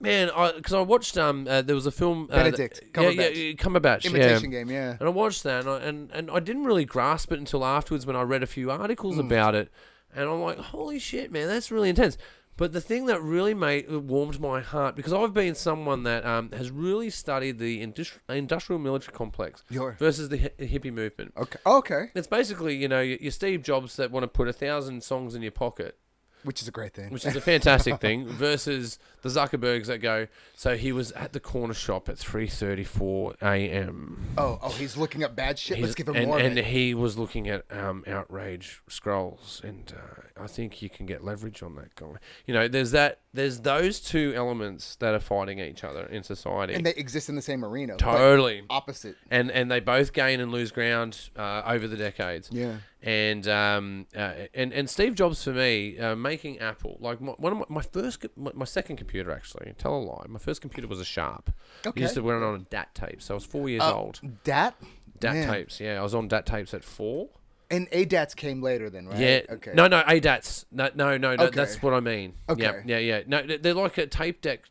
man because I, watched um uh, there was a film uh, Benedict that, yeah, yeah Cumberbatch. yeah, Cumberbatch yeah. imitation game. Yeah, And I watched that, and I, and, and I didn't really grasp it until afterwards when I read a few articles Hmm. about it, and I'm like, holy shit, man, that's really intense. But the thing that really made warmed my heart because I've been someone that um, has really studied the industri- industrial military complex You're- versus the hi- hippie movement. okay, okay, It's basically you know your your Steve Jobs that want to put a thousand songs in your pocket which is a great thing. which is a fantastic thing, versus the Zuckerbergs that go. So he was at the corner shop at three thirty-four a.m. oh, oh, he's looking up bad shit. Let's He's- give him and, more. of and it. he was looking at um, outrage scrolls, and uh, I think you can get leverage on that guy. You know, there's that, there's those two elements that are fighting each other in society. and they exist in the same arena. but totally Opposite. and and they both gain and lose ground uh, over the decades. Yeah. And um uh, and and Steve Jobs for me uh, making Apple like my, one of my, my first co- my, my second computer actually tell a lie my first computer was a Sharp. I Okay. Oh, used to run on a DAT tape, so I was four years old. Dat. DAT Man. tapes, yeah, I was on DAT tapes at four. And ADATs came later then, right? Yeah. Okay. No, no, ADATs. No, no, no, no Okay. that's what I mean. Yeah, Okay. yeah, yeah. No, they- they're like a tape deck,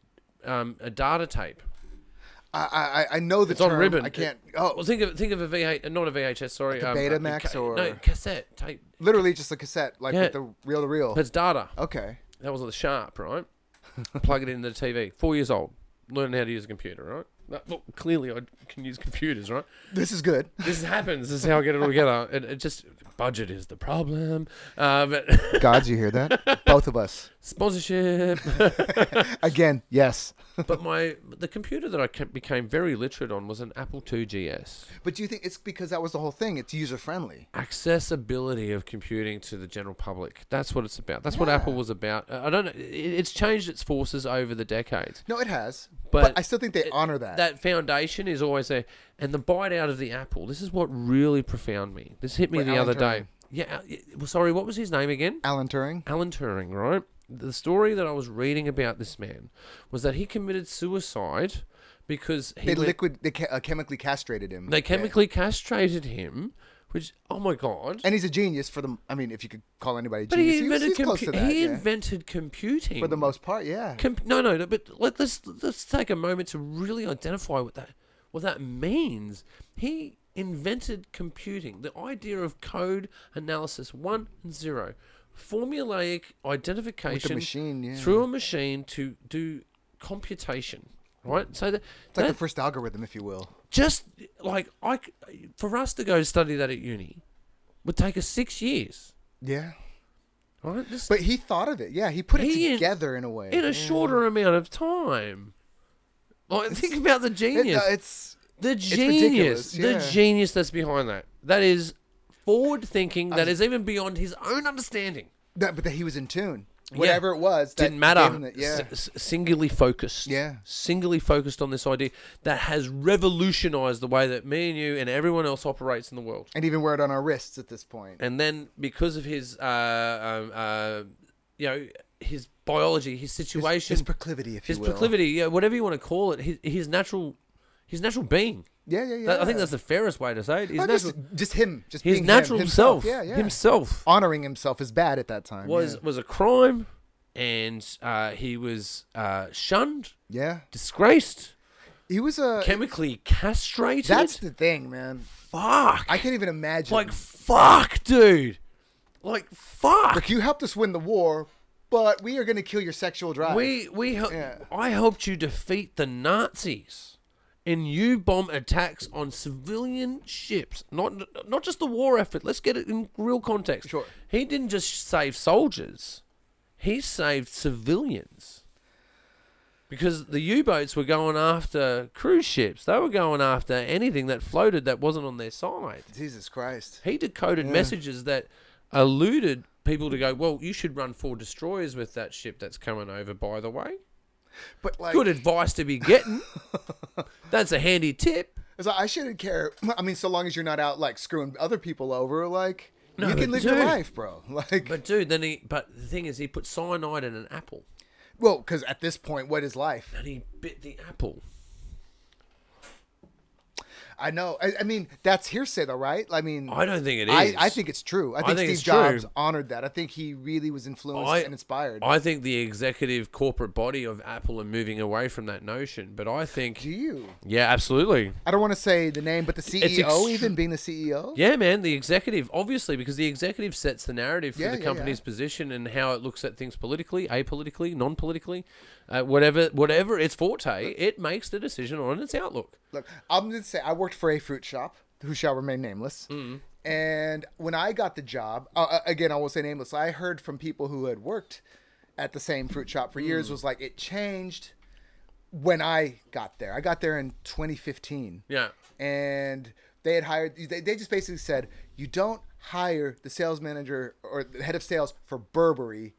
um, a data tape. I, I I know the It's term. on ribbon. I can't. Well, Oh, think of think of a VH, not a VHS, sorry, a um, a- Betamax ca- or- no cassette tape. literally just a cassette, like Yeah. with the reel to reel. That's data. Okay. That was the sharp, right? Plug it into the TV. Four years old, learning how to use a computer, right? Now, Look, clearly I can use computers, right? This is good. This happens. This is how I get it all together. It, it just budget is the problem. Uh, but Gods, you hear that? Both of us. sponsorship. Again, yes. but my the computer that I ca- became very literate on was an Apple II GS. But do you think it's because that was the whole thing? It's user friendly. accessibility of computing to the general public. That's what it's about. That's what Apple was about. Uh, I don't know. It, it's changed its forces over the decades. No, it has. But But, I still think they honor that. That foundation is always there. And the bite out of the apple. This is what really profound me. This hit me Wait, the Alan other Turing. day. Yeah. uh, Well, sorry, what was his name again? Alan Turing. Alan Turing, right? The story that I was reading about this man was that he committed suicide because he They went- liquid, they ca- uh, chemically castrated him. they Yeah. chemically castrated him, which oh my god. And he's a genius for the. I mean, if you could call anybody but genius, he was- invented he's close to compu- that. he yeah. invented computing For the most part, yeah. Com- no, no, no. But let, let's let's take a moment to really identify what that what that means. He invented computing, the idea of code analysis one and zero, formulaic identification machine, yeah. through a machine to do computation. Right, so that, It's that like the first algorithm, if you will. just like I, c- for us to go study that at uni, would take us six years. Yeah. Right, This- But he thought of it. Yeah, he put He it in- together in a way. in a Yeah. shorter amount of time. Like, think about the It- genius. no, it's The ridiculous, genius, the yeah. genius that's behind that. That is forward thinking. That mean- is even beyond his own understanding. that, but that he was in tune. Whatever it was, that Didn't gave him matter. the- yeah. S- s- singularly focused. Yeah. Singularly focused on this idea that has revolutionized the way that me and you and everyone else operates in the world. and even wear it on our wrists at this point. And then because of his, uh, um, uh, you know, his biology, his situation, His proclivity, if his you will. proclivity, yeah, whatever you want to call it, his, his natural, his natural being. Yeah, yeah, yeah. That- I think that's the fairest way to say it. His Oh, natural, just, just him, just his being him, natural himself. self, Yeah, yeah. himself Honoring himself is bad at that time. was yeah. was a crime, and uh, he was uh, shunned, yeah, disgraced, he was a. chemically castrated. That's the thing, man. fuck. I can't even imagine. like fuck, dude. Like fuck. Look, you helped us win the war, but we are going to kill your sexual drive. We we hel- Yeah. I helped you defeat the Nazis. in U bomb attacks on civilian ships, not not just the war effort. Let's get it in real context. Sure. He didn't just save soldiers; he saved civilians. Because the U boats were going after cruise ships, they were going after anything that floated that wasn't on their side. Jesus Christ. He decoded messages that alluded people to go, well, you should run four destroyers with that ship that's coming over, by the way. But like, Good advice to be getting. that's a handy tip. it's like, I shouldn't care. I mean, so long as you're not out like screwing other people over, like No, you can but live your dude. life, bro. Like, But dude, then he but the thing is he put cyanide in an apple well, because at this point, what is life? and he bit the apple. I know. I, I mean, that's hearsay, though, right? I mean, I don't think it is. I, I think it's true. I think, think Steve it's Jobs true. honored that. I think he really was influenced I- and inspired. I think the executive corporate body of Apple are moving away from that notion. But I Do think you? Yeah, absolutely. I don't want to say the name, but the CEO, extr- even being the E CEO, Yeah, man, the executive, obviously, because the executive sets the narrative for Yeah, the yeah, company's yeah. position and how it looks at things politically, apolitically, non-politically, uh, whatever, whatever its forte, it makes the decision on its outlook. Look, I'm gonna say I worked for a fruit shop who shall remain nameless. Mm-hmm. And when I got the job, uh, uh, again, I will say nameless. I heard from people who had worked at the same fruit shop for Mm. years was like it changed when I got there. I got there in 2015. Yeah. And they had hired. They, they just basically said you don't hire the sales manager or the head of sales for Burberry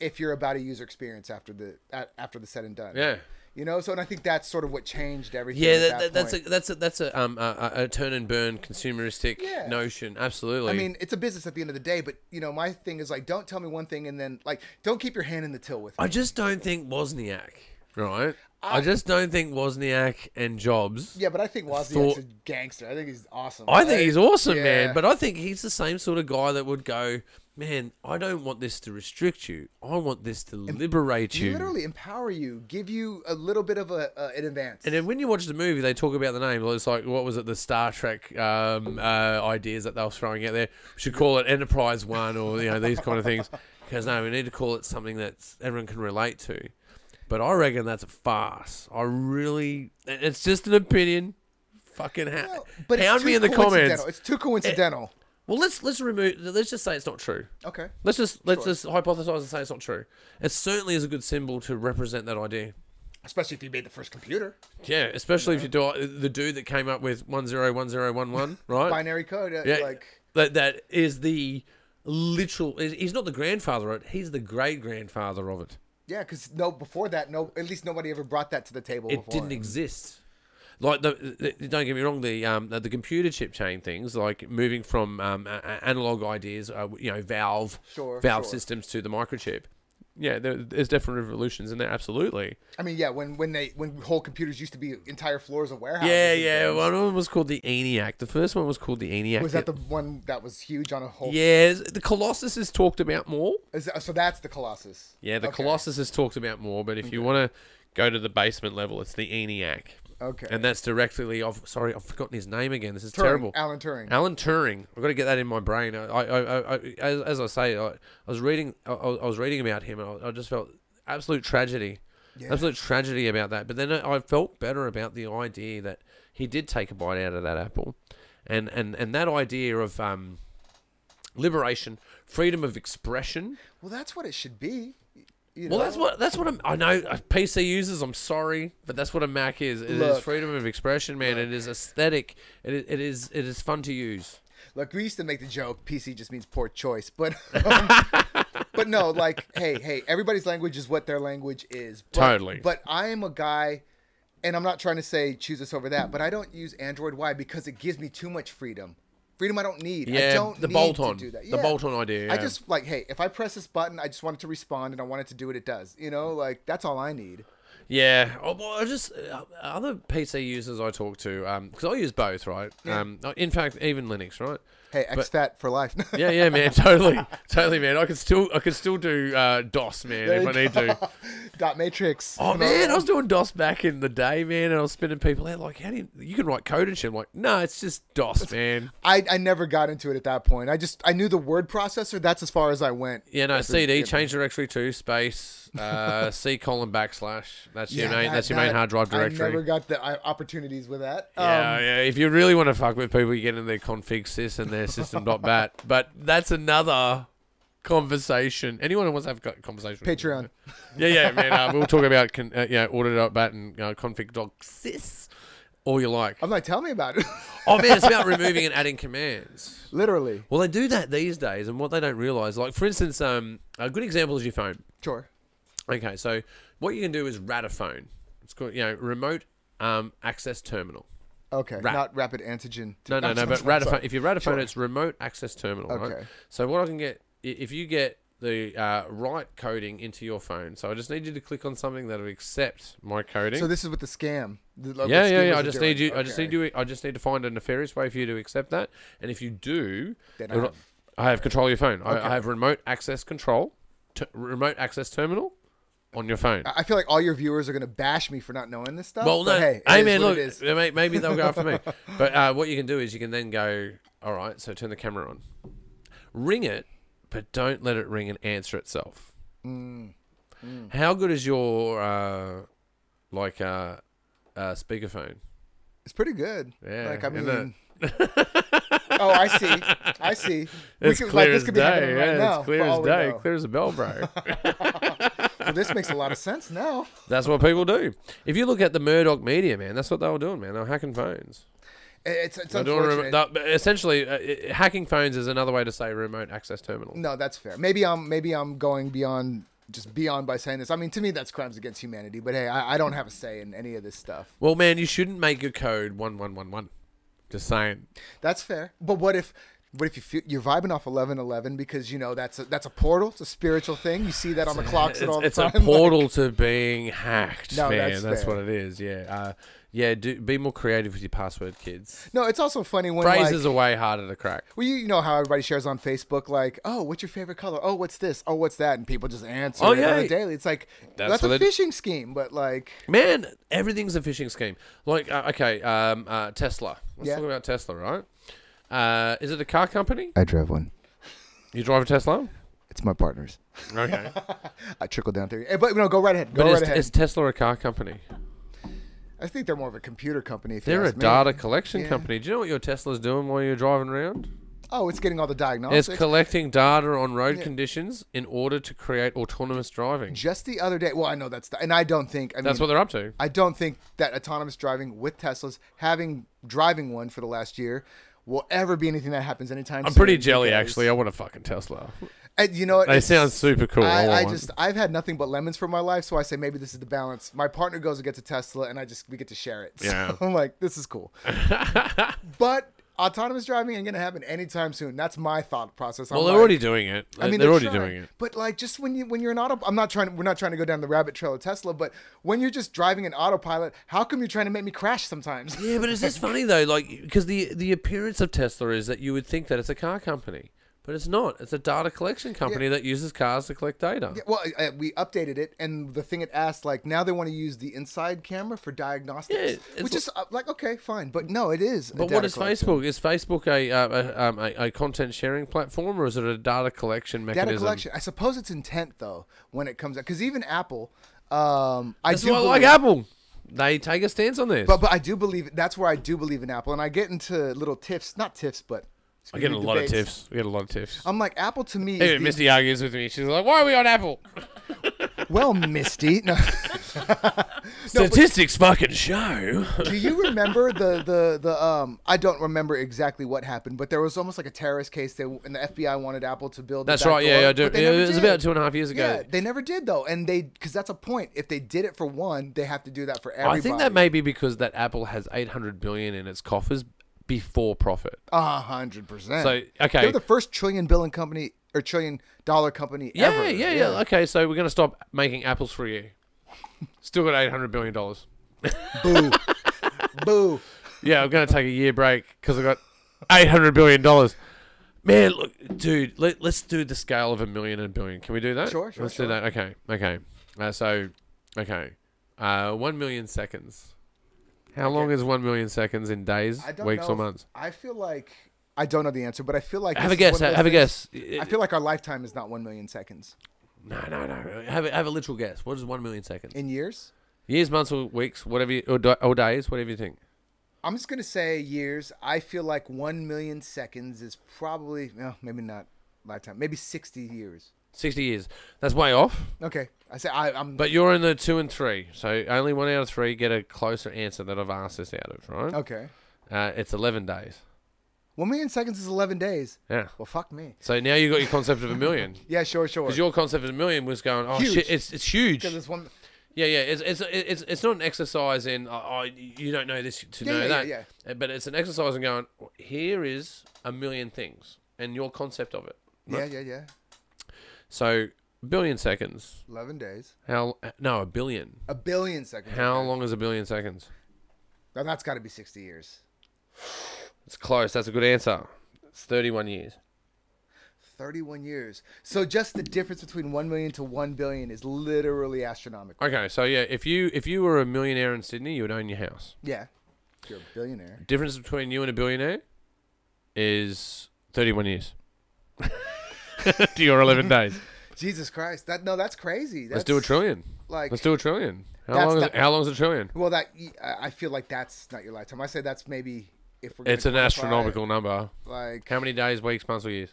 if you're about a user experience after the a- after the said and done. Yeah. You know, so and I think that's sort of what changed everything. Yeah, at that, that, that's point. a that's a that's a um a, a a turn and burn consumeristic Yeah. notion. Absolutely. I mean, it's a business at the end of the day, but you know, my thing is like, don't tell me one thing and then like, don't keep your hand in the till with me. I just don't think Wozniak, right? I just don't think Wozniak and Jobs. yeah, but I think Wozniak's Thought- a gangster. I think he's awesome. I think he's awesome, yeah. man. But I think he's the same sort of guy that would go, man, I don't want this to restrict you. I want this to liberate you. literally empower you, give you a little bit of a uh, an advance. And then when you watch the movie, they talk about the name. It's like, what was it? The Star Trek um, uh, ideas that they were throwing out there. We should call it Enterprise One or, you know, these kind of things. Because, no, we need to call it something that everyone can relate to. But I reckon that's a farce. I really, it's just an opinion. Fucking ha- Well, but hound too me in the coincidental. comments. It's too coincidental. Well, let's let's remove. Let's just say it's not true. okay. Let's just let's just hypothesize and say it's not true. It certainly is a good symbol to represent that idea. Especially if you made the first computer. Yeah, especially if you do uh, the dude that came up with one zero one zero one one, right? Binary code. uh, yeah, Like, that that is the literal. He's not the grandfather of it. He's the great grandfather of it. yeah, because no, before that, no, at least nobody ever brought that to the table It before. didn't exist. like the, the don't get me wrong, the um the, the computer chip chain things, like moving from um a- a- analog ideas, uh, you know, valve Sure, valve sure. systems to the microchip. Yeah, there, there's definitely revolutions in there. Absolutely. I mean, yeah, when when they when whole computers used to be entire floors of warehouses. yeah, and yeah. things. One of them was called the ENIAC. The first one was called the ENIAC. Was that the one that was huge on a whole? Yeah, the Colossus is talked about more. Is that- so that's the Colossus. Yeah, the Okay. Colossus is talked about more, but if you want to go to the basement level, it's the ENIAC. Okay. And that's directly off. Sorry, I've forgotten his name again. This is Turing, terrible. Alan Turing. Alan Turing. I've got to get that in my brain. I, I, I, I as, as I say, I, I was reading, I, I was reading about him, and I, I just felt absolute tragedy, absolute tragedy about that. But then I, I felt better about the idea that he did take a bite out of that apple, and and and that idea of um, liberation, freedom of expression. Well, that's what it should be. you Well, know? that's what that's what I'm, I know. uh, PC users, I'm sorry, but that's what a Mac is. It is Look. freedom of expression, man. It is aesthetic. It is, it is it is fun to use. Like we used to make the joke, PC just means poor choice, but um, but no, like hey, hey, everybody's language is what their language is. But, Totally. But I am a guy, and I'm not trying to say choose this over that, but I don't use Android. Why? Because it gives me too much freedom. Freedom I don't need. I Yeah, don't the need bolt-on. to do that. The bolt-on idea, I yeah. just like hey, if I press this button, I just want it to respond, and I want it to do what it does. You know, like that's all I need. Yeah. Oh, well, I just uh, other PC users I talk to, because I use both, right? Um, in fact, even Linux, right? Hey, XFAT for life. Yeah, yeah, man, totally, totally, man. I could still, I could still do uh, DOS, man, if you I need to. Dot matrix. Oh No. man, I was doing DOS back in the day, man, and I was spinning people out like, "How do you, you can write code and shit?" I'm like, "No, it's just DOS, man." I, I never got into it at that point. I just I knew the word processor. That's as far as I went. Yeah, no, That's a- CD, yeah. change directory to space, uh, C colon backslash. That's your Yeah, main. that- that's your main that- hard drive I never directory. got the uh, opportunities with that. Um, yeah, yeah. If you really want to fuck with people, you get in their config sys and their system.bat. But that's another conversation. Anyone who wants to have a conversation. with me. Patreon. Yeah, yeah, man. Uh, we'll talk about con- uh, yeah, audit.bat and uh, config.sys all you like. I'm like, tell me about it. Oh man, it's about removing and adding commands. Literally. Well, they do that these days, and what they don't realize, like for instance, um, a good example is your phone. Sure. Okay, so what you can do is Rataphone. It's called you know remote um, access terminal. Okay. Rat. Not rapid antigen. No, no, I'm no. sorry, But I'm sorry. Rataphone. If you Rataphone, it's remote access terminal. Right? Okay. So what I can get i- if you get the uh, right coding into your phone. So I just need you to click on something that'll accept my coding. So this is with the scam. The- like yeah, what yeah, scammers yeah. I are just doing. need you. I just Okay. need you. I just need to find a nefarious way for you to accept that. And if you do, Then I it'll- have- I have control of your phone. I, Okay. I have remote access control, t- remote access terminal, on your phone. I I feel like all your viewers are gonna bash me for not knowing this stuff. Well, no, Uh, but hey, it hey is man, what look, it is. uh, may- maybe they'll go after me. But uh, what you can do is you can then go, all right, so turn the camera on, ring it, but don't let it ring and answer itself. Mm. How good is your uh, like uh, uh, speakerphone? it's pretty good. Yeah, Like I isn't mean. oh, I see. I see. We It's could- like, clear this as could be day. happening right Yeah, now, it's clear for as all we day. know. Clear as a bell, bro. Well, this makes a lot of sense now. that's what people do. If you look at the Murdoch media, man, that's what they were doing, man. They were hacking phones. It's, it's They were doing unfortunate. remo- that- essentially, uh, i- hacking phones is another way to say remote access terminal. No, that's fair. Maybe I'm maybe I'm going beyond just beyond by saying this. I mean, to me, that's crimes against humanity. But hey, I, I don't have a say in any of this stuff. Well, man, you shouldn't make your code one one one one. Just saying. That's fair. But what if what if you feel, you're vibing off eleven eleven because you know that's a, that's a portal. It's a spiritual thing. You see that on the clocks at It's, all the it's time. a portal to being hacked, No, man. that's That's, fair. what it is. Yeah. Uh, yeah. Do, be more creative with your password, kids. no, it's also funny when like, Phrases are way harder to crack. well, you, you know how everybody shares on Facebook, like, oh, what's your favorite color? Oh, what's this? Oh, what's that? And people just answer Oh, it yeah. on a daily. It's like That's that's, what a they do. phishing scheme, but like, Man, everything's a phishing scheme. Like, uh, okay, um, uh, Tesla. Let's Yeah. talk about Tesla, right? Uh, is it a car company? I drove one. You drive a Tesla? It's my partner's. Okay. I trickle down theory, Eh, but no, go right ahead. Go but right is, ahead. is Tesla a car company? I think they're more of a computer company. If They're you a ask me. data collection Yeah. company. Do you know what your Tesla's doing while you're driving around? Oh, it's getting all the It's diagnostics. collecting data on road conditions in order to create autonomous driving. Just the other day. Well, I know that's the, and I don't think. I mean, That's what they're up to. I don't think that autonomous driving with Teslas, having driving one for the last year, will ever be anything that happens anytime I'm soon. pretty jelly, because- actually. I want a fucking Tesla. And you know what? They It's- sound super cool. I, I, I want one. just I've had nothing but lemons for my life, so I say maybe this is the balance. My partner goes and gets a Tesla, and I just we get to share it. So Yeah. I'm like, this is cool. but autonomous driving ain't gonna happen anytime soon. That's my thought process. I'm well, they're like- already doing it. I mean, they're, already trying, doing it. But like, just when you when you're an auto, I'm not trying. We're not trying to go down the rabbit trail of Tesla. But when you're just driving an autopilot, how come you're trying to make me crash sometimes? Yeah, but is this funny though? Like, because the the appearance of Tesla is that you would think that it's a car company, but it's not. It's a data collection company that uses cars to collect data. Yeah, well, I, I, we updated it, and the thing it asked, like, now they want to use the inside camera for Yeah, diagnostics, it's which l- is uh, like, okay, fine, but no, it is. a But what data is collection. Facebook? Is Facebook a, uh, a, um, a a content sharing platform or is it a data collection Data mechanism? collection. I suppose it's intent though when it comes out, because even Apple, um, I That's do why I like believe- Apple. They take a stance on this. But but I do believe that's where I do believe in Apple, and I get into little tiffs, not tiffs, but I get a excuse me, lot of debates. tiffs. I get a lot of tiffs. I'm like Apple to me. Even Is the, Misty argues with me. She's like, "Why are we on Apple? well, Misty. No. Statistics fucking show." Do you remember the the the um? I don't remember exactly what happened, but there was almost like a terrorist case. They and the FBI wanted Apple to build. the That's back right. Yeah, door, yeah, I do. but they Yeah, never it was did. about two and a half years ago. Yeah, they never did though, and they because that's a point. If they did it for one, they have to do that for everybody. I think that may be because that Apple has 800 billion in its coffers before profit. a hundred percent. So, okay. they're the first trillion billion company or trillion dollar company Yeah, ever. yeah, yeah, Okay, so we're gonna stop making apples for a year. Still got 800 billion dollars. Boo, boo. Yeah, I'm gonna take a year break because I got 800 billion dollars. Man, look, dude, let, let's do the scale of a million and billion. Can we do that? Sure, sure, Let's sure. do that. Okay, okay. Uh, so, okay, uh, one million seconds. How long is one million seconds in days, I don't weeks, know or if- months? I feel like I don't know the answer, but I feel like Have this a is one guess. of those Have a things- guess. I feel like our lifetime is not one million seconds No, no, no. Have a, have a literal guess. What is one million seconds? in years. Years, months, or weeks, whatever, you, or, di- or days, whatever you think. I'm just gonna say years. I feel like one million seconds is probably no, maybe not lifetime, maybe sixty years. Sixty years. That's way off. Okay, I say I, I'm. But you're in the two and three, so only one out of three get a closer answer that I've asked this out of, right? okay, Uh, it's eleven days. one million seconds is eleven days. Yeah. Well, fuck me. So now you got your concept of a million. Yeah, sure, sure. Because your concept of a million was going, oh Huge. shit, it's it's huge. Because it's one. Yeah, yeah. It's it's it's it's not an exercise in oh, oh you don't know this to Yeah, know yeah, that. yeah, Uh, But it's an exercise in going here is a million things and your concept of it. Yeah, yeah, yeah. So billion seconds. Eleven days. How no a billion. A billion seconds. How long is a billion seconds? Now that's got to be sixty years. It's close. That's a good answer. It's thirty-one years. Thirty-one years. So just the difference between one million to one billion is literally astronomical. Okay, so yeah, if you if you were a millionaire in Sydney, you would own your house. Yeah. If You're a billionaire. Difference between you and a billionaire is thirty-one years. to your eleven days. Jesus Christ. That no, that's crazy. That's, Let's do a trillion. Like Let's do a trillion. How That's long, is, the- how long is a trillion? Well, that I I feel like that's not your lifetime. I say that's maybe if we're. gonna It's an quantify it, astronomical number. Like How many days, weeks, months, or years?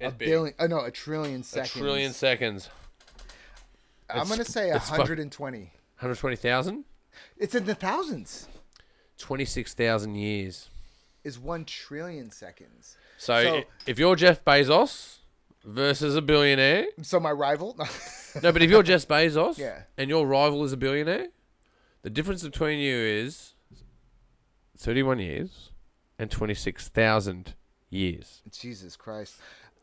a It's big. billion. Oh no, a trillion A seconds. trillion seconds. I'm gonna say it's fuck- 120. 120,000? It's in the thousands. 26,000 years. Is one trillion seconds. So, So- i- if you're Jeff Bezos versus a billionaire, So my rival. no, but if you're Jeff Bezos Yeah. and your rival is a billionaire, the difference between you is 31 years and 26,000 years. Jesus Christ.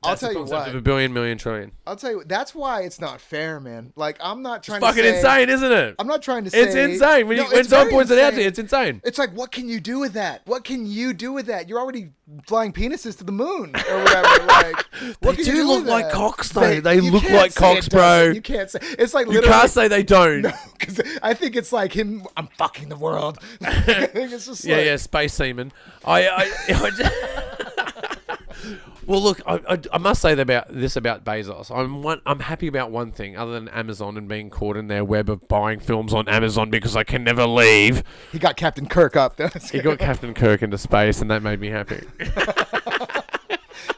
That's the I'll tell you concept what. of a billion, million, trillion. I'll tell you. what, That's why it's not fair, man. Like I'm not trying. to Fucking say- insane, isn't it? I'm not trying to say. It's insane. When, No, you, when it's someone very points it out to insane. you, it's insane. It's like, what can you do with that? What can you do with that? You're already flying penises to the moon or whatever. Like, what They can you do with look like that? cocks, though. They you look can't like say cocks, it doesn't. bro. You can't say it's like You literally. can't say they don't. Because I think it's like him. I'm fucking the world. I think it's just Yeah, like, yeah, space semen. I, I, I ju- well, look, I, I, I must say that about this about Bezos. I'm one, I'm happy about one thing, other than Amazon and being caught in their web of buying films on Amazon because I can never leave. He got Captain Kirk up. He got Captain Kirk into space, and that made me happy.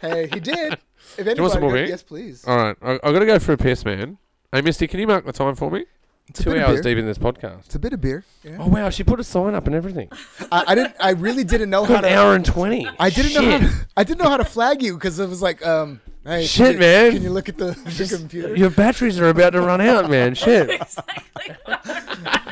hey, he did. If anybody, you want some more beer? Uh, yes, please. All right, I, I got to go for a piss, man. Hey, Misty, can you mark the time for me? It's a Two bit of hours beer. deep in this podcast. It's a bit of beer. Yeah. Oh wow, she put a sign up and everything. I, I didn't. I really didn't know how An to. hour and twenty. I didn't know. Shit. How to, I didn't know how to flag you because it was like, um, Hey, can Shit, you- man. Can you look at the, the computer? Your batteries are about to run out, man. Shit. exactly.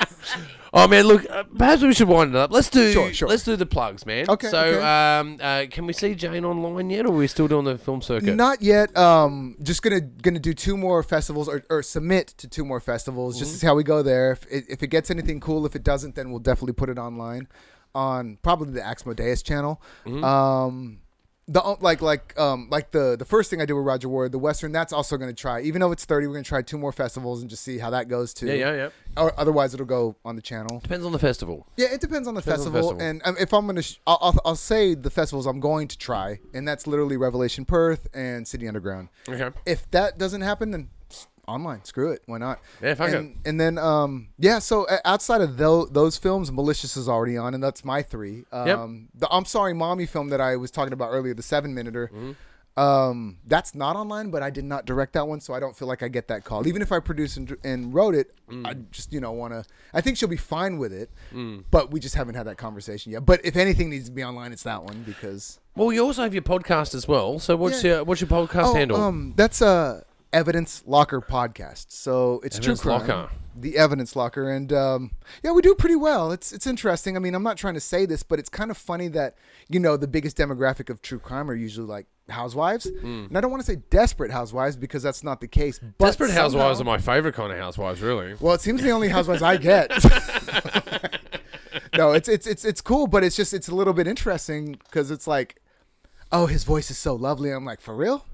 Oh man, look. Uh, perhaps we should wind it up. Let's do. Sure, sure. Let's do the plugs, man. Okay, So, okay. um, uh, can we see Jane online yet, or are we still doing the film circuit? Not yet. Um, just gonna gonna do two more festivals or, or submit to two more festivals Mm-hmm. just to see how we go there. If it, if it gets anything cool, if it doesn't, then we'll definitely put it online on probably the Axmodeus channel. Mm-hmm. Um, the o- like like um like the the first thing I do with Roger Ward, the Western. That's also gonna try. Even though it's thirty, we're gonna try two more festivals and just see how that goes too. Yeah, yeah, yeah. Or otherwise, it'll go on the channel. Depends on the festival. Yeah, it depends on the, Depends on the festival. festival. And um, if I'm gonna, sh- I'll, I'll, I'll say the festivals I'm going to try, and that's literally Revelation Perth and City Underground. Okay. If that doesn't happen, then s- online, screw it. Why not? Yeah, fuck it. and, And then, um, yeah. So uh, outside of those those films, Malicious is already on, and that's my three. Um, Yep. The I'm Sorry, Mommy film that I was talking about earlier, the seven minuter. Um, that's not online, but I did not direct that one, so I don't feel like I get that call. Even if I produced and, and wrote it, I just you know want to. I think she'll be fine with it, but we just haven't had that conversation yet. But if anything needs to be online, it's that one because Well, you also have your podcast as well. So, what's Yeah. your what's your podcast oh, handle? um, that's a evidence locker podcast. So it's Evidence true crime. Locker. The evidence locker, and um, yeah, we do pretty well. It's it's interesting. I mean, I'm not trying to say this, but it's kind of funny that you know the biggest demographic of true crime are usually like housewives, Hmm. and I don't want to say desperate housewives because that's not the case. But Desperate Housewives are somehow- my favorite kind of housewives, really. well, it seems the only housewives I get. no, it's it's it's it's cool, but it's just it's a little bit interesting because it's like, oh, his voice is so lovely. I'm like, for real?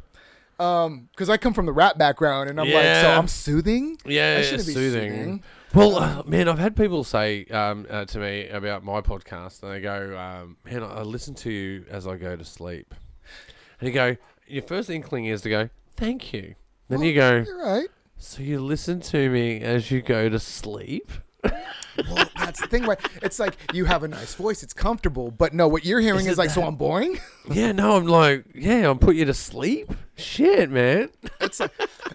Um, because I come from the rap background, and I'm like, so Yeah. I'm soothing. Yeah, I yeah, shouldn't be soothing. Well, uh, man, I've had people say um, uh, to me about my podcast, and they go, um, "Man, I I listen to you as I go to sleep," and you go, "Your first inkling is to go, thank you." Then you go, You're right. "So you listen to me as you go to sleep?" Well, that's the thing, right? It's like you have a nice voice; it's comfortable. But no, what you're hearing is, Is it like, so that- I'm boring. yeah, no, I'm like, yeah, I'll put you to sleep. Shit, man.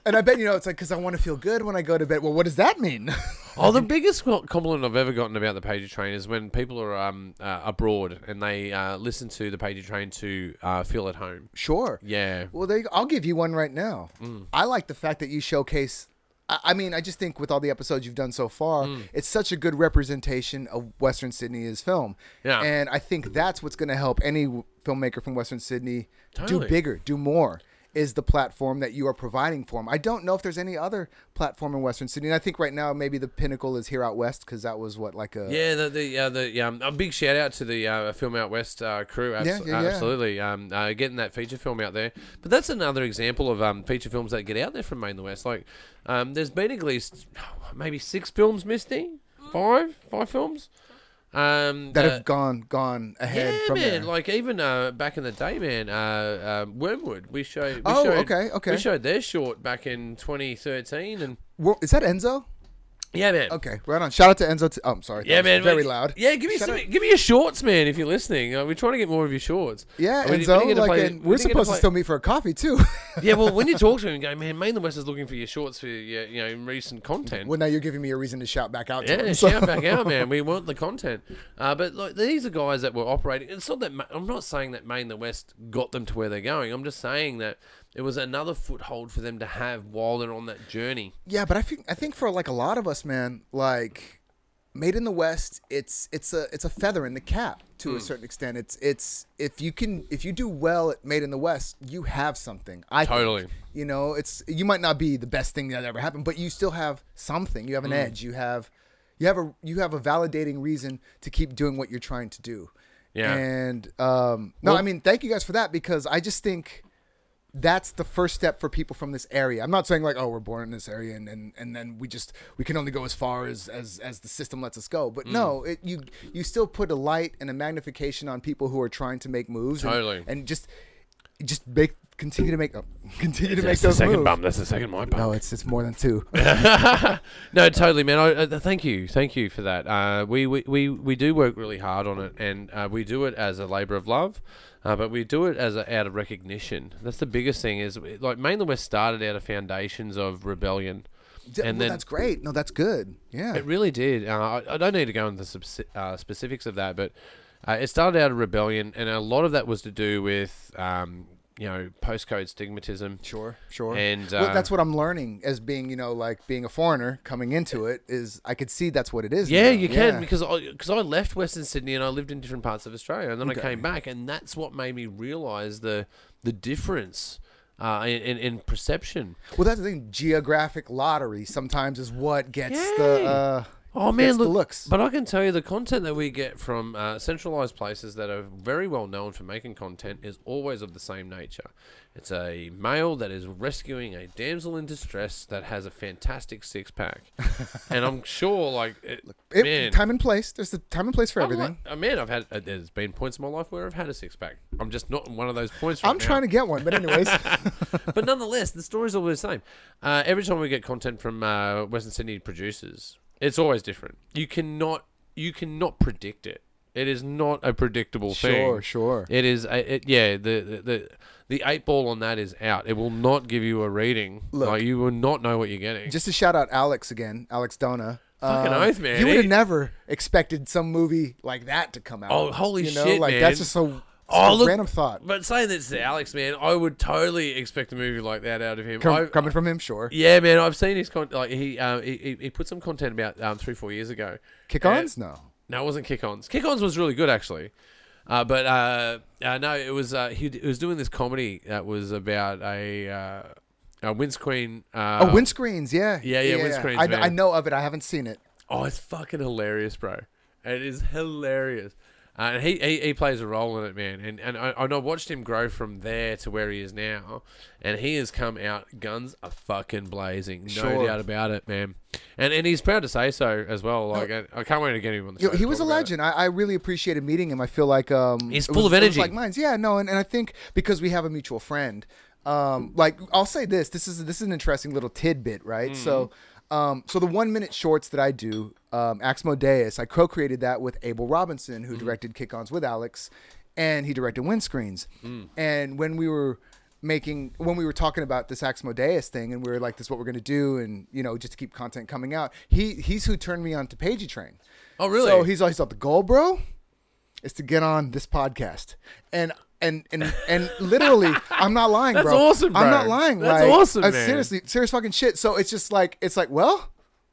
and I bet you know it's like because I want to feel good when I go to bed. Well, what does that mean? Oh, the biggest co- compliment I've ever gotten about the Pager Train is when people are um, uh, abroad and they uh, listen to the Pager Train to uh, feel at home. sure. Yeah. Well, there you go. I'll give you one right now. Mm. I like the fact that you showcase. I, I mean, I just think with all the episodes you've done so far, Mm. it's such a good representation of Western Sydney as film. Yeah. And I think that's what's going to help any w- filmmaker from Western Sydney Totally. do bigger, do more. Is the platform that you are providing for them? I don't know if there's any other platform in Western Sydney. And I think right now maybe the pinnacle is here out west because that was what like a Yeah, the the, uh, the um, a big shout out to the uh, film out west uh, crew. Abs- Yeah, yeah, yeah. absolutely. Um, uh, getting that feature film out there. But that's another example of um, feature films that get out there from Maine the West. Like, um, there's been at least maybe six films, Misty, five, five films. Um, that uh, have gone gone ahead yeah, from man. there. Like even uh, back in the day, man. Uh, uh, Wormwood. We showed. We Oh, showed, okay, okay. We showed their short back in 2013, and Wo- is that Enzo? yeah, man. Okay, right on. Shout out to Enzo. T- oh, I'm sorry. Yeah, That was man. Very we- loud. Yeah, give me Shout some, out- give me your shorts, man. If you're listening, uh, we're trying to get more of your shorts. Uh, we Yeah, and didn't- so we didn't get like, play- and we we're didn't get supposed to play- still meet for a coffee too. Yeah, well, when you talk to him, go, man. Maine the West is looking for your shorts for your, you know, in recent content. well, now you're giving me a reason to shout back out to Yeah, him. shout back out, man. We want the content. Uh, but like these are guys that were operating. It's not that Ma- I'm not saying that Maine the West got them to where they're going. I'm just saying that it was another foothold for them to have while they're on that journey. Yeah, but I think I think for like a lot of us, man, like Made in the West, it's it's a it's a feather in the cap to Hmm. a certain extent. It's it's if you can if you do well at Made in the West, you have something. I think. Totally. you know, it's you might not be the best thing that ever happened, but you still have something. You have an Hmm. edge. You have you have a you have a validating reason to keep doing what you're trying to do. Yeah. And um, no, I mean, thank you guys for that because I just think that's the first step for people from this area. I'm not saying like, oh, we're born in this area and, and, and then we just we can only go as far as, as as the system lets us go. Mm. But no, it, you you still put a light and a magnification on people who are trying to make moves and- Totally. and, just just make continue to make oh, continue to make That's the those second moves. bum. That's the second my bum. No, it's it's more than two. no, totally, man. I, uh, thank you, thank you for that. Uh, we, we, we, we do work really hard on it, and uh, we do it as a labour of love, uh, but we do it as a, out of recognition. That's the biggest thing. Is like mainly we're started out of foundations of rebellion, Yeah, well, that's great. No, that's good. Yeah. it really did. Uh, I, I don't need to go into the subs- uh, specifics of that, but uh, it started out a rebellion, and a lot of that was to do with um, you know postcode stigmatism. Sure, sure. And, well, uh, that's what I'm learning as being, you know, like being a foreigner coming into it is I could see that's what it is. Yeah, now. you can Yeah. because I, cause I left Western Sydney and I lived in different parts of Australia, and then I came back, and that's what made me realise the the difference uh, in, in, in perception. well, that's the thing. Geographic lottery sometimes is what gets the. Yeah. Uh, Oh man, gets the look, looks. But I can tell you the content that we get from uh, centralized places that are very well known for making content is always of the same nature. It's a male that is rescuing a damsel in distress that has a fantastic six pack, and I'm sure like it, It- man, time and place. There's the time and place for I'm everything. like- uh, man, I've had uh, there's been points in my life where I've had a six pack. I'm just not in one of those points. Right I'm trying to get one, but anyways, but nonetheless, the story's always the same. Uh, every time we get content from uh, Western Sydney producers, it's always different. You cannot you cannot predict it. It is not a predictable thing. sure, sure. It is a, it, yeah, the, the the the eight ball on that is out. It will not give you a reading. Look. like you will not know what you're getting. Just to shout out Alex again, Alex Dona. Fucking oath, man. eh? You would have He- never expected some movie like that to come out. Oh, holy you know? shit, Like man. that's just a, Oh, a look- random thought but saying this to Alex, man, I would totally expect a movie like that out of him. Com- I- coming from him. Sure, Yeah, man, I've seen his content. Like he, uh, he, he- he put some content about um, three, four years ago. And- kick-ons. No, No, it wasn't kick-ons. Kick-ons was really good actually, uh, but uh, uh, no, it was uh, he, d- he was doing this comedy that was about a uh, a Winds Queen. Uh, Oh, windscreens, yeah. Yeah, yeah, windscreens, I, man. I know of it. I haven't seen it. oh, it's fucking hilarious, bro. It is hilarious. Uh, and he, he, he plays a role in it, man. And and I, and I watched him grow from there to where he is now, and he has come out guns a fucking blazing, no Sure. doubt about it, man. And and he's proud to say so as well. Like I, I can't wait to get him on the show. You know, to he was a talk about it. legend. I, I really appreciated meeting him. I feel like um, He's it full of was- it was energy. like mine's. Yeah, no, and, and I think because we have a mutual friend, um, like I'll say this. This is this is an interesting little tidbit, right? Mm-hmm. So, um, so the one minute shorts that I do, um, Axmodeus, I co-created that with Abel Robinson, who Mm-hmm. directed Kick-Ons with Alex, and he directed Windscreens. Mm. And when we were making when we were talking about this Axmodeus thing and we were like this is what we're going to do and you know just to keep content coming out he he's who turned me on to Pagey Train Oh, really? so he's always thought the goal, bro, is to get on this podcast. And and and and literally, I'm not lying, That's bro. awesome, I'm bro. not lying. That's like, awesome, uh, man. Seriously, serious fucking shit. So it's just like it's like, well,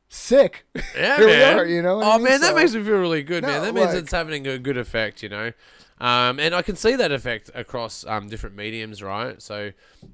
sick. Yeah, Here man. we are, you know. what I Oh mean? man, that So- makes me feel really good, man. No, That means like- it's having a good effect, you know. Um, and I can see that effect across um, different mediums, right? So,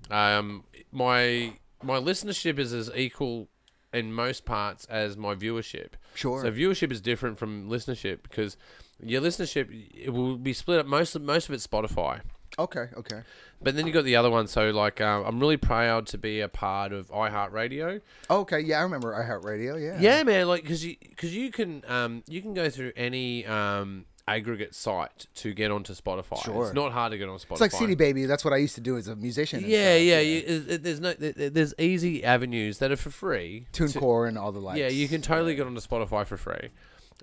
um, my my listenership is as equal in most parts as my viewership. Sure. So viewership is different from listenership because your listenership it will be split up. Most of, most of it's Spotify. Okay, okay. But then you got the other one. So like, um, I'm really proud to be a part of iHeartRadio. Okay, yeah, I remember iHeartRadio, yeah. Yeah, man. Like, cause you, cause you can, um, you can go through any um aggregate site to get onto Spotify. Sure. It's not hard to get on Spotify. It's like CD Baby. That's what I used to do as a musician. and Yeah, stuff. yeah. You, it, it- there's no, there- there- there's easy avenues that are for free. to- TuneCore and all the likes. yeah, you can totally get onto Spotify for free,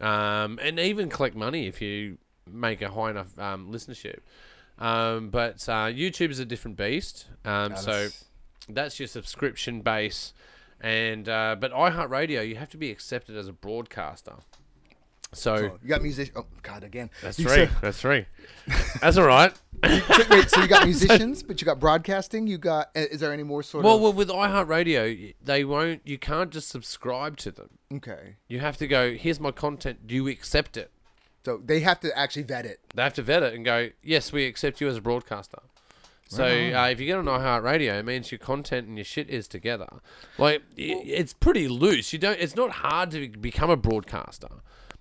um, and even collect money if you make a high enough um, listenership. Um, but uh, YouTube is a different beast. Um, so that's- that's your subscription base, and uh, but iHeartRadio, you have to be accepted as a broadcaster. So, So you got musician. Oh God, again. that's You three. said- That's three. That's all right. so- wait, so you got musicians, but you got broadcasting. You got. Is there any more sort Well, of? well, with iHeartRadio, they won't. You can't just subscribe to them. okay. You have to go. Here's my content. Do you accept it? So they have to actually vet it. They have to vet it and go, yes, we accept you as a broadcaster. So uh, if you get on iHeartRadio, it means your content and your shit is together. Like i it's pretty loose. You don't. It's not hard to be- become a broadcaster,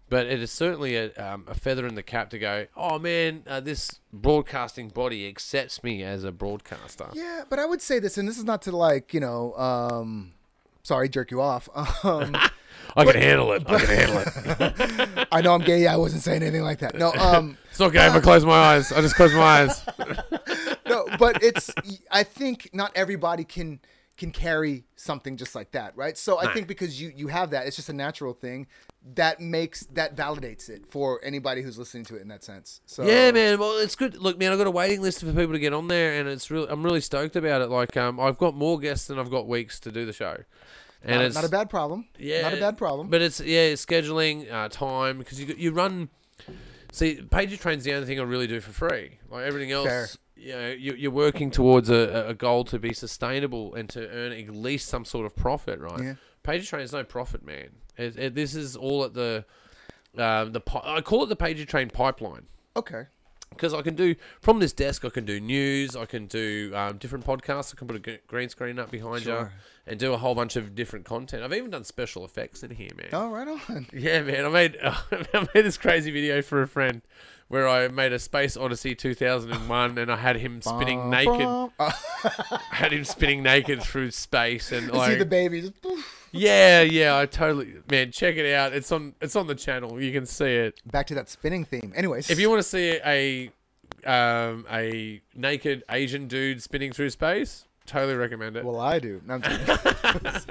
but it is certainly a, um, a feather in the cap to go. Oh man, uh, this broadcasting body accepts me as a broadcaster. Yeah, but I would say this, and this is not to like you know, um, sorry, jerk you off. Um, I can handle it. I can handle it. I know I'm gay. I wasn't saying anything like that. No, um, It's not game. I close my eyes. I just close my eyes. no, but it's. I think not everybody can can carry something just like that, right? So I think because you you have that, it's just a natural thing that makes that validates it for anybody who's listening to it in that sense. So Yeah, man. Well, it's good. Look, man, I've got a waiting list for people to get on there, and it's really, I'm really stoked about it. Like, um, I've got more guests than I've got weeks to do the show, and not, it's not a bad problem. yeah, not a bad problem. But it's yeah, it's scheduling, uh, time, because you you run. See, Pager Train's the only thing I really do for free. Like everything else, Fair. you know, you- you're working towards a, a goal to be sustainable and to earn at least some sort of profit, right? Yeah. Pager Train is no profit, man. It, it, this is all at the um, the pi- I call it the Pager Train pipeline Okay. because I can do from this desk. I can do news. I can do um, different podcasts. I can put a g- green screen up behind you Sure. and do a whole bunch of different content. I've even done special effects in here, man. Oh, right on. Yeah, man. I made I made this crazy video for a friend where I made a Space Odyssey 2001 and I had him spinning naked. Uh, I had him spinning naked through space and You see like the baby. Just, poof. yeah, yeah. I totally man. Check it out. It's on it's on the channel. You can see it. Back to that spinning theme. Anyways, If you want to see a um a naked Asian dude spinning through space, totally recommend it. well, I do. No, I'm kidding.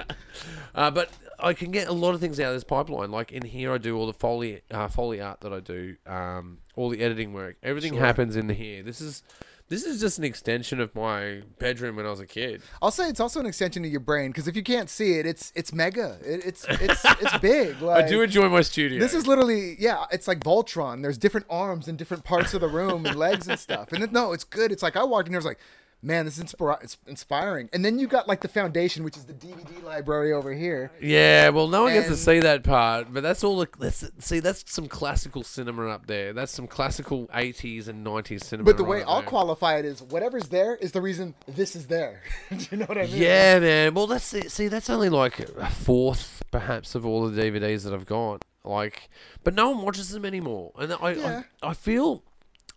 Uh, but I can get a lot of things out of this pipeline. Like in here, I do all the foley, uh, foley art that I do, um, all the editing work. Everything happens in here. This is, this is just an extension of my bedroom when I was a kid. I'll say it's also an extension of your brain because if you can't see it, it's it's mega. It, it's it's it's big. Like, I do enjoy my studio. This is literally, yeah, it's like Voltron. There's different arms in different parts of the room and legs and stuff. And it, no, it's good. It's like I walked in here, I was like, man, this is inspira- it's inspiring. And then you got like the foundation, which is the DVD library over here. yeah. Well, no one gets to And- see that part, but that's all. The, that's see, that's some classical cinema up there. That's some classical '80s and '90s cinema. But the right way up I'll there. qualify it is whatever's there is the reason this is there. Do you know what I mean? Yeah, man. Well, that's it. see, that's only like a fourth, perhaps, of all the DVDs that I've got. Like, but no one watches them anymore, and I, Yeah. I, I feel,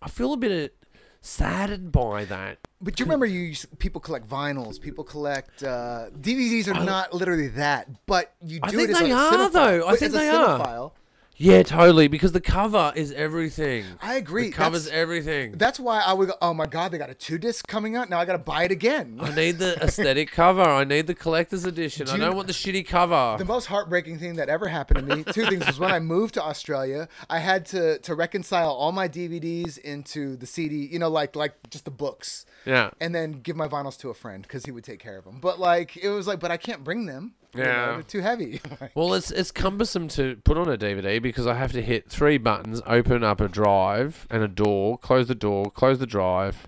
I feel a bit uh, saddened by that. But you remember, you used- people collect vinyls, people collect uh, DVDs are not literally that, but you do I it think as they a are, cinephile. though. I But think as a they are. cinephile, Yeah, totally. Because the cover is everything. I agree. It covers That's- everything. That's why I would go, oh my God, they got a two disc coming out. Now I got to buy it again. I need the aesthetic cover. I need the collector's edition. I you- don't want the shitty cover. The most heartbreaking thing that ever happened to me, two things, was when I moved to Australia, I had to to reconcile all my DVDs into the CD, you know, like like just the books. Yeah. And then give my vinyls to a friend because he would take care of them. But like, it was like, but I can't bring them. you know, Yeah. they're too heavy. Like, Well, it's it's cumbersome to put on a DVD because I have to hit three buttons, open up a drive and a door, close the door, close the drive,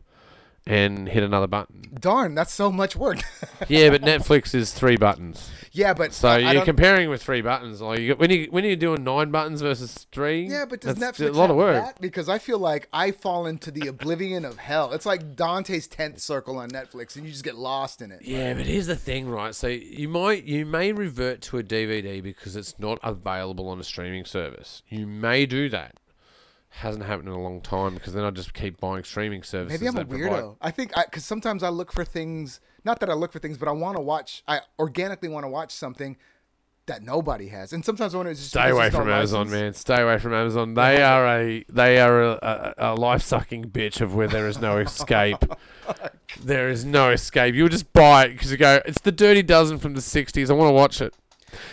and hit another button. Darn, that's so much work. Yeah, but Netflix is three buttons, yeah, but so I you're don't- comparing with three buttons. Like you, when you when you're doing nine buttons versus three, Yeah, but does that's Netflix a lot have of work? that? Because I feel like I fall into the oblivion of hell. It's like Dante's tenth circle on Netflix, and you just get lost in it. Yeah, but here's the thing, right? So you might you may revert to a DVD because it's not available on a streaming service. You may do that. Hasn't happened in a long time because then I just keep buying streaming services. Maybe I'm a that provide- weirdo. I think because sometimes I look for things. Not that I look for things, but I want to watch. I organically want to watch something that nobody has, and sometimes I want to just Stay it's away just not from Amazon, licensed. man. Stay away from Amazon. They are a they are a, a, a life sucking bitch of where there is no escape. there is no escape. You'll just buy it because you go, it's the Dirty Dozen from the '60s. I want to watch it.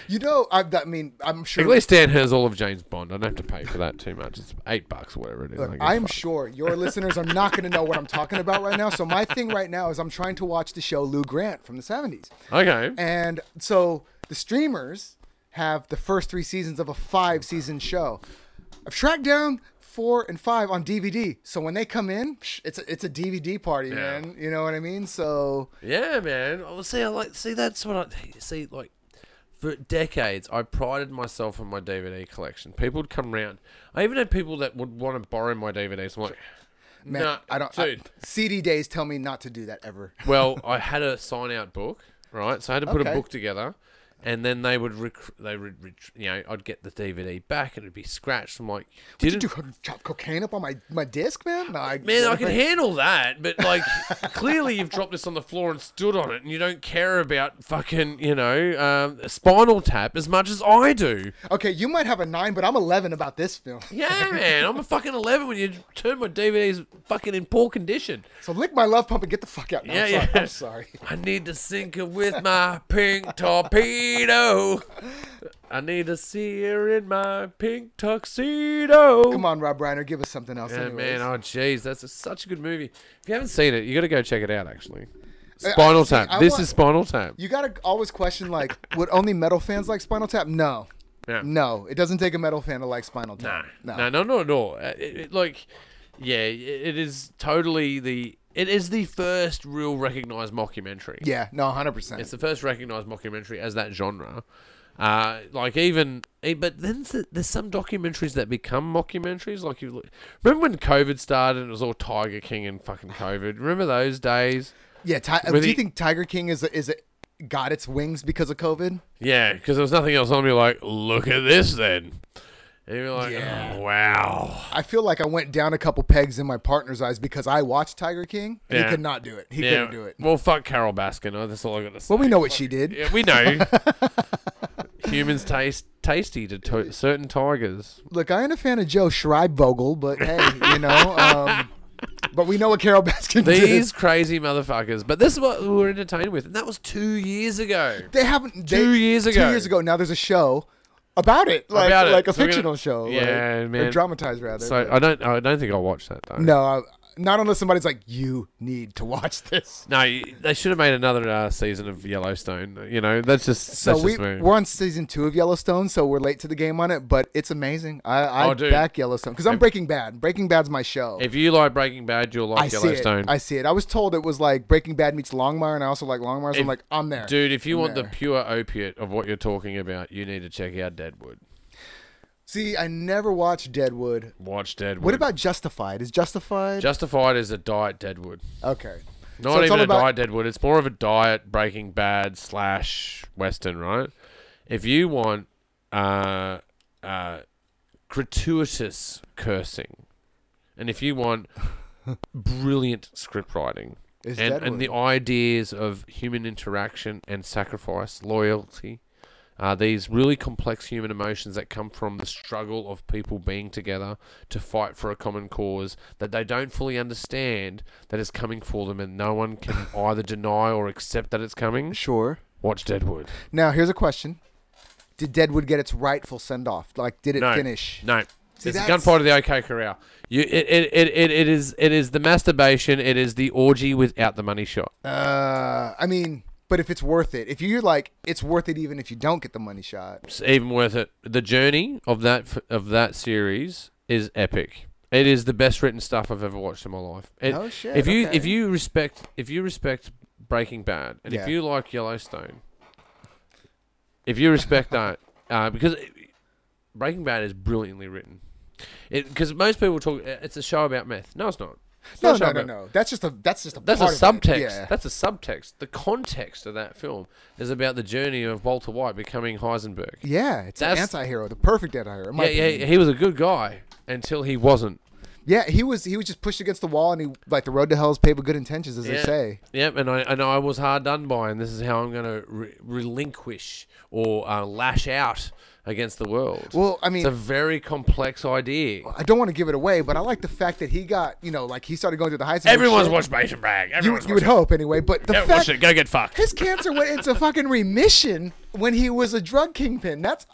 You know, I, I mean, I'm sure. At least Dan has all of James Bond. I don't have to pay for that too much. It's eight bucks, or whatever it is. I Look, don't give a I'm fuck. sure your listeners are not going to know what I'm talking about right now. So my thing right now is I'm trying to watch the show Lou Grant from the '70s. okay. And so the streamers have the first three seasons of a five season show. I've tracked down four and five on DVD. So when they come in, psh, it's a, it's a DVD party, man. You know what I mean? So Yeah, man. Well, see, I like see that's what I see. Like for decades, I prided myself on my DVD collection. People would come round. I even had people that would want to borrow my DVDs. I'm like, man, Nah, I don't. I- dude. CD days tell me not to do that ever. well, I had a sign out book, right? So I had to put Okay. a book together, and then they would rec- they would ret- you know I'd get the DVD back and it'd be scratched. I'm like, Did you didn't. do chop cocaine up on my, my disc, man? No, I, Man, I can handle that, but like, clearly you've dropped this on the floor and stood on it, and you don't care about fucking, you know, um, Spinal Tap as much as I do. Okay, you might have a nine, but I'm 11 about this film. Yeah, man, I'm a fucking 11 when you turn my DVDs fucking in poor condition. So lick my love pump and get the fuck out. No, Yeah, I'm sorry. yeah. I'm sorry. I need to sink her with my pink torpedo. I need to see her in my pink tuxedo. Come on, Rob Reiner, give us something else. Yeah, anyways. man, oh jeez, that's a, such a good movie. If you haven't seen it, you got to go check it out. Actually, Spinal see, Tap. Uh, I this want- is Spinal Tap. you gotta always question like would only metal fans like spinal tap no Yeah. no it doesn't take a metal fan to like spinal tap No, no, no, not at all. Uh, It, it, like, yeah, i- it is totally the It is the first real recognized mockumentary. Yeah, no, hundred percent. It's the first recognized mockumentary as that genre. Uh, like even, eh, but then th- there's some documentaries that become mockumentaries. Like you look, remember when COVID started and it was all Tiger King and fucking COVID. Remember those days? Yeah, ti- do With you the- think Tiger King is is it got its wings because of COVID? Yeah, because there was nothing else on. Be like, look at this then. And you're like, Yeah. oh, wow. I feel like I went down a couple pegs in my partner's eyes because I watched Tiger King. and Yeah. He could not do it. He couldn't do it. Well, fuck Carol Baskin. Oh, that's all I got to say. Well, we know what she did. Yeah, we know. Humans taste tasty to, to certain tigers. Look, I ain't a fan of Joe Schreibvogel, but hey, you know. Um, but we know what Carol Baskin did. These crazy motherfuckers. But this is what we were entertained with, and that was two years ago. They haven't. Two they- years Two ago. years ago. Now there's a show about it, like About it. like a So we're gonna- fictional show. Yeah, like, man. Or dramatized rather. So but- I don't, I don't think I'll watch that though. no, I, not unless somebody's like, you need to watch this. No, you- they should have made another uh, season of Yellowstone. You know, that's just So that's we, just me. we're on season two of Yellowstone, so we're late to the game on it, but it's amazing. I, I Oh, dude. back Yellowstone because I'm Breaking Bad. Breaking Bad's my show. If you like Breaking Bad, you'll like I see it. Yellowstone. I see it. I was told it was like Breaking Bad meets Longmire, and I also like Longmire, so If- I'm like, I'm there. Dude, if you I'm want the there. pure opiate of what you're talking about, you need to check out Deadwood. See, I never watched Deadwood. Watch Deadwood. What about Justified? Is Justified Justified is a diet Deadwood. okay? Not So it's even all a about- diet Deadwood. It's more of a diet Breaking Bad slash Western, right? If you want uh, uh, gratuitous cursing, and if you want brilliant script writing, Is and, Deadwood. and the ideas of human interaction and sacrifice, loyalty, uh, these really complex human emotions that come from the struggle of people being together to fight for a common cause that they don't fully understand that is coming for them, and no one can either deny or accept that it's coming. Sure. Watch Deadwood. Now here's a question: Did Deadwood get its rightful send off? Like, did it No. finish? No. See, it's a that's- gunfight of the OK Corral. You, it, it, it, it, it is it is the masturbation. It is the orgy without the money shot. Uh, I mean, but if it's worth it, if you're like, it's worth it even if you don't get the money shot. it's even worth it. The journey of that f- of that series is epic. It is the best written stuff I've ever watched in my life. It- Oh, shit, If you okay. if you respect if you respect Breaking Bad and if Yeah. you like Yellowstone, if you respect that, uh, because it, Breaking Bad is brilliantly written. Because most people talk, uh, it's a show about meth. No, it's not. It's No, not a show no, no, about- no. That's just a that's just a that's a part of it. subtext. Yeah. That's a subtext. The context of that film is about the journey of Walter White becoming Heisenberg. yeah, it's an That's- anti-hero, the perfect anti-hero. in my Yeah, yeah, opinion. he was a good guy until he wasn't. yeah. He was he was just pushed against the wall, and he like the road to hell is paved with good intentions, as yeah. they say. Yep, and I and I was hard done by, and this is how I'm going to re- relinquish or uh, lash out against the world. Well, I mean, it's a very complex idea. I don't want to give it away, but I like the fact that he got you know like he started going through the heights. and Everyone's shit. watched Mason Bragg. You, Everyone's would- you would watched. hope anyway, but the Yeah, watch fact it. Go get fucked. his cancer went into fucking remission when he was a drug kingpin. That's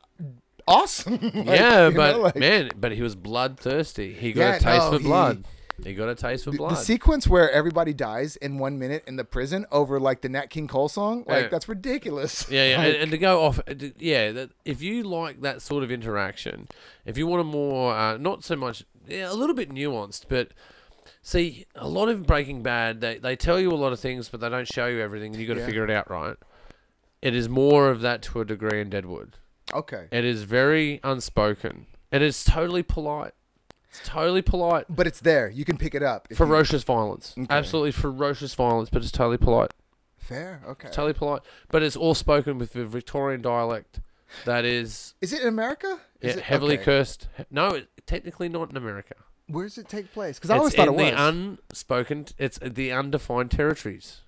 awesome. Like, yeah, you but know, like- man, but he was bloodthirsty. He got Yeah, a taste no, for he- blood. He got a taste for blood. The sequence where everybody dies in one minute in the prison over like the Nat King Cole song, like Yeah. that's ridiculous. Yeah, yeah, Like, and, and to go off, uh, d- yeah, that, if you like that sort of interaction, if you want a more, uh, not so much, yeah, a little bit nuanced, but see, a lot of Breaking Bad, they, they tell you a lot of things, but they don't show you everything, and you got to Yeah. figure it out, right? It is more of that to a degree in Deadwood. okay. It is very unspoken, and it's totally polite. It's totally polite. But it's there. You can pick it up. if you- Ferocious violence, absolutely ferocious violence, but it's totally polite. Fair. Okay. totally polite, but it's all spoken with a Victorian dialect that is, Is it in America? Is yeah, it, heavily okay. cursed. He- No, it, technically not in America. Where does it take place? Because I always it's thought in it was. the unspoken. It's the undefined territories.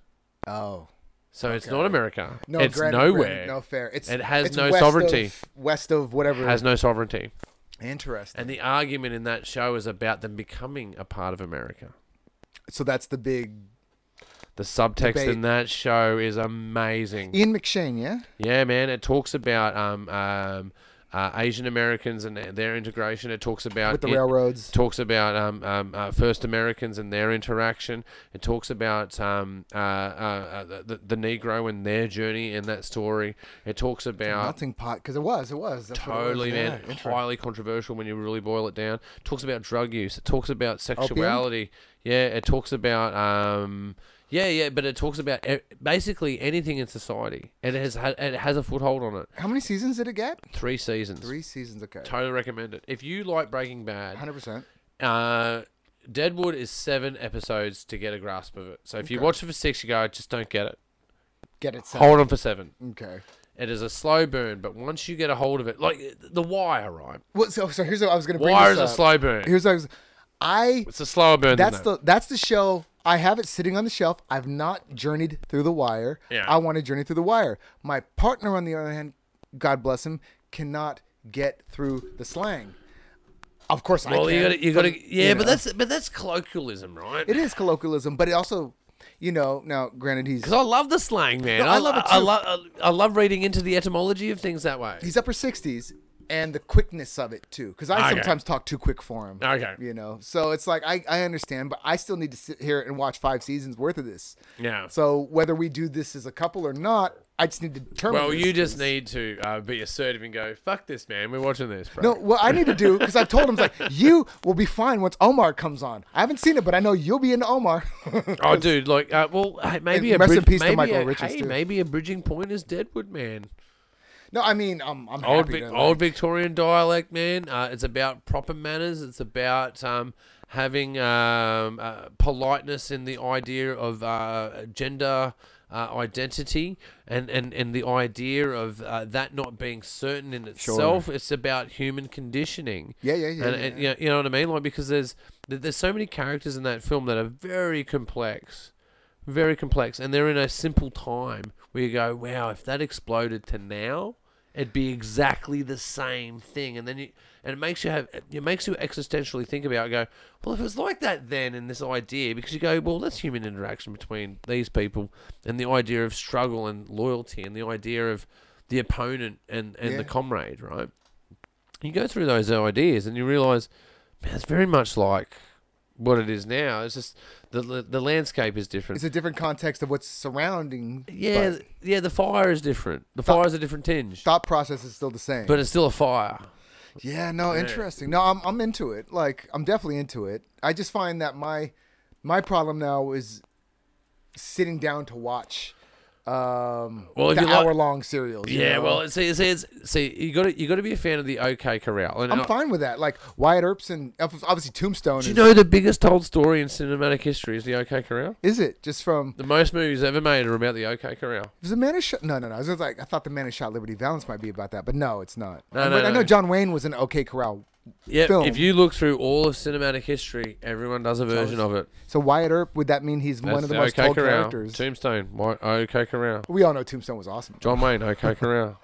oh. So it's not America. No, it's granted, granted, nowhere. no fair. It's It has it's no west sovereignty. Of, west of whatever. Has no sovereignty. Interesting. And the argument in that show is about them becoming a part of America. so that's the big The subtext Debate. in that show is amazing. Ian McShane. Yeah. Yeah, man. It talks about um, um, uh, Asian Americans and their- their integration. It talks about With the it- railroads. talks about um, um, uh, First Americans and their interaction. It talks about um, uh, uh, uh, the, the Negro and their journey in that story. It talks about melting pot because it was it was That's what it was. totally Yeah, man interesting. highly controversial when you really boil it down talks about drug use it talks Oh, about sexuality yeah it talks about um yeah yeah but it talks about e- basically anything in society and it has had it has a foothold on it How many seasons did it get? three seasons Three seasons. Okay, totally recommend it if you like breaking bad hundred percent. uh deadwood is seven episodes to get a grasp of it so if you watch it for six you go "I just don't get it Get it. Seven. hold on for seven Okay. it is a slow burn but once you get a hold of it like the wire right Well, so so here's what I was gonna bring. wire this is a up. slow burn Here's what I was. I It's a slower burn. that's than that. the that's the show. I have it sitting on the shelf. I've not journeyed through the wire. Yeah. I want to journey through the wire. My partner, on the other hand, God bless him, cannot get through the slang. Of course, I well, can. you got you got from- to yeah, you but know. that's but that's colloquialism, right? it is colloquialism, but it also, you know, now granted he's Because I love the slang, man. No, I love it I, too. love I love reading into the etymology of things that way. he's upper sixties and the quickness of it too. Because I Okay. sometimes talk too quick for him. Okay. you know, so it's like I I understand, but I still need to sit here and watch five seasons worth of this. Yeah. So whether we do this as a couple or not, I just need to determine. well, this. you just need to uh, be assertive and go, "Fuck this, man. We're watching this." Bro. No, what I need to do because I've told him like you will be fine once Omar comes on. I haven't seen it, but I know you'll be in Omar. oh, dude. Like, uh, well, hey, maybe a rest in bridge, peace to maybe Michael a, Richards, hey, too. maybe a bridging point is Deadwood, man. no, I mean I'm I'm old, happy Vic- to, like- old Victorian dialect, man. Uh, it's about proper manners. It's about um, having um, uh, politeness in the idea of uh, gender uh, identity and, and, and the idea of uh, that not being certain in itself. It's about human conditioning. Yeah, yeah, yeah, And, yeah, and you, know, you know what I mean? Like because there's there- there's so many characters in that film that are very complex. Very complex, and they're in a simple time where you go, "Wow, if that exploded to now, it'd be exactly the same thing and then you and it makes you have it makes you existentially think about it, go well if it's like that then in this idea because you go well that's human interaction between these people and the idea of struggle and loyalty and the idea of the opponent and and Yeah. the comrade right you go through those ideas and you realize man it's very much like what it is now it's just the the, the landscape is different It's a different context of what's surrounding. yeah but yeah the fire is different the fire is a different tinge thought process is still the same. but it's still a fire Yeah, no, interesting. No, I'm I'm into it. Like I'm definitely into it. I just find that my my problem now is sitting down to watch um Well, if the you like- hour long serials. you Yeah, know? well, see, see, it's, see, you got to you got to be a fan of the OK Corral. And I'm I- Mm. fine with that. Like Wyatt Earp's and obviously Tombstone Do you is, know the biggest told story in cinematic history is the OK Corral? is it just from The most movies ever made are about the OK Corral. is the man who shot no no no I was just like I thought the man who shot Liberty Valance might be about that but no it's not No, I, no, I no. know John Wayne was an OK Corral Yeah, Film. if you look through all of cinematic history, everyone does a version of it. so Wyatt Earp would that mean he's That's one of the, most OK told Corral. characters Tombstone, why, OK Corral. we all know Tombstone was awesome John Wayne, OK Corral.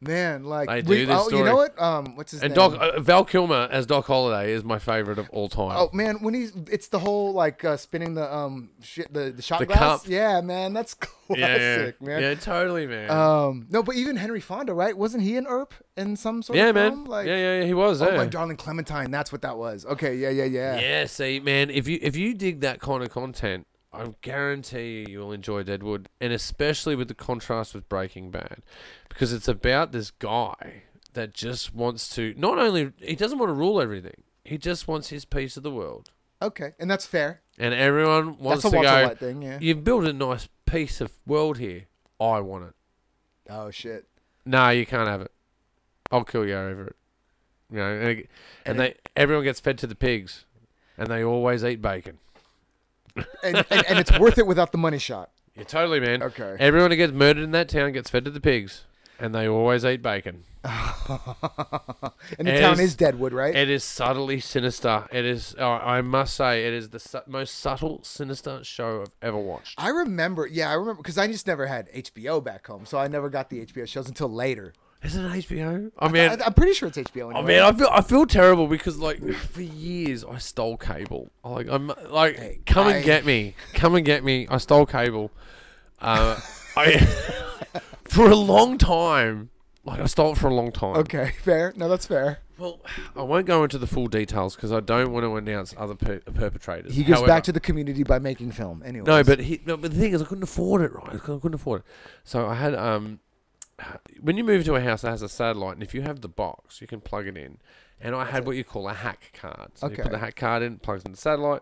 man like They we- do this oh, you story. know what um what's his And name Doc uh, Val Kilmer as Doc Holliday is my favorite of all time. Oh man, when he's it's the whole like uh, spinning the um shit the the shot The cup. glass. Yeah, man, that's classic, yeah, yeah, man. yeah, totally, man. Um, no, but even Henry Fonda, right? Wasn't he an ERP in some sort yeah, of man. film? Like, yeah, yeah, yeah, he was. Oh yeah. my darling Clementine, that's what that was. Okay, yeah, yeah, yeah. Yeah, see, man, if you if you dig that kind of content, I guarantee you you'll enjoy Deadwood, and especially with the contrast with Breaking Bad, because it's about this guy that just wants to not only he doesn't want to rule everything, he just wants his piece of the world, Okay, and that's fair. and everyone wants That's a to watch a go. lot thing. Yeah. You've built a nice piece of world here. I want it. Oh shit. No, you can't have it. I'll kill you over it. You know, and, and, they everyone gets fed to the pigs, and they always eat bacon. And, and, and it's worth it without the money shot. Yeah, totally, man. Okay. Everyone who gets murdered in that town gets fed to the pigs, and they always eat bacon. and the It town is- is Deadwood, right? It is subtly sinister. It is, uh, I must say, it is the su- most subtle, sinister show I've ever watched. I remember, yeah, I remember because I just never had HBO back home, so I never got the HBO shows until later. Is it HBO? I mean, I, I'm pretty sure it's HBO. Anyway. I mean, I feel I feel terrible because like for years I stole cable. Like I'm like come I- and get me, come and get me. I stole cable. Uh, I for a long time Like I stole it for a long time. Okay, fair. No, that's fair. Well, I won't go into the full details because I don't want to announce other per- perpetrators. He gives However- back to the community by making film. Anyway. No, but he. No, but the thing is, I couldn't afford it. Right, I couldn't afford it. So I had um, when you move into a house that has a satellite, and if you have the box, you can plug it in. And I had what you call a hack card. So you put Okay. the hack card in, plugs in the satellite,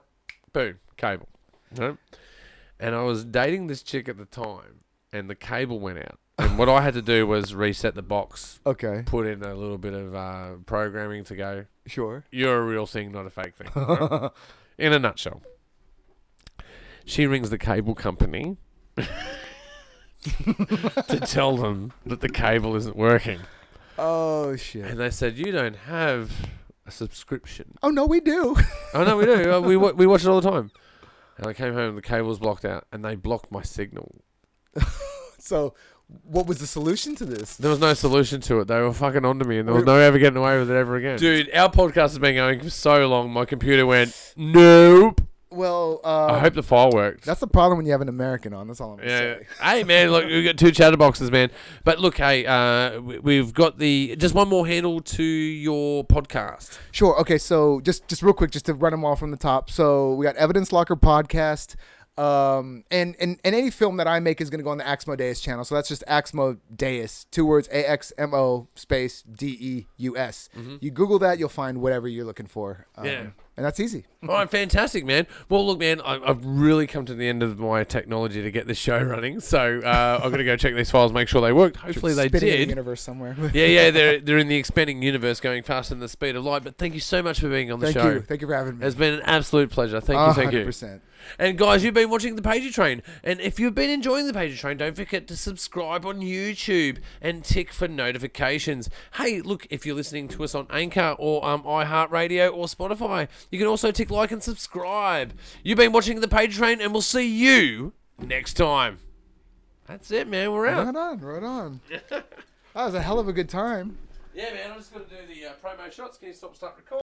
boom, cable. You know? And I was dating this chick at the time, and the cable went out. And what I had to do was reset the box, Okay. put in a little bit of uh, programming to go. Sure. You're a real thing, not a fake thing. right? In a nutshell, she rings the cable company to tell them that the cable isn't working. Oh shit. And they said, You don't have a subscription. Oh no, we do. Oh, no, we do. Uh, We, wa- we watch it all the time. And I came home and the cable's blocked out and they blocked my signal. so, what was the solution to this? There was no solution to it. They were fucking onto me and there was no ever getting away with it ever again. Dude, our podcast has been going for so long. My computer went, Nope. Um, Well, um, I hope the file worked. that's the problem when you have an American on. That's all I'm gonna Yeah. say. hey man, look, we've got two chatterboxes, man. But look, hey, uh, we- we've got the just one more handle to your podcast. Sure. Okay. So just just real quick, just to run them all from the top. So we got Evidence Locker podcast, um, and and and any film that I make is going to go on the Axmo Deus channel. So that's just Axmo Deus, two words, A X M O space D E U S. You Google that, you'll find whatever you're looking for. Um, Mm-hmm. Yeah. And that's easy. All right, fantastic, man. Well, look, man, I, I've really come to the end of my technology to get this show running. So uh, I'm gonna go check these files, make sure they worked. Hopefully they Spitting in the did. universe somewhere. Yeah, yeah, they're they're in the expanding universe, going faster than the speed of light. But thank you so much for being on the Thank show. you. Oh, Thank you for having me. It's been an absolute pleasure. Thank you, thank you. 100%. And guys, you've been watching the Pager Train, and if you've been enjoying the Pager Train, don't forget to subscribe on YouTube and tick for notifications. Hey, look, if you're listening to us on Anchor or um, iHeartRadio or Spotify, you can also tick like and subscribe. You've been watching the Pager Train, and we'll see you next time. That's it, man. We're out. Right on. Right on. that was a hell of a good time. Yeah, man. I'm just gonna do the uh, promo shots. Can you stop, start recording?